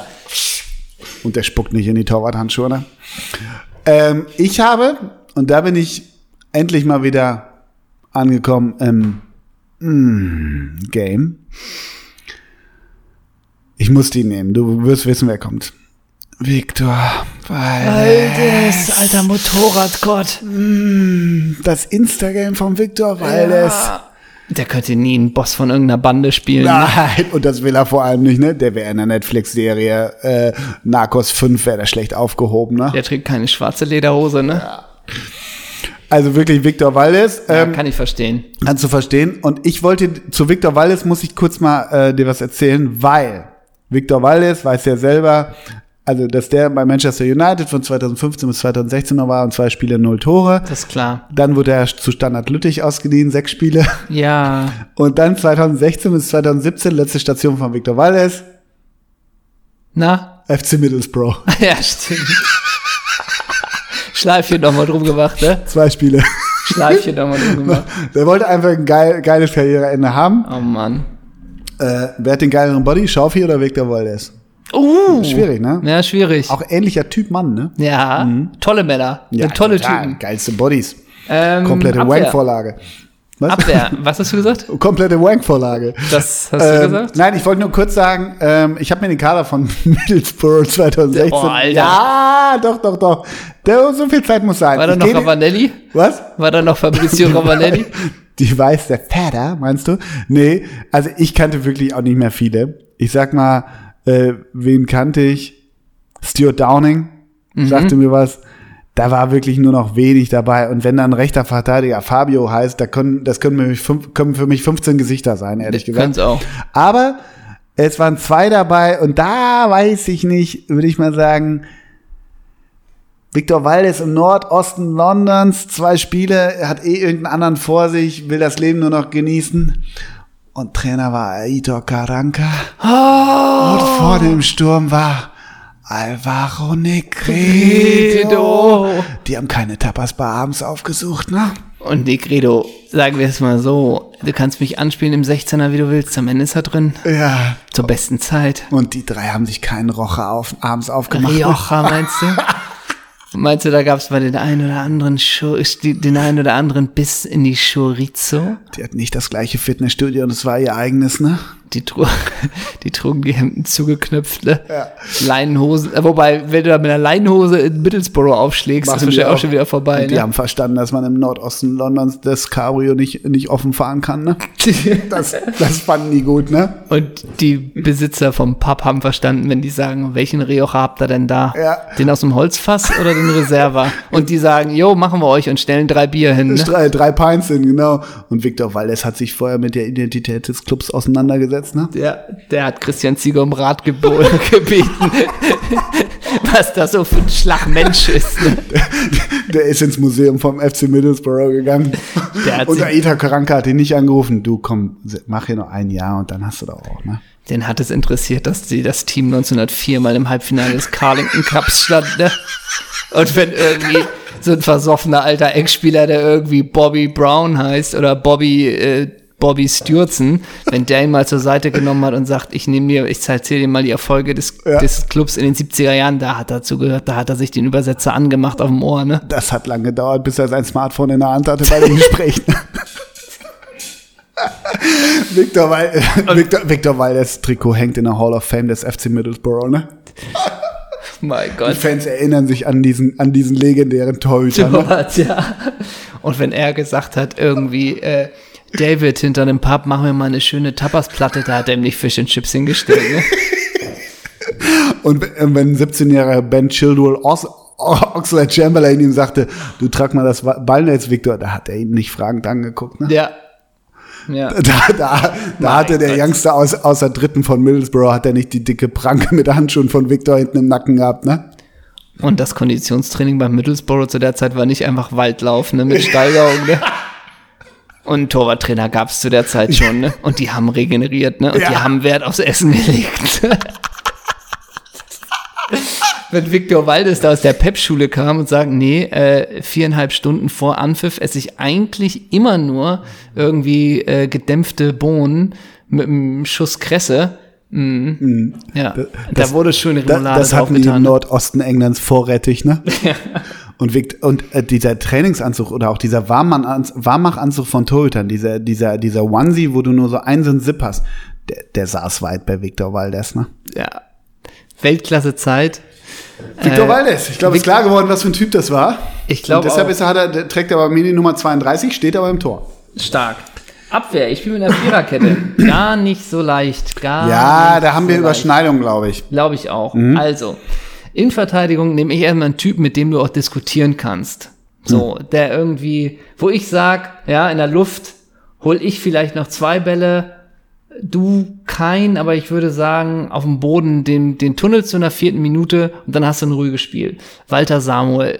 Speaker 2: Und der spuckt nicht in die Torwarthandschuhe, ne? Ähm, ich habe, und da bin ich endlich mal wieder angekommen im mm, Game. Ich muss die nehmen. Du wirst wissen, wer kommt. Victor, weil
Speaker 1: Altes, alter Motorradgott.
Speaker 2: das Instagram von Victor Waldes.
Speaker 1: Der könnte nie einen Boss von irgendeiner Bande spielen. ne?
Speaker 2: Nein, und das will er vor allem nicht, ne? Der wäre in der Netflix-Serie äh, Narcos 5 wäre der schlecht aufgehoben, ne?
Speaker 1: Der trägt keine schwarze Lederhose, ne?
Speaker 2: Also wirklich Victor Waldes.
Speaker 1: Ja,
Speaker 2: Ähm,
Speaker 1: kann ich verstehen.
Speaker 2: Kannst du verstehen. Und ich wollte zu Victor Waldes muss ich kurz mal äh, dir was erzählen, weil Victor Waldes weiß ja selber, also dass der bei Manchester United von 2015 bis 2016 noch war und zwei Spiele null Tore.
Speaker 1: Das ist klar.
Speaker 2: Dann wurde er zu Standard Lüttich ausgeliehen, sechs Spiele. (laughs)
Speaker 1: Ja.
Speaker 2: Und dann 2016 bis 2017, letzte Station von Victor Waldes,
Speaker 1: Na, (laughs)
Speaker 2: FC Middlesbrough. (laughs)
Speaker 1: Ja, stimmt. Schleifchen nochmal drum gemacht, ne?
Speaker 2: Zwei Spiele. (laughs)
Speaker 1: Schleifchen nochmal drum gemacht.
Speaker 2: Der wollte einfach ein geil, geiles Karriereende haben.
Speaker 1: Oh Mann.
Speaker 2: Äh, wer hat den geileren Body, Schaufi oder Victor Waldes?
Speaker 1: Uh.
Speaker 2: Schwierig, ne?
Speaker 1: Ja, schwierig.
Speaker 2: Auch ähnlicher Typ Mann, ne?
Speaker 1: ja, tolle Männer. Sind tolle
Speaker 2: total.
Speaker 1: Typen.
Speaker 2: Geilste Bodies.
Speaker 1: Ähm,
Speaker 2: Komplette
Speaker 1: Abwehr.
Speaker 2: Wank-Vorlage. Was?
Speaker 1: Abwehr. Was hast du gesagt?
Speaker 2: (laughs) Komplette Wank-Vorlage.
Speaker 1: Das hast du
Speaker 2: Ähm,
Speaker 1: gesagt?
Speaker 2: nein, ich wollte nur kurz sagen, ähm, ich habe mir den Kader von (laughs) Middlesbrough 2016.
Speaker 1: Oh, Alter.
Speaker 2: Ja, doch, doch, doch. Der, so viel Zeit muss sein.
Speaker 1: War da
Speaker 2: Ich
Speaker 1: noch
Speaker 2: geh den-
Speaker 1: Ravanelli?
Speaker 2: Was?
Speaker 1: War da noch Fabrizio
Speaker 2: (laughs)
Speaker 1: Ravanelli?
Speaker 2: Die weiß der Vater, meinst du? Nee, also ich kannte wirklich auch nicht mehr viele. Ich sag mal, äh, wen kannte ich? Stuart Downing, sagte mir was. Da war wirklich nur noch wenig dabei. Und wenn dann rechter Verteidiger Fabio heißt, da können, das können, mir fünf, können für mich 15 Gesichter sein, ehrlich gesagt.
Speaker 1: Können's auch.
Speaker 2: Aber Es waren zwei dabei und da weiß ich nicht, würde ich mal sagen, Victor Waldes im Nordosten Londons, zwei Spiele, hat eh irgendeinen anderen vor sich, will das Leben nur noch genießen. Und Trainer war Aitor Karanka. Und vorne im Sturm war Alvaro Negredo.
Speaker 1: Negredo.
Speaker 2: Die haben keine Tapas bei abends aufgesucht, ne?
Speaker 1: Und Negredo, sagen wir es mal so, du kannst mich anspielen im 16er, wie du willst. Am Ende ist er drin.
Speaker 2: Ja.
Speaker 1: Zur besten Zeit.
Speaker 2: Und die drei haben sich keinen Rocher auf, abends aufgemacht.
Speaker 1: Rioja,
Speaker 2: (laughs)
Speaker 1: meinst du? Meinst du, da gab es mal den einen oder anderen Schu den einen oder anderen Biss in die Chorizo?
Speaker 2: Die hatten nicht das gleiche Fitnessstudio und es war ihr eigenes, ne?
Speaker 1: Die, tru (laughs) die trugen die Hemden zugeknöpft, ne?
Speaker 2: Ja.
Speaker 1: Leinenhosen. Äh, Wobei, wenn du da mit einer Leinenhose in Middlesbrough aufschlägst,
Speaker 2: Machen
Speaker 1: ist
Speaker 2: die
Speaker 1: wahrscheinlich auch,
Speaker 2: auch.
Speaker 1: schon wieder vorbei,
Speaker 2: Und die
Speaker 1: ne?
Speaker 2: haben verstanden, dass man im Nordosten Londons das Cabrio nicht, nicht offen fahren kann, ne?
Speaker 1: (laughs)
Speaker 2: Das, das fanden die gut, ne?
Speaker 1: Und die Besitzer vom Pub haben verstanden, wenn die sagen, welchen Rioja habt ihr denn da?
Speaker 2: Ja.
Speaker 1: Den aus dem Holzfass oder den Reserva? Und die sagen, jo, machen wir euch und stellen drei Bier hin, ne?
Speaker 2: Drei, drei Pints sind, genau. Und Victor Valdes hat sich vorher mit der Identität des Clubs auseinandergesetzt,
Speaker 1: (laughs)
Speaker 2: ne?
Speaker 1: Der, der hat Christian Zieger um Rat gebo- (laughs) gebeten, was das so für ein Schlagmensch ist. Ne?
Speaker 2: Der ist ins Museum vom FC Middlesbrough gegangen.
Speaker 1: Der hat
Speaker 2: und
Speaker 1: sich-
Speaker 2: Aita Karanka hat ihn nicht angerufen. Du, komm, mach hier noch ein Jahr und dann hast du da auch, ne?
Speaker 1: Den hat es interessiert, dass die, das Team 1904 mal im Halbfinale des Carlington Cups stand. Ne? Und wenn irgendwie so ein versoffener alter Ex-Spieler, der irgendwie Bobby Brown heißt oder Bobby äh, Bobby Stürzen, wenn der ihn mal zur Seite genommen hat und sagt, ich nehme dir, ich erzähle dir mal die Erfolge des,
Speaker 2: Ja.
Speaker 1: des Clubs in den 70er Jahren, da hat er zugehört, da hat er sich den Übersetzer angemacht auf dem Ohr, ne?
Speaker 2: Das hat lange gedauert, bis er sein Smartphone in der Hand hatte bei
Speaker 1: (laughs)
Speaker 2: dem Gespräch. Victor, Wal Victor, Victor Waldes Trikot hängt in der Hall of Fame des FC Middlesbrough. Ne?
Speaker 1: Mein
Speaker 2: Die
Speaker 1: Gott.
Speaker 2: Fans erinnern sich an diesen, an diesen legendären Torhüter. Ne?
Speaker 1: Torwart, ja. Und wenn er gesagt hat, irgendwie, äh, David, hinter dem Pub, machen wir mal eine schöne Tapasplatte, da hat er ihm nicht Fish and Chips hingestellt, ne?
Speaker 2: Und w- äh, wenn ein 17-jähriger Ben Childwell Os Oxlade Chamberlain ihm sagte, du trag mal das Wa- Ballnetz, Victor, da hat er ihn nicht fragend angeguckt. Ne?
Speaker 1: Ja. Ja.
Speaker 2: Da, da, da hatte der
Speaker 1: Gott.
Speaker 2: Youngster aus, aus der dritten von Middlesbrough, hat er nicht die dicke Pranke mit Handschuhen von Victor hinten im Nacken gehabt, ne?
Speaker 1: Und das Konditionstraining beim Middlesbrough zu der Zeit war nicht einfach Waldlauf, ne, mit Steigerung, ne? Und einen Torwarttrainer gab's zu der Zeit schon, ne? Und die haben regeneriert, ne? Und die
Speaker 2: Ja.
Speaker 1: haben Wert aufs Essen gelegt. (laughs) Wenn Victor Waldes da aus der Pep-Schule kam und sagt, nee, äh, viereinhalb Stunden vor Anpfiff esse ich eigentlich immer nur irgendwie äh, gedämpfte Bohnen mit einem Schuss Kresse. Mm. Ja, da wurde schon
Speaker 2: Mhm. Da,
Speaker 1: Remoulade
Speaker 2: das hatten die
Speaker 1: draufgetan,
Speaker 2: im
Speaker 1: ne?
Speaker 2: Nordosten Englands
Speaker 1: (laughs)
Speaker 2: vorrätig, ne? und Vic- und äh, dieser Trainingsanzug oder auch dieser Warmmann- Warmmachanzug von Torhütern, dieser, dieser, dieser Onesie, wo du nur so einen so einen Zip hast, der, der saß weit bei Victor Valdes, ne?
Speaker 1: ja, Weltklasse Zeit.
Speaker 2: Victor
Speaker 1: Äh,
Speaker 2: Valdes, ich glaube, ist
Speaker 1: Victor-
Speaker 2: klar geworden, was für ein Typ das war.
Speaker 1: Ich glaube
Speaker 2: Und deshalb
Speaker 1: auch.
Speaker 2: ist er, hat er, der trägt aber Mini Nummer 32, steht aber im Tor.
Speaker 1: Stark. Abwehr, ich spiele mit einer Viererkette. (clears throat) Gar nicht so leicht. Gar
Speaker 2: ja,
Speaker 1: nicht
Speaker 2: da haben wir
Speaker 1: so leicht.
Speaker 2: Überschneidungen, glaube ich.
Speaker 1: Glaube ich auch. Also, in Verteidigung nehme ich erstmal einen Typ, mit dem du auch diskutieren kannst. So, der irgendwie, wo ich sag, ja, in der Luft hol ich vielleicht noch zwei Bälle, du kein, aber ich würde sagen, auf dem Boden den, den Tunnel zu einer vierten Minute und dann hast du ein ruhiges Spiel. Walter Samuel.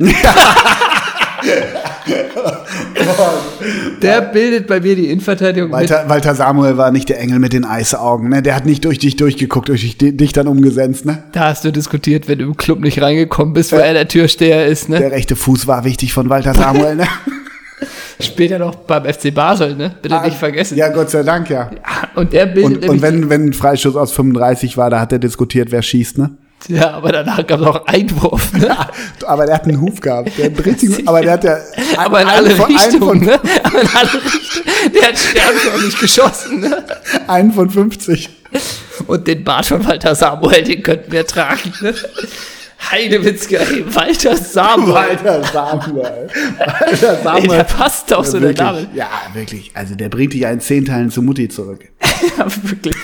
Speaker 1: der bildet bei mir die Innenverteidigung mit.
Speaker 2: Walter, Walter Samuel war nicht der Engel mit den Eisaugen, ne? Der hat nicht durch dich durchgeguckt, durch dich, dich dann umgesetzt, ne?
Speaker 1: Da hast du diskutiert, wenn du im Club nicht reingekommen bist, weil er der Türsteher ist, ne?
Speaker 2: Der rechte Fuß war wichtig von Walter
Speaker 1: (laughs)
Speaker 2: Samuel, ne?
Speaker 1: Später noch beim FC Basel, ne? Bitte nicht vergessen.
Speaker 2: Ah,
Speaker 1: Äh,
Speaker 2: Ja, Gott sei Dank, ja.
Speaker 1: Und der bildet
Speaker 2: Und, und
Speaker 1: nämlich
Speaker 2: wenn, wenn ein Freischuss aus 35 war, da hat er diskutiert, wer schießt, ne?
Speaker 1: (laughs) die, Ja, aber danach gab es auch Einwurf, ne?
Speaker 2: (laughs) Aber der hat einen Huf gehabt. Der dreht sich, aber der hat ja.
Speaker 1: aber in
Speaker 2: einen
Speaker 1: alle
Speaker 2: von, einen
Speaker 1: Richtungen,
Speaker 2: von,
Speaker 1: ne? Aber in alle Richtungen. Der hat Stern noch nicht geschossen, ne?
Speaker 2: einen
Speaker 1: (laughs)
Speaker 2: von 50.
Speaker 1: Und den Bart von Walter Samuel, den könnten wir tragen, ne? Heidewitzka, ey, Walter Samuel.
Speaker 2: Walter Samuel. Walter
Speaker 1: Ey,
Speaker 2: Samuel.
Speaker 1: der passt auch so, der
Speaker 2: wirklich,
Speaker 1: Name.
Speaker 2: ja, wirklich. Also der bringt dich ja in zehn Teilen zu Mutti zurück.
Speaker 1: ja, wirklich.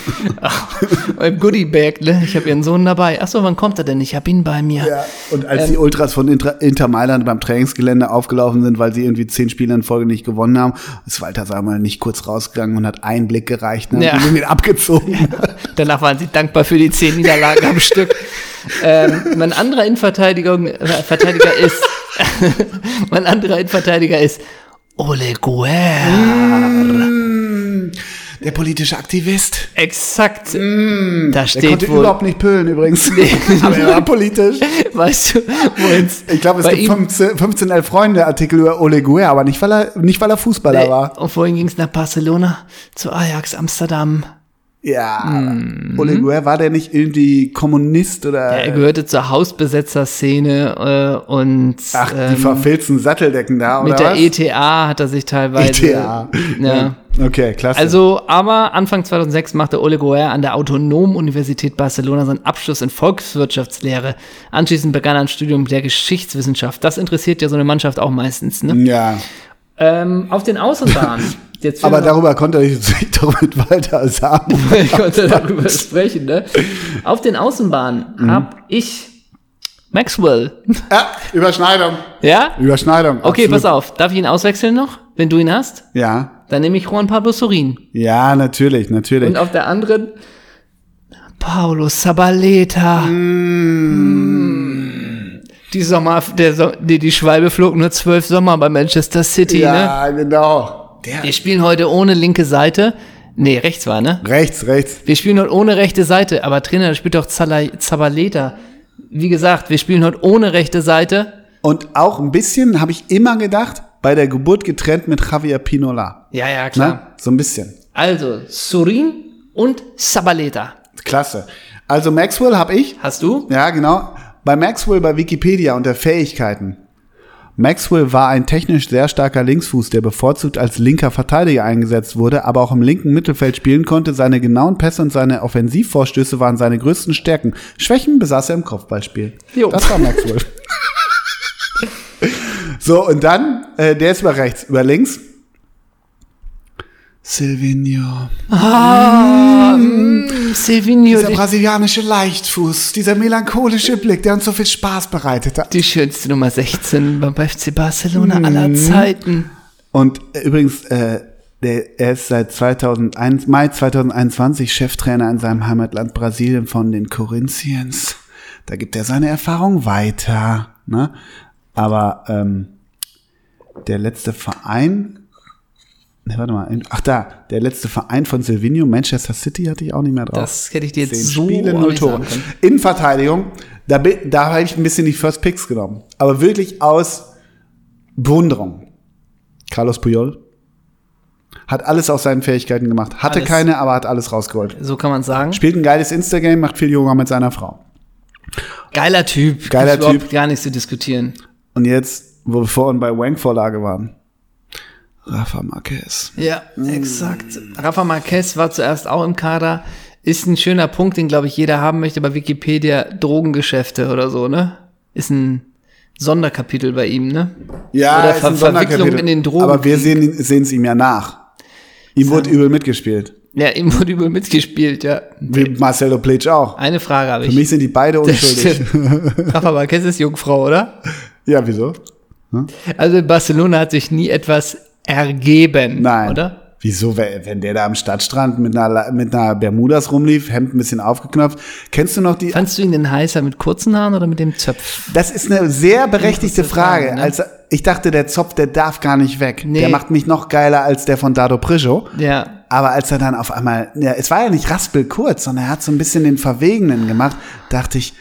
Speaker 1: Im Goodie-Bag, ne? Ich habe ihren Sohn dabei. Achso, wann kommt er denn? Ich habe ihn bei mir.
Speaker 2: Ja, und als
Speaker 1: Ähm,
Speaker 2: die Ultras von Inter, Inter Mailand beim Trainingsgelände aufgelaufen sind, weil sie irgendwie zehn Spiele in Folge nicht gewonnen haben, ist Walter sag mal nicht kurz rausgegangen und hat einen Blick gereicht ne,
Speaker 1: Ja.
Speaker 2: und ihn abgezogen.
Speaker 1: (laughs)
Speaker 2: (laughs)
Speaker 1: Danach waren sie dankbar für die zehn Niederlagen am Stück. Ähm, mein anderer Innenverteidigung, äh, Verteidiger ist, (laughs) mein anderer Innenverteidiger ist Ole Guer.
Speaker 2: Mm, Der politische Aktivist.
Speaker 1: Exakt. da
Speaker 2: Mm. Der konnte
Speaker 1: steht wohl.
Speaker 2: überhaupt nicht pölen übrigens. (laughs) Aber er war politisch.
Speaker 1: (laughs) Weißt du, wohin's?
Speaker 2: Ich glaube, es
Speaker 1: Bei
Speaker 2: gibt
Speaker 1: ihm-
Speaker 2: 15, 15 Elf Freunde-Artikel über Ole Guer, aber nicht, weil er, nicht, weil er Fußballer
Speaker 1: Nee,
Speaker 2: war.
Speaker 1: äh, Und vorhin ging es nach Barcelona, zu Ajax, Amsterdam.
Speaker 2: Ja.
Speaker 1: Mhm.
Speaker 2: Ole Guer, war der nicht irgendwie Kommunist oder.
Speaker 1: Er gehörte zur Hausbesetzer-Szene äh, und
Speaker 2: Ach, die
Speaker 1: ähm,
Speaker 2: verfilzten Satteldecken da, oder?
Speaker 1: mit der
Speaker 2: was? E
Speaker 1: ETA hat er sich teilweise.
Speaker 2: ETA.
Speaker 1: Also, Ja.
Speaker 2: Okay, klasse.
Speaker 1: Also, aber Anfang 2006 machte Ole Goer an der Autonomen Universität Barcelona seinen Abschluss in Volkswirtschaftslehre. Anschließend begann er ein Studium der Geschichtswissenschaft. Das interessiert ja so eine Mannschaft auch meistens, ne?
Speaker 2: ja.
Speaker 1: Ähm, auf den (laughs) Außenbahnen. Jetzt
Speaker 2: Aber darüber konnte ich jetzt nicht (laughs) doch mit
Speaker 1: (laughs)
Speaker 2: Walter sagen.
Speaker 1: ich konnte darüber sprechen, ne? Auf den Außenbahnen
Speaker 2: Mhm.
Speaker 1: hab ich Maxwell.
Speaker 2: ja, Überschneidung.
Speaker 1: Ja?
Speaker 2: Überschneidung.
Speaker 1: Okay,
Speaker 2: absolut.
Speaker 1: pass auf. Darf ich ihn auswechseln noch, wenn du ihn hast?
Speaker 2: Ja.
Speaker 1: Dann nehme ich Juan Pablo Sorin.
Speaker 2: Ja, natürlich, natürlich.
Speaker 1: Und auf der anderen Paulo Sabaleta. Mm. Die Sommer, der so nee, die Schwalbe flog nur zwölf Sommer bei Manchester City, ne?
Speaker 2: ja, genau. Der
Speaker 1: Wir spielen heute ohne linke Seite. Nee, rechts war, ne?
Speaker 2: rechts, rechts.
Speaker 1: Wir spielen heute ohne rechte Seite, aber Trainer, das spielt doch Zala- Zabaleta. Wie gesagt, wir spielen heute ohne rechte Seite.
Speaker 2: Und auch ein bisschen habe ich immer gedacht, bei der Geburt getrennt mit Javier Pinola.
Speaker 1: Ja, ja, klar.
Speaker 2: Ne? So ein bisschen.
Speaker 1: Also, Surin und Sabaleta.
Speaker 2: Klasse. Also Maxwell habe ich.
Speaker 1: Hast du?
Speaker 2: Ja, genau. Bei Maxwell bei Wikipedia unter Fähigkeiten. Maxwell war ein technisch sehr starker Linksfuß, der bevorzugt als linker Verteidiger eingesetzt wurde, aber auch im linken Mittelfeld spielen konnte. Seine genauen Pässe und seine Offensivvorstöße waren seine größten Stärken. Schwächen besaß er im Kopfballspiel.
Speaker 1: Jo.
Speaker 2: Das war Maxwell. so, und dann, äh, der ist über rechts, über links. Silvino.
Speaker 1: Silvinho,
Speaker 2: Dieser
Speaker 1: die,
Speaker 2: brasilianische Leichtfuß, dieser melancholische Blick, der uns so viel Spaß bereitet hat.
Speaker 1: die schönste Nummer 16 beim FC Barcelona
Speaker 2: Mhm.
Speaker 1: aller Zeiten.
Speaker 2: Und äh, übrigens, äh, der, er ist seit 2001, Mai 2021 Cheftrainer in seinem Heimatland Brasilien von den Corinthians. Da gibt er seine Erfahrung weiter. Ne? Aber ähm, der letzte Verein, ne, warte mal, ach da, der letzte Verein von Silvinho, Manchester City, hatte ich auch nicht mehr drauf.
Speaker 1: Das hätte ich dir jetzt
Speaker 2: Zehn
Speaker 1: so
Speaker 2: Spiele,
Speaker 1: auch
Speaker 2: null
Speaker 1: nicht
Speaker 2: Tore.
Speaker 1: sagen können.
Speaker 2: Innenverteidigung, da, bin- da habe ich ein bisschen die First Picks genommen. Aber wirklich aus Bewunderung. Carlos Puyol hat alles aus seinen Fähigkeiten gemacht. Hatte
Speaker 1: Alles.
Speaker 2: keine, aber hat alles rausgeholt.
Speaker 1: So kann man sagen.
Speaker 2: Spielt ein geiles Instagame, macht viel Yoga mit seiner Frau.
Speaker 1: Geiler Typ.
Speaker 2: Geiler
Speaker 1: Gibt's überhaupt
Speaker 2: Typ.
Speaker 1: Gar nichts zu diskutieren.
Speaker 2: Und jetzt, wo wir vorhin bei Wank-Vorlage waren, Rafa Marquez.
Speaker 1: Ja,
Speaker 2: Mhm.
Speaker 1: exakt. Rafa Marquez war zuerst auch im Kader. Ist ein schöner Punkt, den, glaube ich, jeder haben möchte bei Wikipedia. Drogengeschäfte oder so, ne? Ist ein Sonderkapitel bei ihm, ne? Oder
Speaker 2: ist
Speaker 1: Ver
Speaker 2: ein
Speaker 1: Verwicklung
Speaker 2: Sonderkapitel.
Speaker 1: in den Drogen.
Speaker 2: Aber wir sehen es ihm ja nach. Ihm wurde übel mitgespielt.
Speaker 1: ja, ihm wurde übel mitgespielt, ja.
Speaker 2: Wie Marcelo Plitsch auch.
Speaker 1: Eine Frage habe ich.
Speaker 2: Für mich sind die
Speaker 1: (laughs)
Speaker 2: beide unschuldig.
Speaker 1: stimmt. Rafa Marquez ist Jungfrau, oder?
Speaker 2: Ja, wieso?
Speaker 1: Also in Barcelona hat sich nie etwas ergeben,
Speaker 2: Nein.
Speaker 1: oder?
Speaker 2: Wieso, we- wenn der da am Stadtstrand mit einer, La- mit einer Bermudas rumlief, Hemd ein bisschen aufgeknöpft. Kennst du noch die?
Speaker 1: Fandst du ihn denn heißer mit kurzen Haaren oder mit dem Zöpf?
Speaker 2: Das ist eine sehr berechtigte
Speaker 1: Interessante Frage,
Speaker 2: Frage.
Speaker 1: ne?
Speaker 2: Also, ich dachte, der Zopf, der darf gar nicht weg.
Speaker 1: Nee.
Speaker 2: Der macht mich noch geiler als der von Dado Prijo.
Speaker 1: Ja.
Speaker 2: Aber als er dann auf einmal, ja, es war ja nicht raspelkurz, sondern er hat so ein bisschen den Verwegenen gemacht, dachte ich,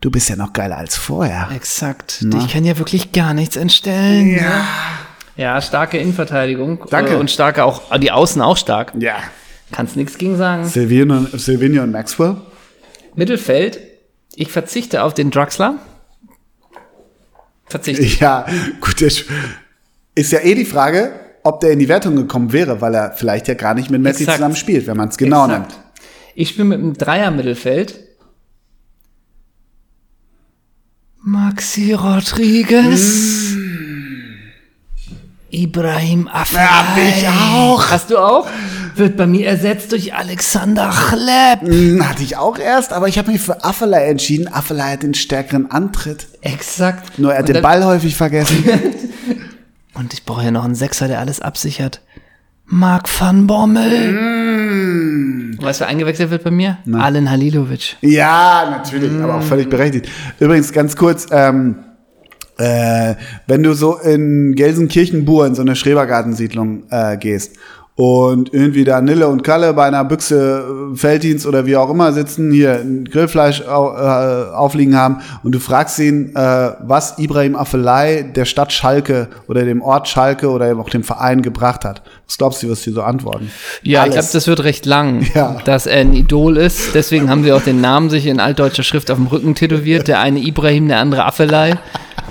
Speaker 2: du bist ja noch geiler als vorher.
Speaker 1: Exakt. Dich kann ja wirklich gar nichts entstellen. ne? Ja. Ja, starke Innenverteidigung.
Speaker 2: Danke.
Speaker 1: Äh, Und starke auch, die Außen auch stark.
Speaker 2: Ja.
Speaker 1: Kannst nichts gegen sagen.
Speaker 2: Silvino, Silvino und Maxwell?
Speaker 1: Mittelfeld. Ich verzichte auf den Draxler. Verzichte.
Speaker 2: (laughs) Ja, gut, der Sch- ist ja eh die Frage, ob der in die Wertung gekommen wäre, weil er vielleicht ja gar nicht mit Messi
Speaker 1: Exakt.
Speaker 2: zusammen spielt, wenn man es genau
Speaker 1: Exakt.
Speaker 2: nimmt.
Speaker 1: Ich spiele mit einem Dreier-Mittelfeld. Maxi Rodriguez.
Speaker 2: Mm.
Speaker 1: Ibrahim Afellay.
Speaker 2: auch.
Speaker 1: Hast du auch? wird bei mir ersetzt durch Alexander Chlepp.
Speaker 2: Hm, hatte ich auch erst, aber ich habe mich für Affela entschieden. Affela hat den stärkeren Antritt.
Speaker 1: Exakt.
Speaker 2: Nur er hat
Speaker 1: Und
Speaker 2: den
Speaker 1: dann-
Speaker 2: Ball häufig vergessen.
Speaker 1: Und ich brauche ja noch einen Sechser, der alles absichert. Marc van Bommel.
Speaker 2: Mm.
Speaker 1: Weißt du, wer eingewechselt wird bei mir? Alen Halilovic.
Speaker 2: Ja, natürlich, aber auch völlig berechtigt. Übrigens, ganz kurz, ähm, äh, wenn du so in Gelsenkirchen-Buhr in so eine Schrebergartensiedlung äh, gehst und irgendwie da Nille und Kalle bei einer Büchse äh, Felddienst oder wie auch immer sitzen, hier ein Grillfleisch au, äh, aufliegen haben und du fragst ihn, äh, was Ibrahim Afellay der Stadt Schalke oder dem Ort Schalke oder eben auch dem Verein gebracht hat. Was glaubst du, was die so antworten?
Speaker 1: Ja,
Speaker 2: Alles.
Speaker 1: ich glaube, das wird recht lang,
Speaker 2: (laughs) Ja.
Speaker 1: dass er ein Idol ist. Deswegen haben sie auch den Namen sich in altdeutscher Schrift auf dem Rücken tätowiert. Der eine Ibrahim, der andere Affelei.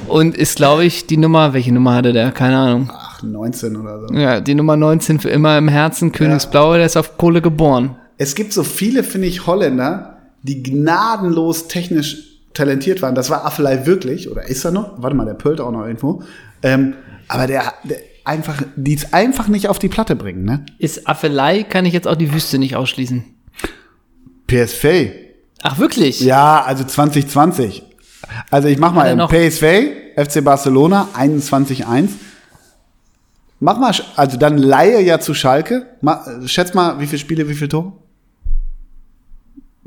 Speaker 1: Und ist, glaube ich, die Nummer, welche Nummer hatte der? Keine Ahnung.
Speaker 2: Ach, 19 oder so.
Speaker 1: Ja, die Nummer 19 für immer im Herzen, Königsblaue, der ist auf Kohle geboren.
Speaker 2: Es gibt so viele, finde ich, Holländer, die gnadenlos technisch talentiert waren. Das war Affelei wirklich, oder ist er noch? Warte mal, der pölt auch noch irgendwo. Ähm, aber der, der einfach, die es einfach nicht auf die Platte bringen, ne?
Speaker 1: Ist Affelei, kann ich jetzt auch die Wüste nicht ausschließen.
Speaker 2: PSV.
Speaker 1: Ach, wirklich?
Speaker 2: Ja, also 2020. Also ich mach mal
Speaker 1: Alle
Speaker 2: im
Speaker 1: noch-
Speaker 2: PSV, FC Barcelona, 21-1. Mach mal, Sch- also dann Laie ja zu Schalke. Ma, schätz mal, wie viele Spiele, wie viele Tore?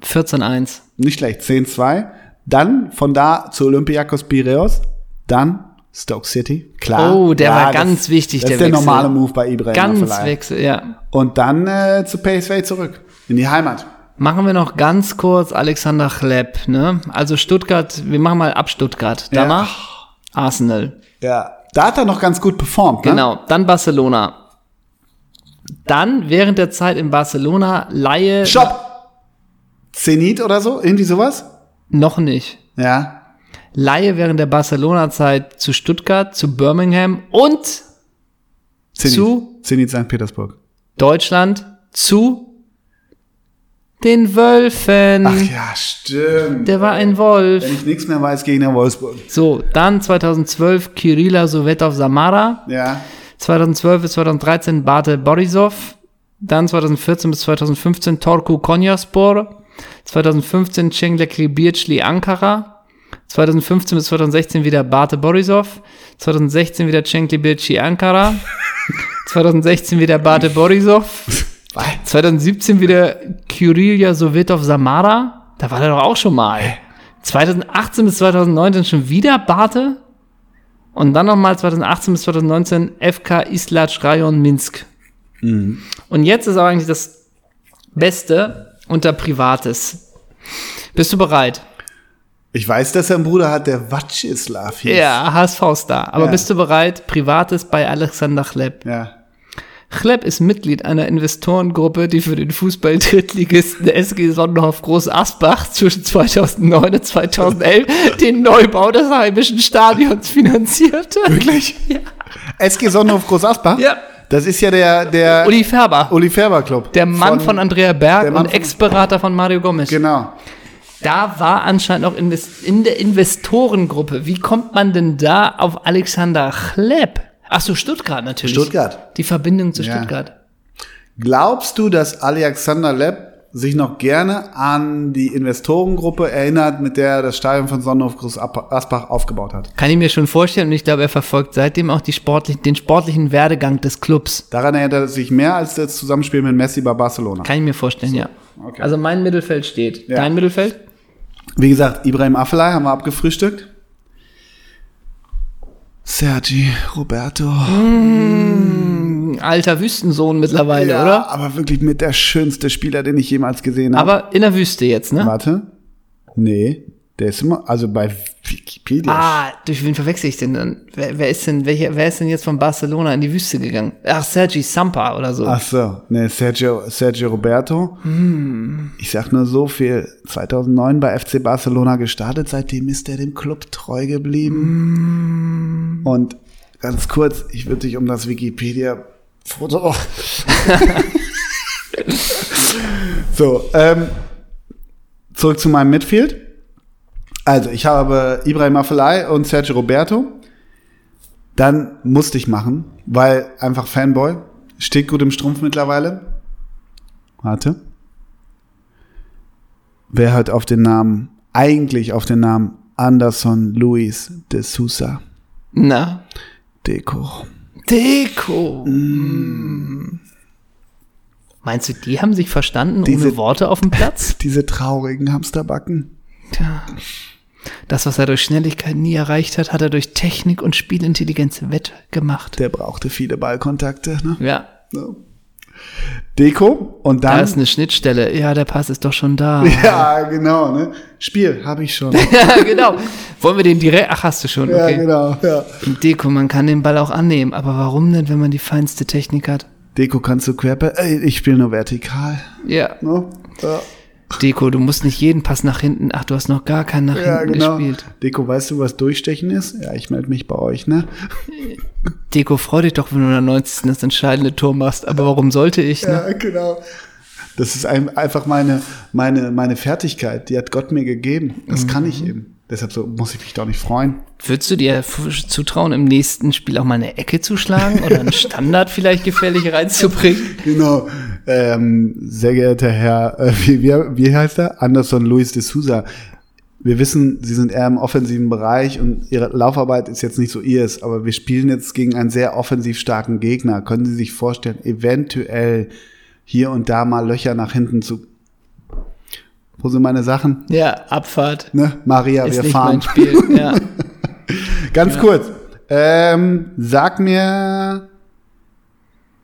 Speaker 1: 14-1.
Speaker 2: Nicht schlecht, 10-2. Dann von da zu Olympiakos Piraeus. Dann Stoke City. Klar.
Speaker 1: Oh, der
Speaker 2: Ja,
Speaker 1: war
Speaker 2: das-
Speaker 1: ganz wichtig,
Speaker 2: Das
Speaker 1: der
Speaker 2: ist der
Speaker 1: Wechsel.
Speaker 2: normale Move bei Ibrahim.
Speaker 1: Ganz
Speaker 2: Afellay.
Speaker 1: Wechsel, ja.
Speaker 2: Und dann äh, zu PSV zurück. In die Heimat.
Speaker 1: Machen wir noch ganz kurz Alexander Chlepp, ne? Also Stuttgart, wir machen mal ab Stuttgart.
Speaker 2: Ja.
Speaker 1: Danach Arsenal.
Speaker 2: Ja. Da hat er noch ganz gut performt, ne?
Speaker 1: Genau, dann Barcelona. Dann während der Zeit in Barcelona Laie
Speaker 2: Stopp! Zenit oder so? Irgendwie sowas?
Speaker 1: noch nicht.
Speaker 2: Ja.
Speaker 1: Laie während der Barcelona Zeit zu Stuttgart, zu Birmingham und
Speaker 2: Zenit.
Speaker 1: Zu?
Speaker 2: Zenit St. Petersburg.
Speaker 1: Deutschland zu den Wölfen.
Speaker 2: Ach ja, stimmt.
Speaker 1: Der war ein Wolf.
Speaker 2: Wenn ich nichts mehr weiß, gegen den Wolfsburg.
Speaker 1: So, dann 2012 Kirila Sovetov Samara,
Speaker 2: Ja.
Speaker 1: 2012 bis 2013 Bate Borisov, dann 2014 bis 2015 Torku Konyaspor, 2015 Cenglekli Birchli Ankara, 2015 bis 2016 wieder Bate Borisov, 2016 wieder Cenglekli Birchli Ankara, (laughs) 2016 wieder Bate Borisov, 2017 wieder Kyrilja Sovetov Samara. Da war der doch auch schon mal. 2018 bis 2019 schon wieder Bate. Und dann nochmal 2018 bis 2019 FK Islatsch Rajon Minsk. Und jetzt ist aber eigentlich das Beste unter Privates. Bist du bereit?
Speaker 2: Ich weiß, dass er einen Bruder hat, der Vacislav hieß.
Speaker 1: Ja, HSV-Star. Aber
Speaker 2: Ja.
Speaker 1: bist du bereit? Privates bei Alexander Chlepp.
Speaker 2: Ja.
Speaker 1: Chlepp ist Mitglied einer investorengruppe die für den Fußball-Drittligisten der SG Sonnenhof Groß Asbach zwischen 2009 und 2011 den Neubau des heimischen Stadions finanzierte.
Speaker 2: Wirklich?
Speaker 1: Ja.
Speaker 2: SG Sonnenhof Groß Asbach?
Speaker 1: Ja.
Speaker 2: Das ist ja der, der Uli,
Speaker 1: Uli Färber,
Speaker 2: Färber Club.
Speaker 1: der Mann von, Andrea Berg
Speaker 2: der Mann
Speaker 1: und
Speaker 2: von-
Speaker 1: Ex-Berater von Mario Gomez.
Speaker 2: Genau.
Speaker 1: Da war anscheinend auch invest in der Investorengruppe. Wie kommt man denn da auf Alexander Chlepp? Ach so, Stuttgart natürlich.
Speaker 2: Stuttgart.
Speaker 1: Die Verbindung zu
Speaker 2: Ja.
Speaker 1: Stuttgart.
Speaker 2: Glaubst du, dass Alexander Lepp sich noch gerne an die Investorengruppe erinnert, mit der er das Stadion von Sonnenhof Groß Ab- Asbach aufgebaut hat?
Speaker 1: Kann ich mir schon vorstellen und ich glaube, er verfolgt seitdem auch die sportlich, den sportlichen Werdegang des Clubs.
Speaker 2: Daran erinnert er sich mehr als das Zusammenspiel mit Messi bei Barcelona.
Speaker 1: Kann ich mir vorstellen, ja.
Speaker 2: okay.
Speaker 1: Also mein Mittelfeld steht.
Speaker 2: Ja.
Speaker 1: Dein Mittelfeld?
Speaker 2: Wie gesagt, Ibrahim Afellay haben wir abgefrühstückt. Sergi Roberto.
Speaker 1: Ein alter Wüstensohn mittlerweile,
Speaker 2: ja,
Speaker 1: oder?
Speaker 2: aber wirklich mit der schönste Spieler, den ich jemals gesehen habe.
Speaker 1: Aber in der Wüste jetzt, ne?
Speaker 2: Warte. Nee, der ist immer, also bei Wikipedia.
Speaker 1: Ah, durch wen verwechsel ich denn dann? Wer, wer ist denn, welcher, wer ist denn jetzt von Barcelona in die Wüste gegangen? Ach, Sergi Sampa oder so.
Speaker 2: Ach so, nee, Sergio, Sergio Roberto. Ich sag nur so viel. 2009 bei FC Barcelona gestartet, seitdem ist er dem Club treu geblieben. Und ganz kurz, ich würde dich um das Wikipedia-Foto. (laughs) so, ähm, zurück zu meinem Midfield. Also, ich habe Ibrahim Afellay und Sergio Roberto. Dann musste ich machen, weil einfach Fanboy. Steht gut im Strumpf mittlerweile. Warte. Wer hört auf den Namen, eigentlich auf den Namen Anderson Luis de Sousa
Speaker 1: Na?
Speaker 2: Deco?
Speaker 1: Deko.
Speaker 2: Mm.
Speaker 1: Meinst du, die haben sich verstanden
Speaker 2: Diese-
Speaker 1: ohne Worte auf dem Platz?
Speaker 2: Diese traurigen Hamsterbacken.
Speaker 1: Tja. Das, was er durch Schnelligkeit nie erreicht hat, hat er durch Technik und Spielintelligenz wettgemacht.
Speaker 2: Der brauchte viele Ballkontakte. Ne?
Speaker 1: Ja,
Speaker 2: Deko und
Speaker 1: da
Speaker 2: dann.
Speaker 1: ist eine Schnittstelle. Ja, der Pass ist doch schon da.
Speaker 2: (laughs) ja, genau. Ne? Spiel habe ich schon.
Speaker 1: (laughs) ja, genau. Wollen wir den direkt? Ach, hast du schon.
Speaker 2: Ja,
Speaker 1: Okay.
Speaker 2: genau. Ja.
Speaker 1: Deko, man kann den Ball auch annehmen, aber warum denn, wenn man die feinste Technik hat?
Speaker 2: Deko kannst du querbe. Ey, ich spiele nur vertikal.
Speaker 1: Ja,
Speaker 2: Ne? Ja,
Speaker 1: Deko, du musst nicht jeden Pass nach hinten. Ach, du hast noch gar keinen nach
Speaker 2: ja
Speaker 1: hinten
Speaker 2: (laughs) genau.
Speaker 1: gespielt.
Speaker 2: Deko, weißt du, was Durchstechen ist? Ja, ich melde mich bei euch, ne?
Speaker 1: Deko, freu dich doch, wenn du in der 90. das entscheidende Tor machst. Aber warum sollte ich? Ne?
Speaker 2: (laughs) Ja, genau. Das ist ein, einfach meine, meine, meine Fertigkeit. Die hat Gott mir gegeben. Das kann ich eben. Deshalb so, muss ich mich doch nicht freuen.
Speaker 1: Würdest du dir f- zutrauen, im nächsten Spiel auch mal eine Ecke zu schlagen oder einen
Speaker 2: (laughs)
Speaker 1: Standard vielleicht gefährlich reinzubringen?
Speaker 2: Genau. Ähm, sehr geehrter Herr, äh, wie, wie, wie heißt er? Anderson Luis de Souza. Wir wissen, Sie sind eher im offensiven Bereich und Ihre Laufarbeit ist jetzt nicht so ihrs, aber wir spielen jetzt gegen einen sehr offensiv starken Gegner. Können Sie sich vorstellen, eventuell hier und da mal Löcher nach hinten zu. Wo sind meine Sachen?
Speaker 1: Ja, Abfahrt.
Speaker 2: Ne? Maria,
Speaker 1: ist
Speaker 2: wir
Speaker 1: nicht
Speaker 2: fahren.
Speaker 1: mein Spiel.
Speaker 2: (laughs)
Speaker 1: Ja.
Speaker 2: Ganz kurz. Ähm, sag mir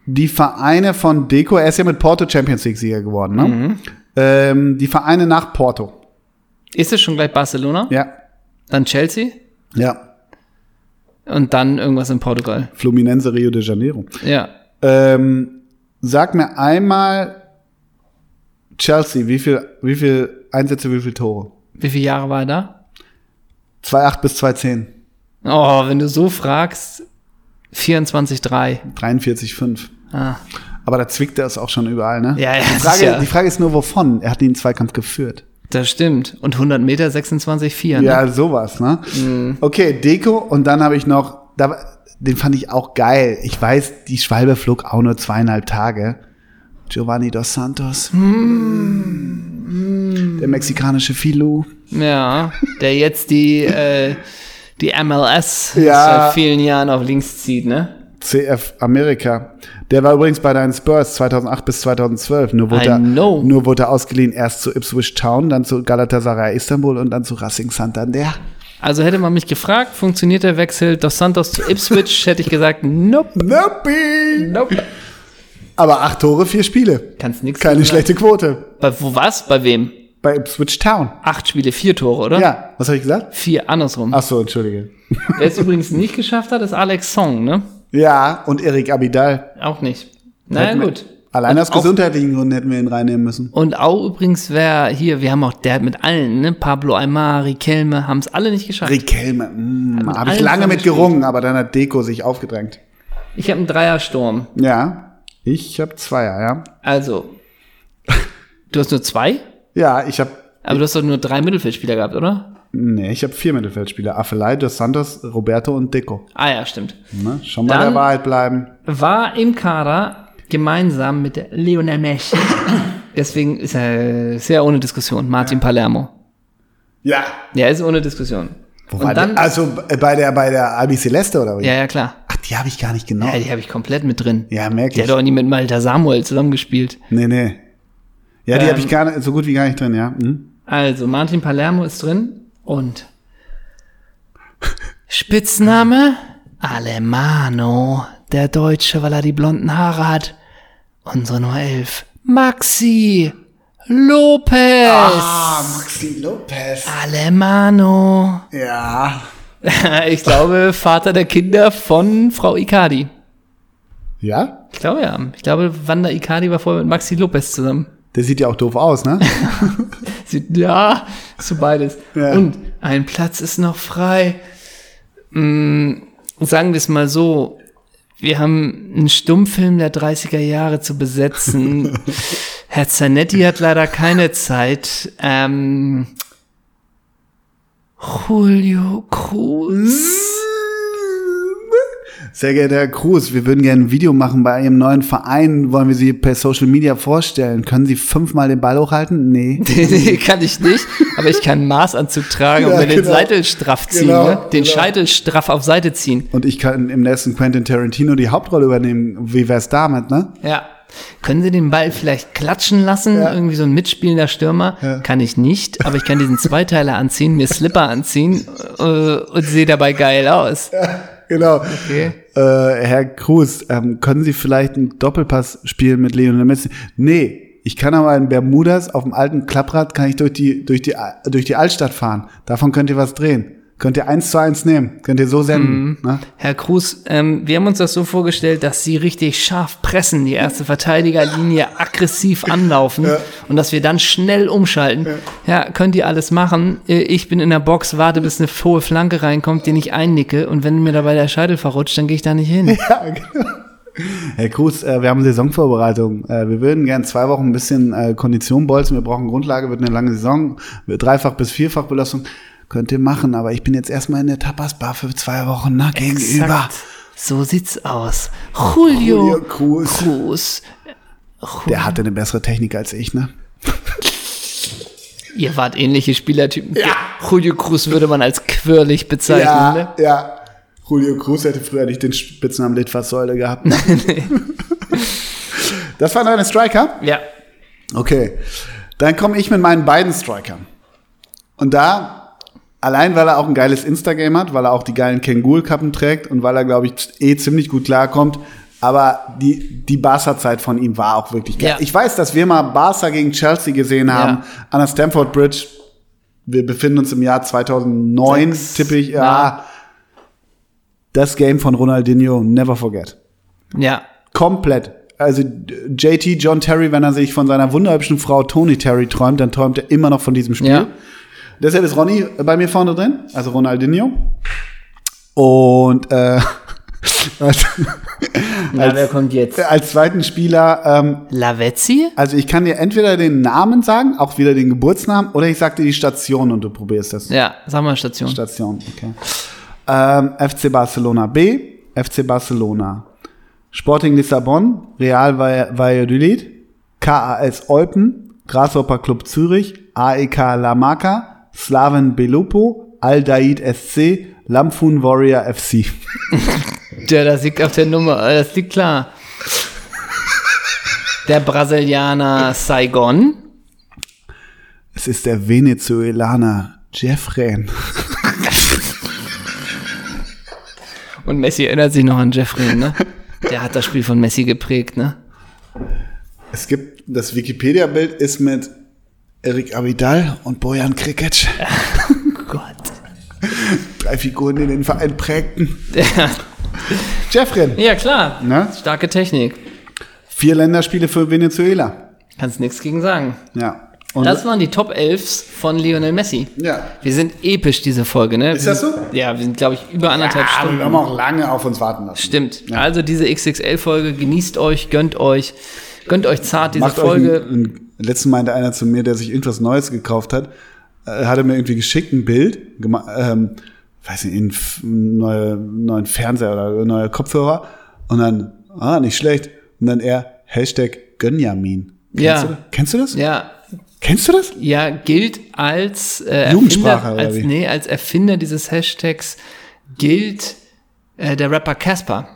Speaker 2: die Vereine von Deco. Er ist ja mit Porto Champions League-Sieger geworden, ne?
Speaker 1: Mhm.
Speaker 2: Ähm, die Vereine nach Porto.
Speaker 1: Ist es schon gleich Barcelona?
Speaker 2: Ja.
Speaker 1: Dann Chelsea?
Speaker 2: Ja.
Speaker 1: Und dann irgendwas in Portugal.
Speaker 2: Fluminense Rio de Janeiro.
Speaker 1: Ja.
Speaker 2: Ähm, sag mir einmal Chelsea, wie viel, wie viel Einsätze, wie viel Tore?
Speaker 1: Wie viele Jahre war er da?
Speaker 2: 2,8 bis 2,10.
Speaker 1: Oh, wenn du so fragst, 24,3.
Speaker 2: 43,5.
Speaker 1: Ah.
Speaker 2: Aber da zwickt er es auch schon überall, ne?
Speaker 1: Ja, ja,
Speaker 2: die,
Speaker 1: das
Speaker 2: Frage,
Speaker 1: ist ja-
Speaker 2: die Frage ist nur, wovon? Er hat den Zweikampf geführt.
Speaker 1: Das stimmt. Und 100 Meter 26,4. Ne? Mhm.
Speaker 2: Ja, sowas, ne? Okay, Deko und dann habe ich noch, da, den fand ich auch geil. Ich weiß, die Schwalbe flog auch nur zweieinhalb Tage. Giovanni dos Santos.
Speaker 1: Mhm.
Speaker 2: Der mexikanische Filou.
Speaker 1: ja. Der jetzt die, äh, die MLS
Speaker 2: Ja.
Speaker 1: seit vielen Jahren auf links zieht, ne?
Speaker 2: CF Amerika. Der war übrigens bei deinen Spurs 2008 bis 2012. Nur wurde,
Speaker 1: I
Speaker 2: er,
Speaker 1: know.
Speaker 2: nur wurde er ausgeliehen erst zu Ipswich Town, dann zu Galatasaray Istanbul und dann zu Racing Santander.
Speaker 1: Also hätte man mich gefragt, funktioniert der Wechsel Dos Santos zu
Speaker 2: (laughs)
Speaker 1: Ipswich, hätte ich gesagt, nope,
Speaker 2: Nope.
Speaker 1: nope.
Speaker 2: Aber acht Tore, vier Spiele.
Speaker 1: Kannst nix
Speaker 2: Keine
Speaker 1: sagen.
Speaker 2: schlechte Quote.
Speaker 1: Bei, wo was? Bei wem?
Speaker 2: Bei Ipswich Town.
Speaker 1: Acht Spiele, vier Tore, oder?
Speaker 2: Ja, Ah. was habe ich gesagt?
Speaker 1: Vier, andersrum.
Speaker 2: Ach so, entschuldige.
Speaker 1: Wer es übrigens nicht geschafft hat, ist Alex Song, ne?
Speaker 2: Ja, und Erik Abidal.
Speaker 1: Auch nicht. Na
Speaker 2: Hätten wir-
Speaker 1: gut.
Speaker 2: Allein aus
Speaker 1: Und auch-
Speaker 2: gesundheitlichen Gründen hätten wir ihn reinnehmen müssen.
Speaker 1: Und auch übrigens, wer hier, wir haben auch, der hat mit allen, ne? Pablo Aymar, Riquelme, haben es alle nicht geschafft.
Speaker 2: Riquelme, mm,
Speaker 1: mit
Speaker 2: habe ich
Speaker 1: allen
Speaker 2: lange
Speaker 1: schon
Speaker 2: mit
Speaker 1: gespielt.
Speaker 2: gerungen, aber dann hat Deko sich aufgedrängt.
Speaker 1: ich habe einen Dreiersturm.
Speaker 2: Ja, ich habe Zweier, ja. (laughs)
Speaker 1: Also, du hast nur zwei,
Speaker 2: Ja, ich habe,
Speaker 1: aber du hast doch nur drei Mittelfeldspieler gehabt, oder?
Speaker 2: nee, ich habe vier Mittelfeldspieler. Affelay, Dos Santos, Roberto und Deko.
Speaker 1: Ah ja, stimmt.
Speaker 2: Ne? Schon mal
Speaker 1: Dann-
Speaker 2: der Wahrheit bleiben.
Speaker 1: War im Kader gemeinsam mit der Lionel Messi. (clears throat) Deswegen ist er sehr ohne Diskussion. Martin Palermo.
Speaker 2: Ja.
Speaker 1: Ja, ist ohne Diskussion.
Speaker 2: Wo
Speaker 1: Und
Speaker 2: war
Speaker 1: dann-
Speaker 2: der? Also b- bei der, bei der Albi Celeste oder wie?
Speaker 1: Ja, ja, klar.
Speaker 2: Ach, die habe ich gar nicht genau.
Speaker 1: Ja, die habe ich komplett mit drin.
Speaker 2: Ja, merk
Speaker 1: Der
Speaker 2: ich.
Speaker 1: hat auch nie mit Malta Samuel zusammengespielt.
Speaker 2: Nee, nee. Ja, die
Speaker 1: Ähm,
Speaker 2: habe ich gar nicht, so gut wie gar nicht drin, ja. Hm?
Speaker 1: Also, Martin Palermo ist drin
Speaker 2: (laughs)
Speaker 1: und Spitzname Alemano, der Deutsche, weil er die blonden Haare hat. Unsere Nummer 11, Maxi Lopez.
Speaker 2: Ah. Maxi Lopez.
Speaker 1: Alemano.
Speaker 2: Ja.
Speaker 1: (laughs) ich glaube, Vater der Kinder von Frau Icardi.
Speaker 2: Ja?
Speaker 1: Ich glaube ja. Ich glaube, Wanda Icardi war vorher mit Maxi Lopez zusammen.
Speaker 2: Der sieht ja auch doof aus, ne?
Speaker 1: Sie, ja, so beides.
Speaker 2: Ja.
Speaker 1: Und ein Platz ist noch frei. Mm, sagen wir es mal so. Wir haben einen Stummfilm der 30er Jahre zu besetzen. Herr Zanetti hat leider keine Zeit. Ähm, Julio Cruz.
Speaker 2: Sehr geehrter Herr Cruz, wir würden gerne ein Video machen bei Ihrem neuen Verein. Wollen wir Sie per Social Media vorstellen? Können Sie fünfmal den Ball hochhalten? Nee.
Speaker 1: (laughs) nee, kann ich nicht, aber ich kann einen Maßanzug tragen und
Speaker 2: Ja,
Speaker 1: mir den
Speaker 2: genau.
Speaker 1: Seitel straff ziehen,
Speaker 2: Genau,
Speaker 1: ne? den
Speaker 2: genau.
Speaker 1: Scheitel straff auf Seite ziehen.
Speaker 2: Und ich kann im nächsten Quentin Tarantino die Hauptrolle übernehmen. Wie wär's damit, ne?
Speaker 1: Ja. Können Sie den Ball vielleicht klatschen lassen?
Speaker 2: Ja.
Speaker 1: Irgendwie so ein mitspielender Stürmer? Kann ich nicht, aber ich kann diesen Zweiteiler anziehen, mir Slipper anziehen äh, und sehe dabei geil aus.
Speaker 2: Genau.
Speaker 1: Okay.
Speaker 2: Äh, Herr Cruz, ähm, können Sie vielleicht einen Doppelpass spielen mit Lionel Messi? Nee, ich kann aber in Bermudas auf dem alten Klapprad kann ich durch die, durch die, A- durch die Altstadt fahren. Davon könnt ihr was drehen. Könnt ihr eins zu eins nehmen. Könnt ihr so senden. Ne?
Speaker 1: Herr Kruse, ähm, wir haben uns das so vorgestellt, dass Sie richtig scharf pressen, die erste Verteidigerlinie aggressiv anlaufen und dass wir dann schnell umschalten. Ja. könnt ihr alles machen. Äh, Ich bin in der Box, warte, bis eine hohe Flanke reinkommt, den ich einnicke und wenn mir dabei der Scheitel verrutscht, dann gehe ich da nicht
Speaker 2: (laughs)
Speaker 1: hin.
Speaker 2: Ja, genau. Herr Cruz, äh, wir haben Saisonvorbereitung. Äh, wir würden gern zwei Wochen ein bisschen äh, Kondition bolzen. Wir brauchen Grundlage, wird eine lange Saison. Dreifach bis vierfach Belastung. Könnt ihr machen, aber ich bin jetzt erstmal in der Tapas-Bar für zwei Wochen nah gegenüber.
Speaker 1: Exakt. So sieht's aus. Julio,
Speaker 2: Julio Cruz.
Speaker 1: Cruz.
Speaker 2: Der hatte eine bessere Technik als ich, ne?
Speaker 1: Ihr wart ähnliche Spielertypen. Julio Cruz würde man als quirlig bezeichnen. Ne?
Speaker 2: ja. Julio Cruz hätte früher nicht den Spitznamen Litfaßsäule gehabt. das waren deine Striker?
Speaker 1: Ja.
Speaker 2: Okay. Dann komme ich mit meinen beiden Strikern. Und da, allein weil er auch ein geiles Instagram hat, weil er auch die geilen Kengul-Kappen trägt und weil er, glaube ich, eh ziemlich gut klarkommt. Aber die, die Barca-Zeit von ihm war auch wirklich geil.
Speaker 1: Ja.
Speaker 2: Ich weiß, dass wir mal Barca gegen Chelsea gesehen haben,
Speaker 1: Ja.
Speaker 2: an der Stamford Bridge. Wir befinden uns im Jahr 2009,
Speaker 1: Sechs,
Speaker 2: tippe ich.
Speaker 1: ja.
Speaker 2: Ja. Das Game von Ronaldinho, never forget.
Speaker 1: Ja.
Speaker 2: Komplett. Also JT John Terry, wenn er sich von seiner wunderhübschen Frau Tony Terry träumt, dann träumt er immer noch von diesem Spiel.
Speaker 1: Ja.
Speaker 2: Deshalb ist Ronny bei mir vorne drin, also Ronaldinho. Und äh, (laughs) als,
Speaker 1: Na, wer kommt jetzt?
Speaker 2: als zweiten Spieler, ähm,
Speaker 1: Lavezzi?
Speaker 2: also ich kann dir entweder den Namen sagen, auch wieder den Geburtsnamen, oder ich sag dir die Station und du probierst das.
Speaker 1: Ja, sag mal Station.
Speaker 2: Station, okay. Ähm, FC Barcelona B, FC Barcelona, Sporting Lissabon, Real Vall- Valladolid, KAS Eupen, Grasshopper Club Zürich, AEK La Maca, Slaven Belupo, Al Daid SC, Lamphun Warrior FC.
Speaker 1: Ja, das liegt auf der Nummer, äh, das liegt klar. Der Brasilianer Saigon.
Speaker 2: (laughs) Es ist der Venezuelaner Jeffren.
Speaker 1: Und Messi erinnert sich noch an Jeffrey, ne? Der hat das Spiel von Messi geprägt, ne?
Speaker 2: Es gibt, das Wikipedia-Bild ist mit Eric Abidal und Bojan Krikic.
Speaker 1: Gott.
Speaker 2: Drei Figuren, die den Verein prägten. Jeffren.
Speaker 1: Ja, klar.
Speaker 2: Ne?
Speaker 1: Starke Technik.
Speaker 2: Vier Länderspiele für Venezuela.
Speaker 1: Kannst nichts gegen sagen.
Speaker 2: Ja. Und
Speaker 1: Das waren die Top 11 von Lionel Messi.
Speaker 2: ja.
Speaker 1: Wir sind episch, diese Folge, ne?
Speaker 2: Ist das so?
Speaker 1: Ja, wir sind, glaube ich, über anderthalb
Speaker 2: Ah,
Speaker 1: Stunden.
Speaker 2: wir haben auch lange auf uns warten lassen.
Speaker 1: Stimmt. Also diese XXL-Folge, genießt euch, gönnt euch, gönnt euch zart diese
Speaker 2: Macht
Speaker 1: Folge.
Speaker 2: euch ein, ein, letzten meinte einer zu mir, der sich irgendwas Neues gekauft hat, äh, hatte mir irgendwie geschickt ein Bild, gema- ähm, weiß nicht, einen f- neue, neuen Fernseher oder neue Kopfhörer und dann, ah, nicht schlecht. Und dann er, Hashtag Gönjamin. Kennst
Speaker 1: Ja.
Speaker 2: Du, das? kennst du das?
Speaker 1: ja,
Speaker 2: Kennst du das?
Speaker 1: ja, gilt als äh,
Speaker 2: Jugendsprache,
Speaker 1: Erfinder,
Speaker 2: oder
Speaker 1: als,
Speaker 2: wie?
Speaker 1: nee, als Erfinder dieses Hashtags gilt äh, der Rapper Casper.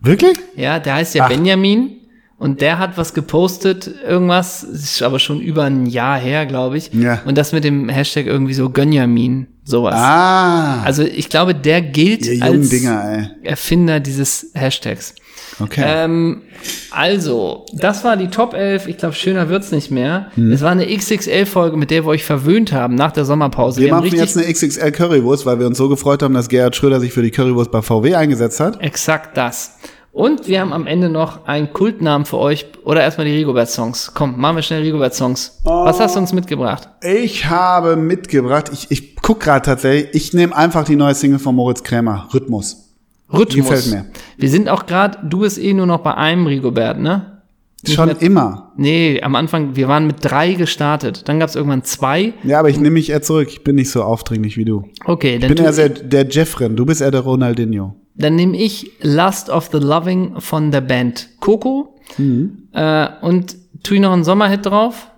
Speaker 2: Wirklich?
Speaker 1: Ja, der heißt ja
Speaker 2: Ach.
Speaker 1: Benjamin und der hat was gepostet, irgendwas, ist aber schon über ein Jahr her, glaube ich.
Speaker 2: Ja.
Speaker 1: Und das mit dem Hashtag irgendwie so Gönjamin, sowas.
Speaker 2: Ah.
Speaker 1: Also ich glaube, der gilt
Speaker 2: ihr jungen
Speaker 1: als
Speaker 2: Dinger, ey.
Speaker 1: Erfinder dieses Hashtags.
Speaker 2: Okay.
Speaker 1: Ähm, also, das war die Top 11. Ich glaube, schöner wird's nicht mehr.
Speaker 2: Mhm.
Speaker 1: Es war eine XXL-Folge, mit der wir euch verwöhnt haben nach der Sommerpause.
Speaker 2: wir machen jetzt eine XXL Currywurst, weil wir uns so gefreut haben, dass Gerhard Schröder sich für die Currywurst bei VW eingesetzt hat.
Speaker 1: exakt das. Und wir haben am Ende noch einen Kultnamen für euch. Oder erstmal die Rigobert-Songs. Komm, machen wir schnell Rigobert-Songs. Was hast du uns mitgebracht?
Speaker 2: Ich habe mitgebracht, ich, ich guck gerade tatsächlich, ich nehme einfach die neue Single von Moritz Krämer, Rhythmus.
Speaker 1: Rhythmus.
Speaker 2: Gefällt mir.
Speaker 1: Wir sind auch gerade, du bist eh nur noch bei einem Rigobert, ne?
Speaker 2: Schon immer.
Speaker 1: Nee, am Anfang, wir waren mit drei gestartet. Dann gab's irgendwann zwei.
Speaker 2: Ja, aber ich nehme mich eher zurück, ich bin nicht so aufdringlich wie du.
Speaker 1: Okay, dann
Speaker 2: Ich bin
Speaker 1: tu-
Speaker 2: eher sehr, der Jeffrin, du bist eher der Ronaldinho.
Speaker 1: Dann nehme ich Lust of the Loving von der Band Coco
Speaker 2: Mhm.
Speaker 1: äh, und tue ich noch einen Sommerhit drauf.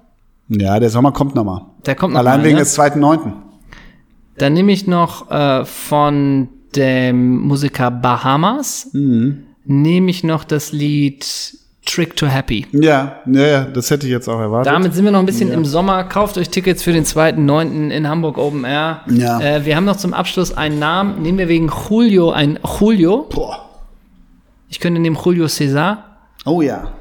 Speaker 2: Ja, der Sommer kommt nochmal.
Speaker 1: Der kommt noch
Speaker 2: Allein
Speaker 1: mal,
Speaker 2: wegen
Speaker 1: ne?
Speaker 2: des zweiten Neunten.
Speaker 1: Dann nehme ich noch äh, von dem Musiker Bahamas,
Speaker 2: Mhm.
Speaker 1: nehme ich noch das Lied Trick to Happy.
Speaker 2: Ja, ja, ja, das hätte ich jetzt auch erwartet.
Speaker 1: Damit sind wir noch ein bisschen im Sommer. Kauft euch Tickets für den 2.9. in Hamburg Open Air.
Speaker 2: Ja.
Speaker 1: Äh, wir haben noch zum Abschluss einen Namen. Nehmen wir wegen Julio einen Julio.
Speaker 2: Boah.
Speaker 1: Ich könnte nehmen Julio Cesar.
Speaker 2: Oh ja.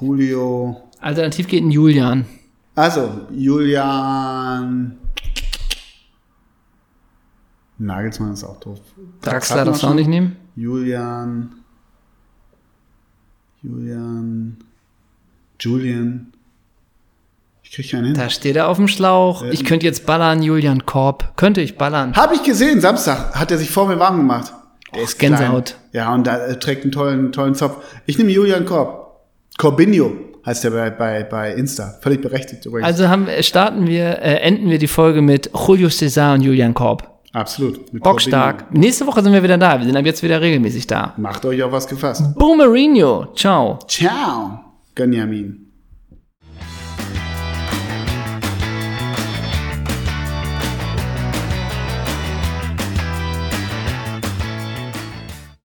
Speaker 2: Julio.
Speaker 1: Alternativ geht ein Julian.
Speaker 2: Also, Julian. Nagelsmann ist auch doof.
Speaker 1: Draxler
Speaker 2: hatten wir
Speaker 1: darfst du auch
Speaker 2: schon.
Speaker 1: nicht nehmen.
Speaker 2: Julian. Julian. Julian. Ich krieg keinen hin.
Speaker 1: Da steht er auf dem Schlauch. Ich könnte jetzt ballern, Julian Korb. Könnte ich ballern.
Speaker 2: Habe ich gesehen, Samstag hat er sich vor mir warm gemacht. Der ist
Speaker 1: Gänsehaut.
Speaker 2: Klein. Ja, und da äh, trägt einen tollen, tollen Zopf. Ich nehme Julian Korb. Corbinio heißt der bei, bei, bei Insta. Völlig berechtigt übrigens.
Speaker 1: Also haben, wir- starten wir, äh, enden wir die Folge mit Julio Cesar und Julian Korb.
Speaker 2: Absolut. Mit
Speaker 1: Bockstark. Nächste Woche sind wir wieder da. Wir sind ab jetzt wieder regelmäßig da.
Speaker 2: Corbinio. Macht euch auf was gefasst.
Speaker 1: Boomerino. Ciao.
Speaker 2: Ciao, Gönjamin.